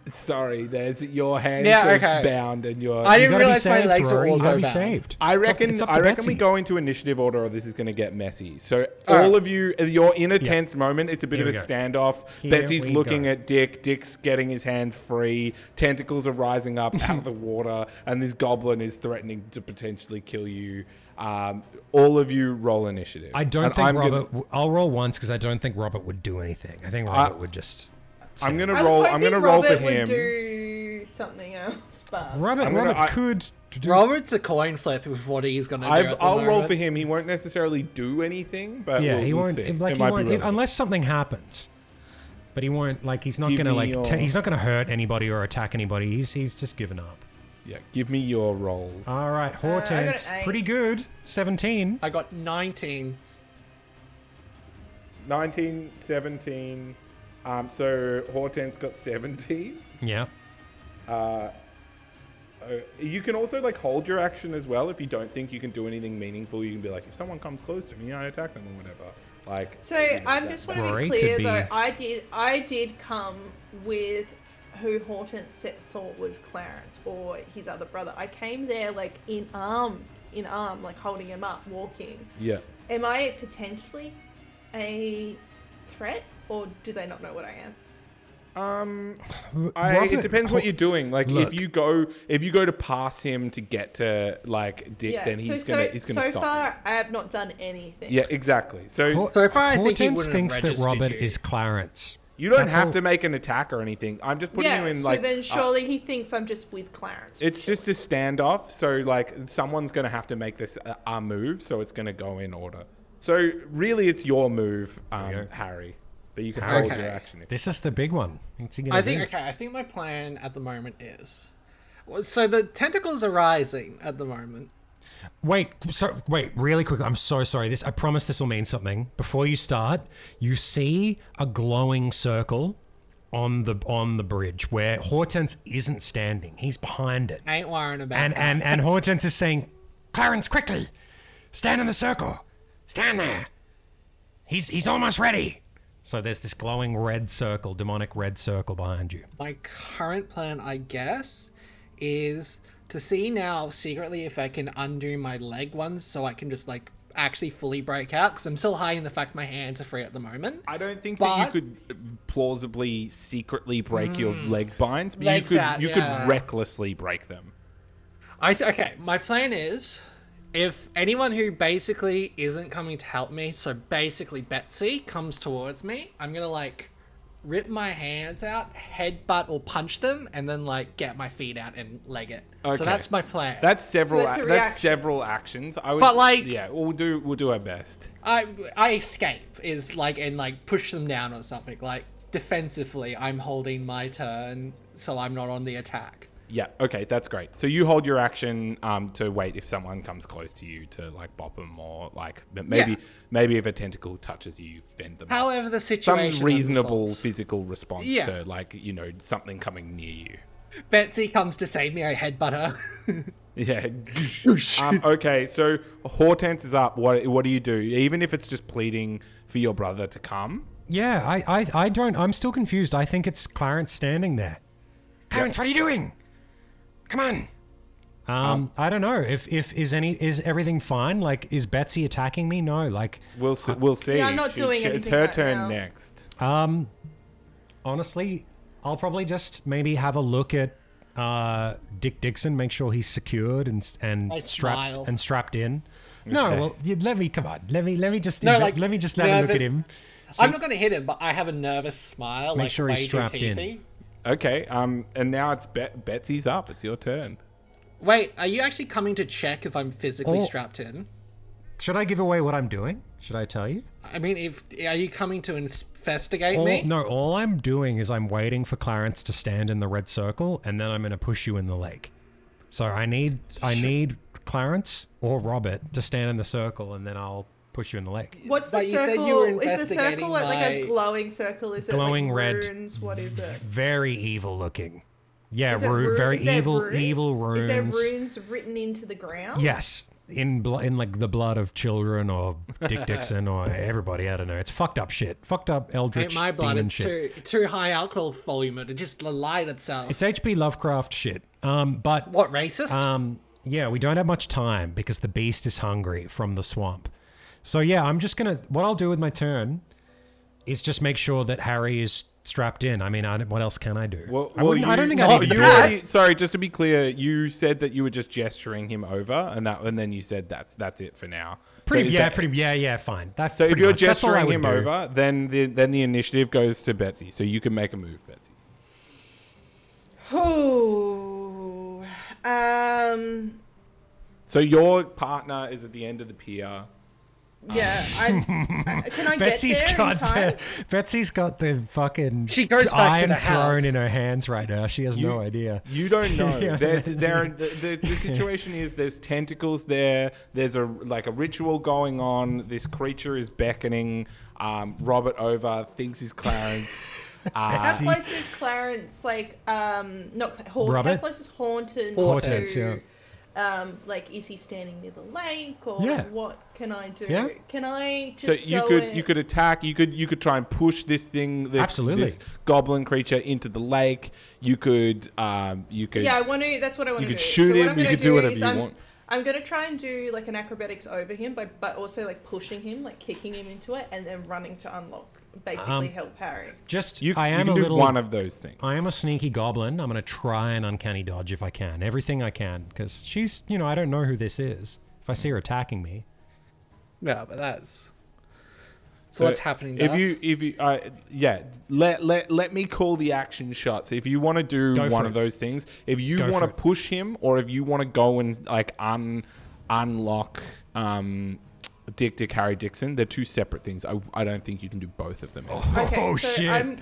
S1: Sorry, there's your hands
S3: Yeah,
S1: are
S3: okay.
S1: bound and your.
S3: I
S4: You
S3: didn't
S4: gotta be
S3: realize my
S4: saved,
S3: legs were
S4: Rory. You
S3: also
S4: gotta be
S3: bound.
S4: saved.
S1: I
S4: It's up-
S1: reckon.
S4: it's up
S1: I
S4: to
S1: reckon
S4: Betsy.
S1: we go into initiative order, or this is going to get messy. So
S3: All
S1: all
S3: right.
S1: of you, you're in a tense moment. It's a bit
S4: Here
S1: of a
S4: we go.
S1: standoff.
S4: Here
S1: Betsy's
S4: we
S1: looking
S4: go.
S1: at Dick. Dick's getting his hands free. Tentacles are rising up out of the water, and this goblin is threatening to potentially kill you. Um, all of you roll initiative.
S4: I don't
S1: And
S4: think
S1: I'm
S4: Robert.
S1: Gonna,
S4: w I'll roll once because I don't think Robert would do anything. I think Robert would just.
S1: I'm
S2: I
S1: gonna
S2: was
S1: roll. I'm
S2: hoping
S1: gonna roll for
S2: Robert would
S1: him.
S2: do something else, but
S4: Robert.
S1: I'm gonna-
S4: Robert
S1: I-
S4: could. Do,
S3: Robert's a coin flip with what he's gonna do.
S1: I've,
S3: at the
S1: I'll roll
S3: moment.
S1: for him. He won't necessarily do anything, but
S4: yeah,
S1: we'll,
S4: he
S1: we'll
S4: won't.
S1: see.
S4: Like
S1: it
S4: he
S1: might
S4: won't
S1: be
S4: if-
S1: relevant.
S4: unless something happens. But he won't like he's not
S1: Give
S4: gonna
S1: me
S4: like
S1: your-
S4: ta- he's not gonna hurt anybody or attack anybody. He's he's just given up.
S1: Yeah, give me your rolls.
S4: All right, Hortense,
S2: eight.
S4: pretty good. Seventeen.
S3: I got 19.
S1: 19, 17. Um, so Hortense got 17.
S4: Yeah.
S1: Uh, you can also like hold your action as well if you don't think you can do anything meaningful. You can be like, if someone comes close to me, I attack them or whatever. Like,
S2: So
S1: you know,
S2: I'm
S1: that-
S2: just want to
S4: Rory
S2: be
S4: could
S2: clear
S4: be-
S2: though. I did I did come with who Hortense set thought was Clarence or his other brother. I came there like in arm in arm, like holding him up, walking.
S1: yeah.
S2: Am I potentially a threat, or do they not know what I am?
S1: Um,
S4: R-
S1: I,
S4: Robert-
S1: it depends what
S4: Ho-
S1: you're doing. Like,
S4: Look.
S1: if you go, if you go to pass him to get to like Dick, then he's gonna he's gonna
S2: so
S1: stop.
S2: far, I have not done anything.
S1: you. Yeah, exactly. So
S4: Hor-
S3: So far, I think he
S4: Hortense
S3: wouldn't have
S4: thinks that
S3: registered
S4: Robert
S3: you.
S4: is Clarence.
S1: you don't
S4: that's
S1: have
S4: all-
S1: to make an attack or anything. I'm just putting
S2: Yeah,
S1: you in like.
S2: so then
S1: uh,
S2: surely he thinks I'm just with Clarence.
S1: It's just a standoff, so like someone's gonna have to make this uh, our move, so it's gonna go in order. So really, it's your move,
S4: we
S1: um,
S4: go.
S1: Harry. But you can
S4: Harry.
S1: hold
S3: Okay.
S1: your action. If
S4: This is the big one. What's he gonna
S3: I think
S1: Mm-hmm.
S4: do?
S3: okay. I think my plan at the moment is, well, so the tentacles are rising at the moment.
S4: Wait, so, wait, really quick. I'm so sorry. This I promise this will mean something. Before you start, you see a glowing circle on the on the bridge where Hortense isn't standing. He's behind it.
S3: I ain't worrying about.
S4: And
S3: that.
S4: and and Hortense is saying, "Clarence, quickly. Stand in the circle. Stand there. He's he's almost ready." So there's this glowing red circle, demonic red circle behind you.
S3: my current plan, I guess, is to see now secretly if I can undo my leg ones, so I can just like actually fully break out. Because I'm still hiding the fact my hands are free at the moment.
S1: I don't think
S3: But- Hmm.
S1: that you could plausibly secretly break your leg binds, but
S3: Legs
S1: you could
S3: out,
S1: you
S3: yeah.
S1: could recklessly break them.
S3: I th- okay. My plan is, if anyone who basically isn't coming to help me, so basically Betsy comes towards me, I'm gonna like rip my hands out, headbutt or punch them, and then like get my feet out and leg it.
S1: Okay.
S3: So that's my plan.
S1: That's several.
S2: that's a
S1: ac-
S2: reaction.
S1: that's several actions. I would,
S3: But, like-
S1: yeah, we'll do we'll do our best.
S3: I I escape is like and like push them down or something like defensively. I'm holding my turn, so I'm not on the attack.
S1: Yeah. Okay, that's great. So you hold your action um, to wait if someone comes close to you to like bop them or like but maybe
S3: Yeah.
S1: maybe if a tentacle touches you, you fend them. off.
S3: However, the situation
S1: some reasonable
S3: unfolds.
S1: physical response
S3: Yeah.
S1: to like you know something coming near you.
S3: Betsy comes to save me. I headbutt her.
S1: Yeah. um, okay, so Hortense is up. What what do you do? Even if it's just pleading for your brother to come.
S4: Yeah, I, I, I don't. I'm still confused. I think it's Clarence standing there. Clarence, what are you doing? Come on. Um, I don't know if if is any is everything fine? Like, is Betsy attacking me? No. Like,
S1: We'll see. We'll see.
S2: Yeah, I'm not doing
S1: It's
S2: anything
S1: her
S2: right
S1: turn
S2: now.
S1: next.
S4: um, honestly, I'll probably just maybe have a look at uh Dick Dixon, make sure he's secured and s- and
S3: I smile.
S4: strapped and strapped in. No, well, you, let me come on. Let me let me just
S3: No, like,
S4: let me just let
S3: yeah,
S4: a look
S3: but-
S4: at him.
S3: I'm not going to hit him, but I have a nervous smile. like,
S4: sure he's
S3: way too
S4: strapped in.
S3: teethy.
S1: Okay. Um, and now it's Bet- Betsy's up. It's your turn.
S3: Wait, are you actually coming to check if I'm physically
S4: Oh.
S3: strapped in?
S4: Should I give away what I'm doing? Should I tell you?
S3: I mean, if are you coming to investigate
S4: All-
S3: me?
S4: Oh, No, all I'm doing is I'm waiting for Clarence to stand in the red circle, and then I'm going to push you in the lake. So I need I need Clarence or Robert to stand in the circle, and then I'll push you in the lake.
S2: What's the
S3: But you
S2: circle?
S3: said you were
S2: is the circle
S3: investigating
S2: like, like a
S3: my-
S2: glowing circle? Is
S4: Glowing
S2: it like
S4: red.
S2: runes? What is it?
S4: Very evil looking. Yeah,
S2: Is it
S4: ru-
S2: ru-
S4: very
S2: is there
S4: evil,
S2: runes?
S4: evil
S2: Is there
S4: runes.
S2: runes written into the ground?
S4: Yes, in blo- in like the blood of children or Dick Dixon or everybody. I don't know. It's fucked up shit. Fucked up eldritch
S3: Ain't my blood.
S4: demon
S3: It's
S4: shit.
S3: too too high alcohol volume. It just the light itself.
S4: It's H.P. Lovecraft shit. Um, but
S3: what racist?
S4: Um, yeah, we don't have much time because the beast is hungry from the swamp. So yeah, I'm just gonna. What I'll do with my turn is just make sure that Harry is strapped in. I mean, I, don't- what else can I do?
S1: Well,
S4: I,
S1: well,
S4: wouldn't- I
S1: you-
S4: don't think
S1: no,
S4: I need to
S1: you
S4: do that.
S1: already- Sorry, just to be clear, you said that you were just gesturing him over, and that, and then you said that's that's it for now.
S4: Pretty,
S1: so is
S4: yeah,
S1: that-
S4: pretty, yeah, yeah, fine. That's
S1: So if
S4: pretty
S1: you're
S4: much- that's all I
S1: gesturing
S4: would
S1: him
S4: do.
S1: over, then the then the initiative goes to Betsy, so you can make a move, Betsy.
S2: Oh. Um.
S1: So your partner is at the end of the pier.
S2: Yeah, I, I- can I
S4: Betsy's
S2: get there in
S4: got
S2: time?
S4: the, Betsy's got the fucking
S6: She goes back to
S4: iron
S6: the house.
S4: throne in her hands right now. She has no
S1: You-
S4: idea.
S1: You don't know.
S4: Yeah,
S1: There's there are, the, the, the situation is there's tentacles there. There's a like a ritual going on. This creature is beckoning um, Robert over. Thinks he's Clarence. Uh,
S2: That place is Clarence, like, um, not Cla- Hor-
S4: Robert?
S2: That place is haunted.
S4: Hortense,
S2: to, Um, like, is he standing near the lake, or
S4: Yeah.
S2: what can I do?
S4: Yeah.
S2: Can I just
S1: so you
S2: go
S1: could
S2: in-
S1: you could attack. You could you could try and push this thing. This,
S4: Absolutely.
S1: This goblin creature into the lake. You could um, you could.
S2: Yeah, I want to. That's what I want
S1: You
S2: to
S1: could
S2: do.
S1: shoot
S2: what
S1: him,
S2: I'm
S1: you
S2: gonna
S1: could do whatever
S2: is
S1: you
S2: I'm,
S1: want.
S2: I'm gonna try and do like an acrobatics over him, by but also like pushing him, like kicking him into it, and then running to unlock, basically
S4: Um,
S2: help Harry.
S4: Just
S1: You,
S4: I
S1: you
S4: am
S1: can
S4: a
S1: do
S4: little
S1: one of those things.
S4: I am a sneaky goblin. I'm going to try and uncanny dodge if I can. Everything I can cuz she's, you know, I don't know who this is. If I see her attacking me,
S5: Yeah, but that's.
S1: So
S5: So what's happening to
S1: if
S5: us?
S1: you if you uh, yeah let let let me call the action shots if you want to do
S4: Go for
S1: one of
S4: it.
S1: those things if you
S4: Go
S1: want to
S4: for it.
S1: push him or if you want to go and like un unlock um Dick Dick Harry Dixon they're two separate things I, I don't think you can do both of them
S2: Okay,
S4: Oh,
S2: so
S4: shit.
S2: I'm,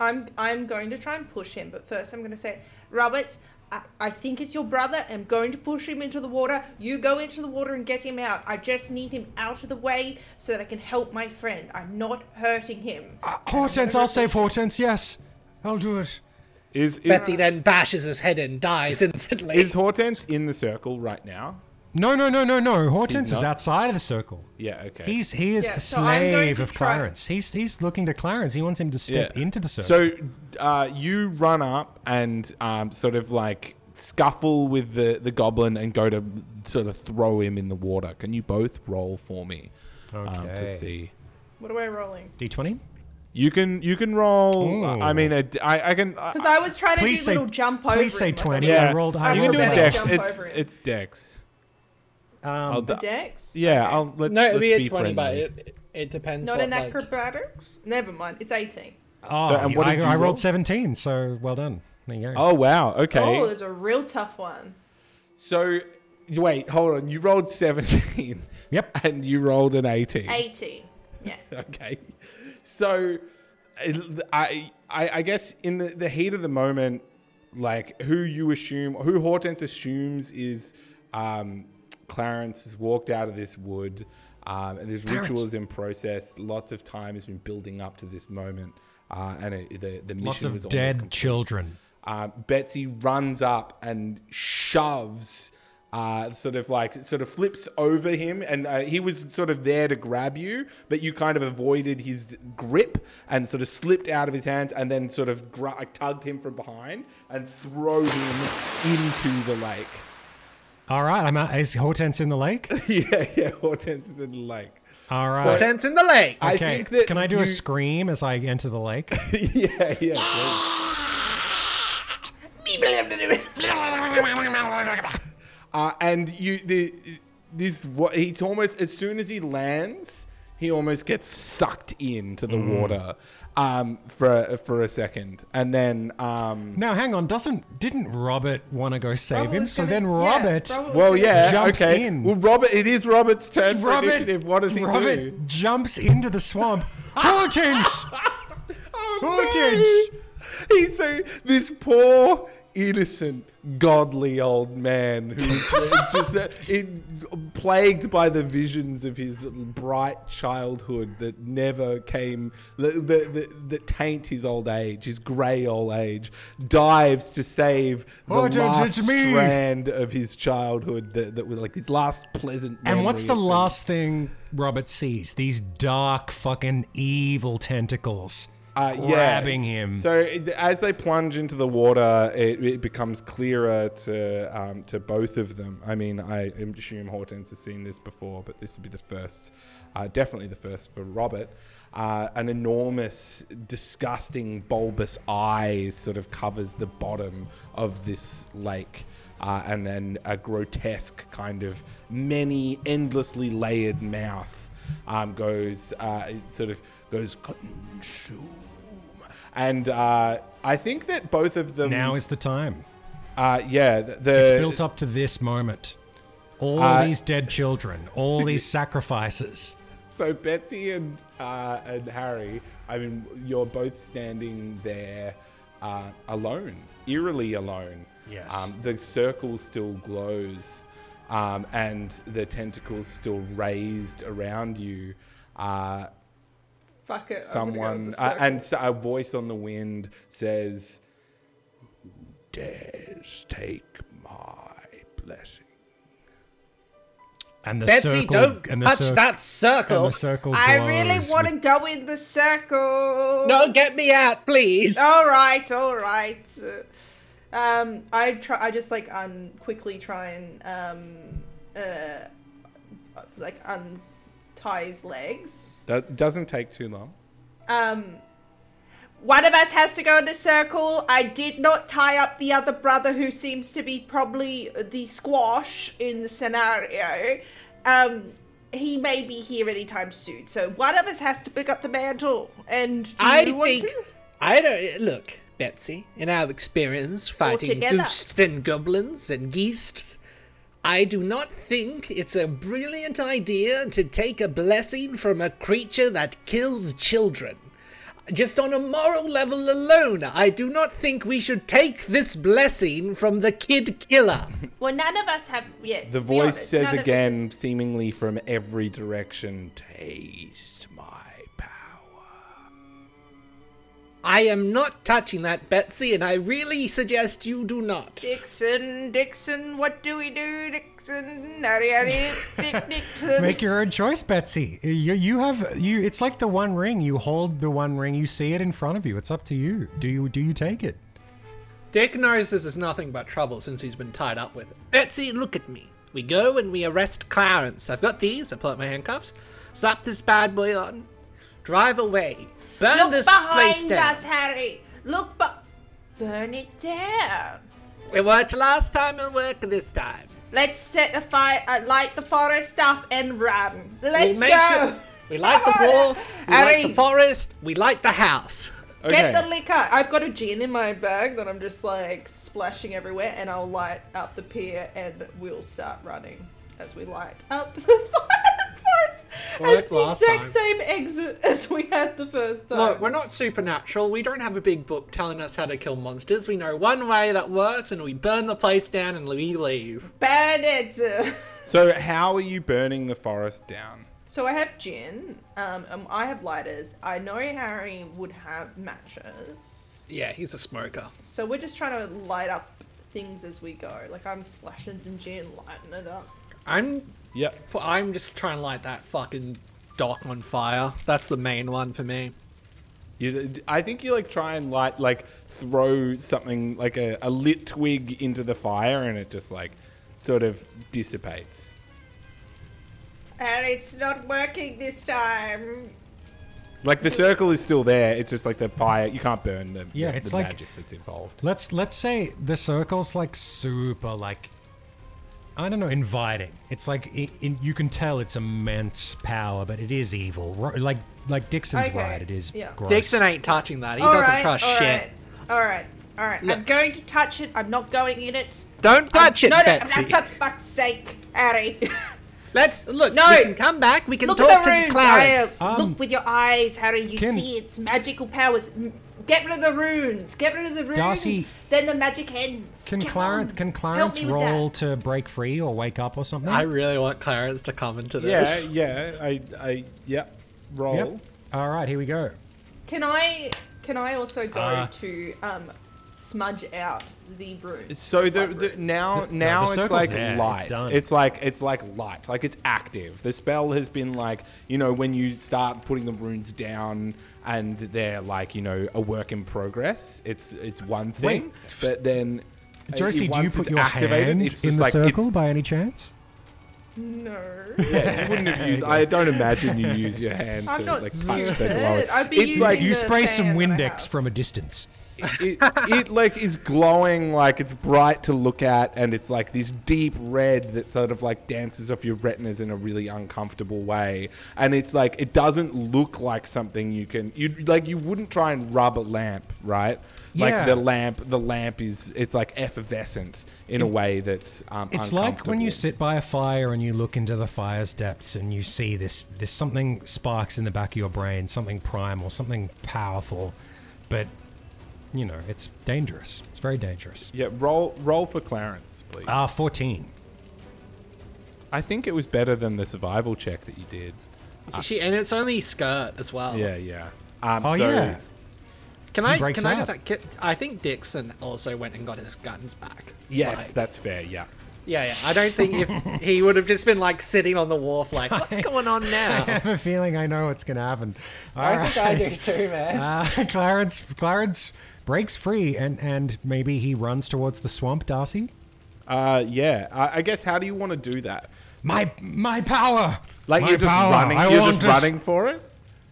S2: I'm, I'm going to try and push him, but first I'm going to say, Robert, I, I think it's your brother. I'm going to push him into the water. You go into the water and get him out. I just need him out of the way so that I can help my friend. I'm not hurting him.
S4: Uh, Hortense, I'll save Hortense. Yes. I'll do it.
S1: is is,
S6: Betsy then bashes his head in, dies instantly.
S1: is Hortense in the circle right now
S4: No, no, no, no, no. Hortense
S1: He's
S4: is
S1: not-
S4: outside of the circle.
S1: yeah okay
S4: He's he is
S2: Yeah,
S4: the
S2: so I'm going
S4: slave
S2: to
S4: of
S2: try-
S4: Clarence. He's he's looking to Clarence. He wants him to step
S1: Yeah.
S4: into the circle.
S1: So uh, you run up and um, sort of like scuffle with the, the goblin and go to sort of throw him in the water. Can you both roll for me um, to
S4: Okay.
S1: see?
S2: What am I rolling?
S4: D20?
S1: You can you can roll. I mean, a d I I can. I,
S2: Because I was trying to
S4: Please
S2: do
S4: say-
S2: little jump over.
S4: please say
S2: him, like
S4: 20.
S2: a
S4: Yeah.
S1: yeah,
S4: I rolled- I
S1: you can
S4: rolled
S1: do a
S4: well.
S1: dex.
S2: Jump
S1: It's
S2: over it.
S1: it's dex.
S4: Um,
S1: I'll d-
S2: Dex?
S1: yeah, I'll let's.
S5: no,
S1: let's
S5: it'd be a
S1: be
S5: twenty, but
S1: friendly.
S5: it, it depends.
S2: Not
S5: what,
S2: an
S5: like-
S2: acrobatics? Never mind. It's 18.
S4: oh,
S1: So, and what
S4: I,
S1: did you
S4: I
S1: roll?
S4: rolled 17, so well done. There you go.
S1: Oh wow. Okay.
S2: Oh, there's a real tough one.
S1: So wait, hold on. You rolled seventeen.
S4: Yep.
S1: And you rolled an eighteen.
S2: 18. Yeah.
S1: okay. So, I, I, I guess in the, the heat of the moment, like who you assume, who Hortense assumes is um, Clarence has walked out of this wood, um, and there's
S4: Clarence.
S1: rituals in process. Lots of time has been building up to this moment, uh, and it, the the mission
S4: Lots
S1: was
S4: of
S1: almost
S4: dead
S1: complete.
S4: children.
S1: Uh, Betsy runs up and shoves, uh, sort of like, sort of flips over him. And uh, he was sort of there to grab you, but you kind of avoided his d- grip and sort of slipped out of his hands and then sort of gr- uh, tugged him from behind and throw him into the lake.
S4: All right, I'm out. Is Hortense in the lake?
S1: yeah, yeah, Hortense is in the lake.
S4: All right.
S6: Hortense in the lake.
S1: I
S4: okay.
S1: think that
S4: Can I do
S1: you-
S4: a scream as I enter the lake?
S1: yeah, yeah. please. Uh, and you, the, this, what he almost as soon as he lands, he almost gets sucked into the water, um, for for a second, and then, um,
S4: now, hang on. Doesn't didn't Robert want to go save
S2: Robert
S4: him?
S2: was
S4: So
S2: gonna-
S4: then
S2: yeah,
S4: Robert,
S2: Robert was
S1: well,
S2: gonna-
S1: yeah,
S4: Jumps
S1: okay.
S4: in.
S1: Well, Robert, it is Robert's turn for
S4: Robert,
S1: initiative. What does he
S4: Robert
S1: do?
S4: jumps into the swamp. Hortense,
S1: Oh,
S4: Hortense.
S1: no. He's so this poor, innocent, godly old man who's uh, just uh, in, plagued by the visions of his bright childhood that never came, that, that, that, that taint his old age, his grey old age, dives to save the
S4: Hortense,
S1: last
S4: it's me.
S1: strand of his childhood that, that was like his last pleasant.
S4: And what's the
S1: memory.
S4: last thing Robert sees? These dark, fucking evil tentacles
S1: uh, yeah.
S4: grabbing him.
S1: So it, as they plunge into the water, it, it becomes clearer to um, to both of them. I mean, I assume Hortense has seen this before, but this would be the first, uh, definitely the first for Robert. Uh, an enormous, disgusting, bulbous eye sort of covers the bottom of this lake. Uh, and then a grotesque kind of many endlessly layered mouth um, goes uh, it sort of goes consume and uh, I think that both of them
S4: now is the time.
S1: um, uh, yeah th- the
S4: It's built up to this moment. All
S1: Uh,
S4: these dead children, all these sacrifices.
S1: so Betsy and uh, and Harry, I mean, you're both standing there uh, alone, eerily alone.
S4: Yes.
S1: Um, the circle still glows, um, and the tentacles still raised around you. Uh,
S2: Fuck it. I'm gonna go
S1: someone
S2: with Oh the
S1: uh,
S2: circle.
S1: and so a voice on the wind says dares take my blessing
S4: And the
S6: Betsy,
S4: circle.
S6: don't
S4: and the
S6: touch
S4: cir-
S6: that
S4: And
S6: circle.
S4: the circle
S2: I really
S4: glows
S2: want
S4: with-
S2: to go in the circle.
S6: Don't get me out, please.
S2: All right, all right. Um, I try. I just like un quickly try and um, uh, like untie his legs.
S1: that doesn't take too long
S2: Um, one of us has to go in the circle. I did not tie up the other brother, who seems to be probably the squash in the scenario. Um, he may be here anytime soon, so one of us has to pick up the mantle. And do
S6: I
S2: you want
S6: think
S2: to?
S6: I don't eh, look, Betsy. In our experience fighting
S2: Altogether.
S6: ghosts and goblins and geests, I do not think it's a brilliant idea to take a blessing from a creature that kills children. Just on a moral level alone, I do not think we should take this blessing from the kid killer.
S2: Well, none of us have yet.
S1: the voice says again seemingly from every direction taste my power
S6: I am not touching that, Betsy, and I really suggest you do not.
S2: Dixon, Dixon, what do we do, Dixon? Hurry, hurry, Dick, Dixon.
S4: Make your own choice, Betsy. You, you have you. It's like the One Ring. You hold the One Ring. You see it in front of you. It's up to you. Do you do you take it?
S3: Dick knows this is nothing but trouble since he's been tied up with it.
S6: Betsy, look at me. We go and we arrest Clarence. I've got these. I pull out my handcuffs. Slap this bad boy on. Drive away. Burn
S2: Look
S6: this place
S2: behind
S6: down.
S2: us, Harry. Look, but burn it down.
S6: It worked last time. It'll work this time.
S2: Let's set the fire, uh, light the forest up, and run. Let's
S6: we make
S2: go.
S6: sure we light the wharf. We light the
S2: Harry.
S6: forest. We light the house.
S1: okay
S2: Get the liquor. I've got a gin in my bag that I'm just like splashing everywhere, and I'll light up the pier, and we'll start running as we light up the forest.
S3: Worked
S2: It's the
S3: last
S2: exact
S3: time.
S2: same exit as we had the first time.
S3: Look, we're not supernatural. We don't have a big book telling us how to kill monsters. We know one way that works, and we burn the place down and we leave.
S2: Burn it.
S1: so how are you burning the forest down
S2: So I have gin. Um, um, I have lighters. I know Harry would have matches.
S3: Yeah, he's a smoker.
S2: So we're just trying to light up things as we go. Like I'm splashing some gin, lighting it up.
S3: I'm,
S1: yep
S3: I'm just trying to light that fucking dock on fire. That's the main one for me.
S1: You, I think you like try and light like throw something like a, a lit twig into the fire and it just like sort of dissipates.
S2: And it's not working this time.
S1: Like the circle is still there. It's just like the fire. You can't burn the
S4: Yeah,
S1: the,
S4: it's
S1: the
S4: like-
S1: magic that's involved.
S4: Let's let's say the circle's like super like I don't know inviting. It's like i in, you can tell it's immense power, but it is evil. Ro- Like like Dixon's
S2: Okay,
S4: right, it is
S2: yeah.
S4: gross.
S3: Dixon ain't touching that. He
S2: All
S3: doesn't
S2: right,
S3: trust
S2: all
S3: shit.
S2: right, all right, all right. I'm going to touch it. I'm not going in it.
S6: Don't touch it,
S2: no, no,
S6: Betsy.
S2: for fuck's sake, Harry.
S6: Let's look.
S2: No.
S6: We can come back. We can
S2: Look
S6: talk
S2: at
S6: to
S2: the rune,
S6: Clarence.
S2: Harry.
S4: Um,
S2: Look with your eyes, Harry. You
S4: can-
S2: see its magical powers. M- Get rid of the runes. Get rid of the runes.
S4: Darcy-
S2: then the magic ends.
S4: Can
S2: Come
S4: Clarence
S2: on.
S4: can
S2: Help
S4: Clarence
S2: me with
S4: roll
S2: that.
S4: to break free or wake up or something?
S3: I really want Clarence to come into
S1: Yeah,
S3: this.
S1: yeah. I, I, yeah. Roll.
S4: Yep. All right, here we go.
S2: Can I? Can I also go
S4: Uh,
S2: to um, smudge out the runes?
S1: So the,
S2: Like
S1: the
S2: runes.
S1: now now
S4: the
S1: it's
S4: circle's
S1: like
S4: there, it's
S1: light. It's,
S4: done.
S1: like it's like light. Like it's active. The spell has been like you know when you start putting the runes down and they're like you know a work in progress. It's it's one thing,
S4: Wait.
S1: but then uh,
S4: Josie, do you
S1: once
S4: put
S1: it's
S4: your hand
S1: it's
S4: in
S1: just
S4: the
S1: like,
S4: circle by any chance?
S2: No.
S1: It's, yeah, you wouldn't have used. I don't imagine you use your hand
S2: I'm
S1: to
S2: not
S1: like touch the
S2: stupid.
S1: glow.
S2: I'd be
S1: it's like
S2: using
S4: You
S2: the
S4: spray
S2: fan
S4: some
S2: that I
S4: Windex
S2: have.
S4: from a distance.
S1: it, it like is glowing like it's bright to look at and it's like this deep red that sort of like dances off your retinas in a really uncomfortable way and it's like it doesn't look like something you can you like you wouldn't try and rub a lamp right
S4: Yeah.
S1: like the lamp the lamp is it's like effervescent in a way that's um,
S4: It's like when you
S1: uncomfortable.
S4: sit by a fire and you look into the fire's depths and you see this this something sparks in the back of your brain, something primal, something powerful, but you know, it's dangerous. It's very dangerous.
S1: yeah roll roll for clarence please
S4: Ah, 14.
S1: Uh, i think it was better than the survival check that you did
S3: She, and it's only skirt as well.
S1: yeah yeah um,
S4: Oh
S1: so
S4: yeah.
S3: Can I?
S4: breaks
S3: Can I
S4: out.
S3: just? like, ki- I think Dixon also went and got his guns back.
S1: yes
S3: Like,
S1: that's fair yeah
S3: yeah, yeah. I don't think if he would have just been like sitting on the wharf, like, what's going on
S4: I
S3: now?
S4: have a feeling I know what's going to happen. All
S5: I
S4: right.
S5: think I do too, man.
S4: Uh, Clarence Clarence breaks free and and maybe he runs towards the swamp, Darcy.
S1: Uh, yeah. I, I guess how do you want to do that?
S4: My my power.
S1: Like
S4: My
S1: you're just
S4: power.
S1: running.
S4: I
S1: you're
S4: want
S1: just
S4: it.
S1: running for it.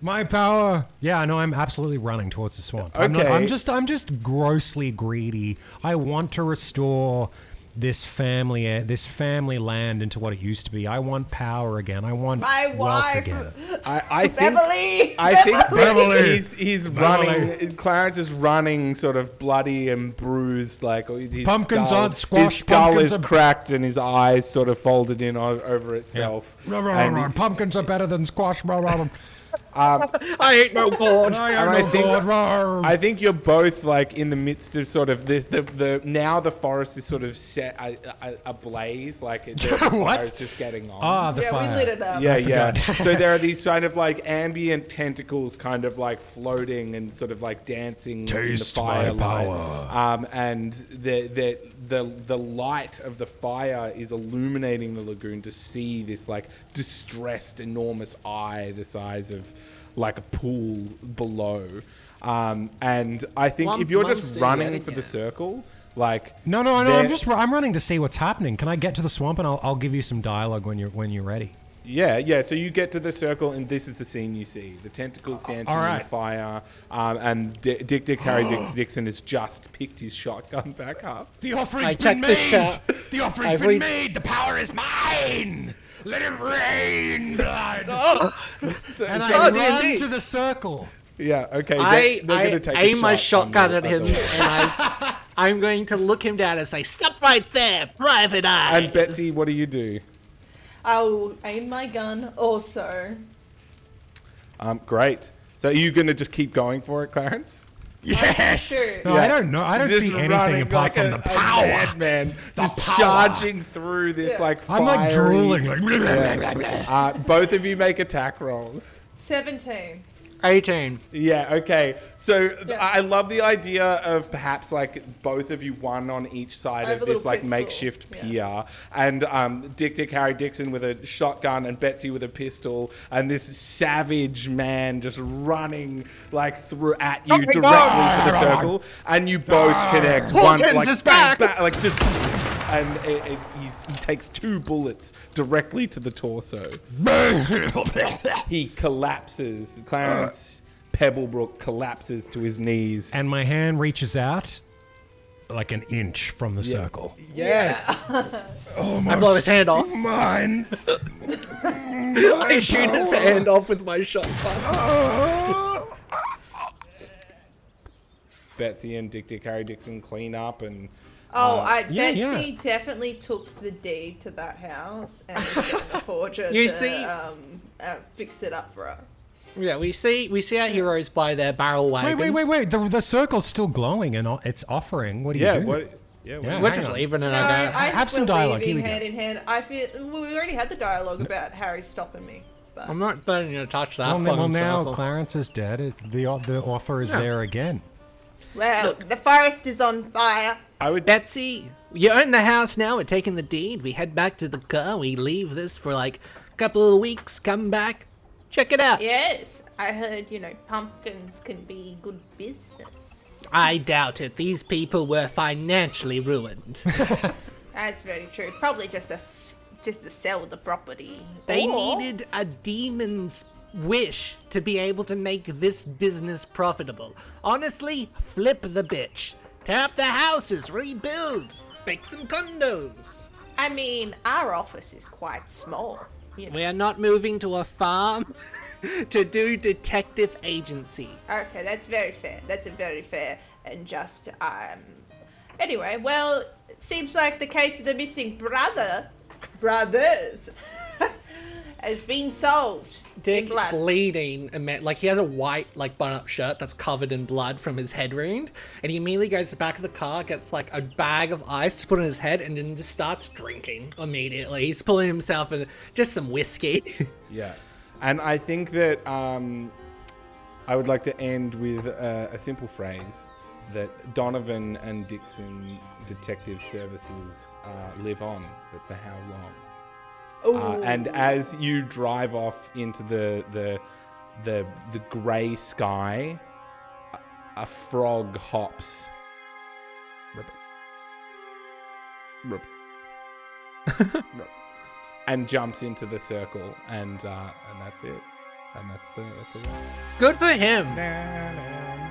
S4: My power. Yeah, no, I'm absolutely running towards the swamp. I'm, not,
S1: Okay.
S4: I'm just, I'm just grossly greedy. I want to restore this family, uh, this family land into what it used to be. I want power again. I want
S2: My
S4: wealth
S2: wife.
S4: again.
S1: I, I think.
S2: Beverly!
S1: I think that
S4: Beverly!
S1: he's he's
S4: Beverly.
S1: running. Clarence is running, sort of bloody and bruised, like oh, his his
S4: Pumpkins
S1: skull,
S4: aren't squashed,
S1: His skull
S4: pumpkins
S1: is
S4: are-
S1: cracked, and his eyes sort of folded in o- over itself.
S4: Rah, rah, rah,
S1: And
S4: rah.
S1: he-
S4: Pumpkins are better than squash. Rah, rah, rah.
S3: I ain't no bored.
S4: I
S1: And
S4: am
S1: I
S4: no
S1: think-
S4: god. Rah.
S1: I think you're both like in the midst of sort of this. The, the now the forest is sort of set a, a, ablaze, like it, the
S4: What?
S1: fire is just getting on.
S4: ah, the
S2: yeah,
S4: fire.
S2: we lit it up.
S1: yeah, yeah. so there are these kind of like ambient tentacles, kind of like floating and sort of like dancing in the
S4: Taste my
S1: fire light.
S4: power.
S1: Um, and the, the the the light of the fire is illuminating the lagoon to see this like distressed, enormous eye, the size of like a pool below. Um, and I think
S3: One
S1: if you're just
S3: monster
S1: running
S3: yet
S1: for the
S3: again.
S1: circle, like
S4: No, no, I know. I'm
S1: there-
S4: just, ru- I'm running to see what's happening. Can I get to the swamp and I'll, I'll give you some dialogue when you're, when you're ready.
S1: Yeah, yeah. So you get to the circle, and this is the scene you see: the tentacles dancing in
S4: right.
S1: the fire, um, and D- Dick Dick Harry Dick Dixon has just picked his shotgun back up.
S4: The offering's
S5: I checked the shop.
S4: The offering's
S5: I've read-
S4: made. The power is mine. Let it rain, blood.
S1: So,
S4: and
S1: so-
S4: I
S3: Oh,
S4: run
S3: D&D.
S4: to the circle.
S1: yeah, okay. They're,
S3: I,
S1: they're
S3: I
S1: gonna take a
S3: aim my
S1: shot on
S3: shotgun
S1: the
S3: at him
S1: other one.
S3: and I, am going to look him down and say, "Stop right there, Private Eye."
S1: And Betsy, what do you do?
S2: I will aim my gun also.
S1: Um, great. So are you gonna just keep going for it, Clarence?
S4: Yes.
S2: Sure.
S4: No,
S1: Yeah.
S4: I don't know. I don't
S1: Just
S4: see anything
S1: running like
S4: apart from
S1: a-
S4: the
S1: a
S4: power.
S1: madman,
S4: The
S1: just
S4: power.
S1: charging through this
S2: Yeah.
S1: like.
S4: I'm like
S1: fiery-
S4: drooling. Like,
S1: Uh, both of you make attack rolls.
S2: 17.
S3: 18.
S1: Yeah, okay. So th-
S2: Yeah.
S1: I I love the idea of perhaps like both of you one on each side
S2: I
S1: of
S2: have a
S1: this
S2: little
S1: like
S2: pistol.
S1: makeshift
S2: Yeah.
S1: pier and um, Dick Dick Harry Dixon with a shotgun and Betsy with a pistol and this savage man just running like through at
S3: Oh
S1: you directly for the circle and you both connect one
S3: Hortense
S1: like
S3: Ah. is
S1: bang,
S3: back!
S1: bang, like just and it, it, he's, he takes two bullets directly to the torso he collapses. Clarence Pebblebrook collapses to his knees.
S4: and my hand reaches out like an inch from the circle.
S1: yes.
S3: I blow his hand off.
S4: Mine.
S3: I shoot his hand off with my shotgun.
S1: Betsy and Dick Dick Harry Dixon clean up and
S2: Oh, I,
S4: Uh, yeah,
S2: Betsy
S4: yeah.
S2: definitely took the deed to that house and is getting a forger
S3: You
S2: to
S3: see-
S2: um, uh, fix it up for her.
S3: Yeah, we see we see our heroes by their barrel
S4: Wait,
S3: wagon.
S4: wait, wait, wait. The, the circle's still glowing and o- it's offering. What do you
S1: yeah,
S4: do?
S1: what yeah,
S4: Yeah,
S1: what
S4: hang
S3: Just
S4: on.
S3: leaving it,
S2: No,
S3: I guess.
S2: I
S4: Have some
S2: we're
S4: dialogue, here
S2: leaving
S4: we go.
S2: hand in hand. I feel well, we already had the dialogue about Harry stopping me, but
S4: Um,
S3: I'm not going to touch that.
S4: Well, now- well,
S3: fucking
S4: now
S3: circle.
S4: Clarence is dead. It, the, o- the offer is there again.
S2: well, the forest is on fire.
S1: I would
S3: Betsy, you own the house now. We're taking the deed. We head back to the car. We leave this for like a couple of weeks. Come back, check it out.
S2: Yes, I heard you know pumpkins can be good business.
S3: I doubt it. These people were financially ruined.
S2: That's very true. Probably just a s- just to sell the property.
S3: They
S2: Or-
S3: needed a demon's wish to be able to make this business profitable. Honestly, flip the bitch. Tear up the houses, rebuild, make some condos.
S2: I mean, our office is quite small. You know.
S3: We are not moving to a farm to do detective agency.
S2: Okay, that's very fair. That's a very fair and just um. Anyway, well, it seems like the case of the missing brother, brothers, has been solved. in
S3: Dick
S2: blood.
S3: bleeding, imme- like he has a white like button-up shirt that's covered in blood from his head wound, and he immediately goes to the back of the car, gets like a bag of ice to put on his head, and then just starts drinking immediately. He's pulling himself in just some whiskey.
S1: Yeah. And I think that um, I would like to end with a, a simple phrase that Donovan and Dixon Detective Services uh, live on, but for how long? Uh, and as you drive off into the the the, the grey sky, a, a frog hops. Rub it. Rub it. Rub it. and jumps into the circle, and uh, and that's it. And that's the that's the.
S3: Good for him.
S1: wrap.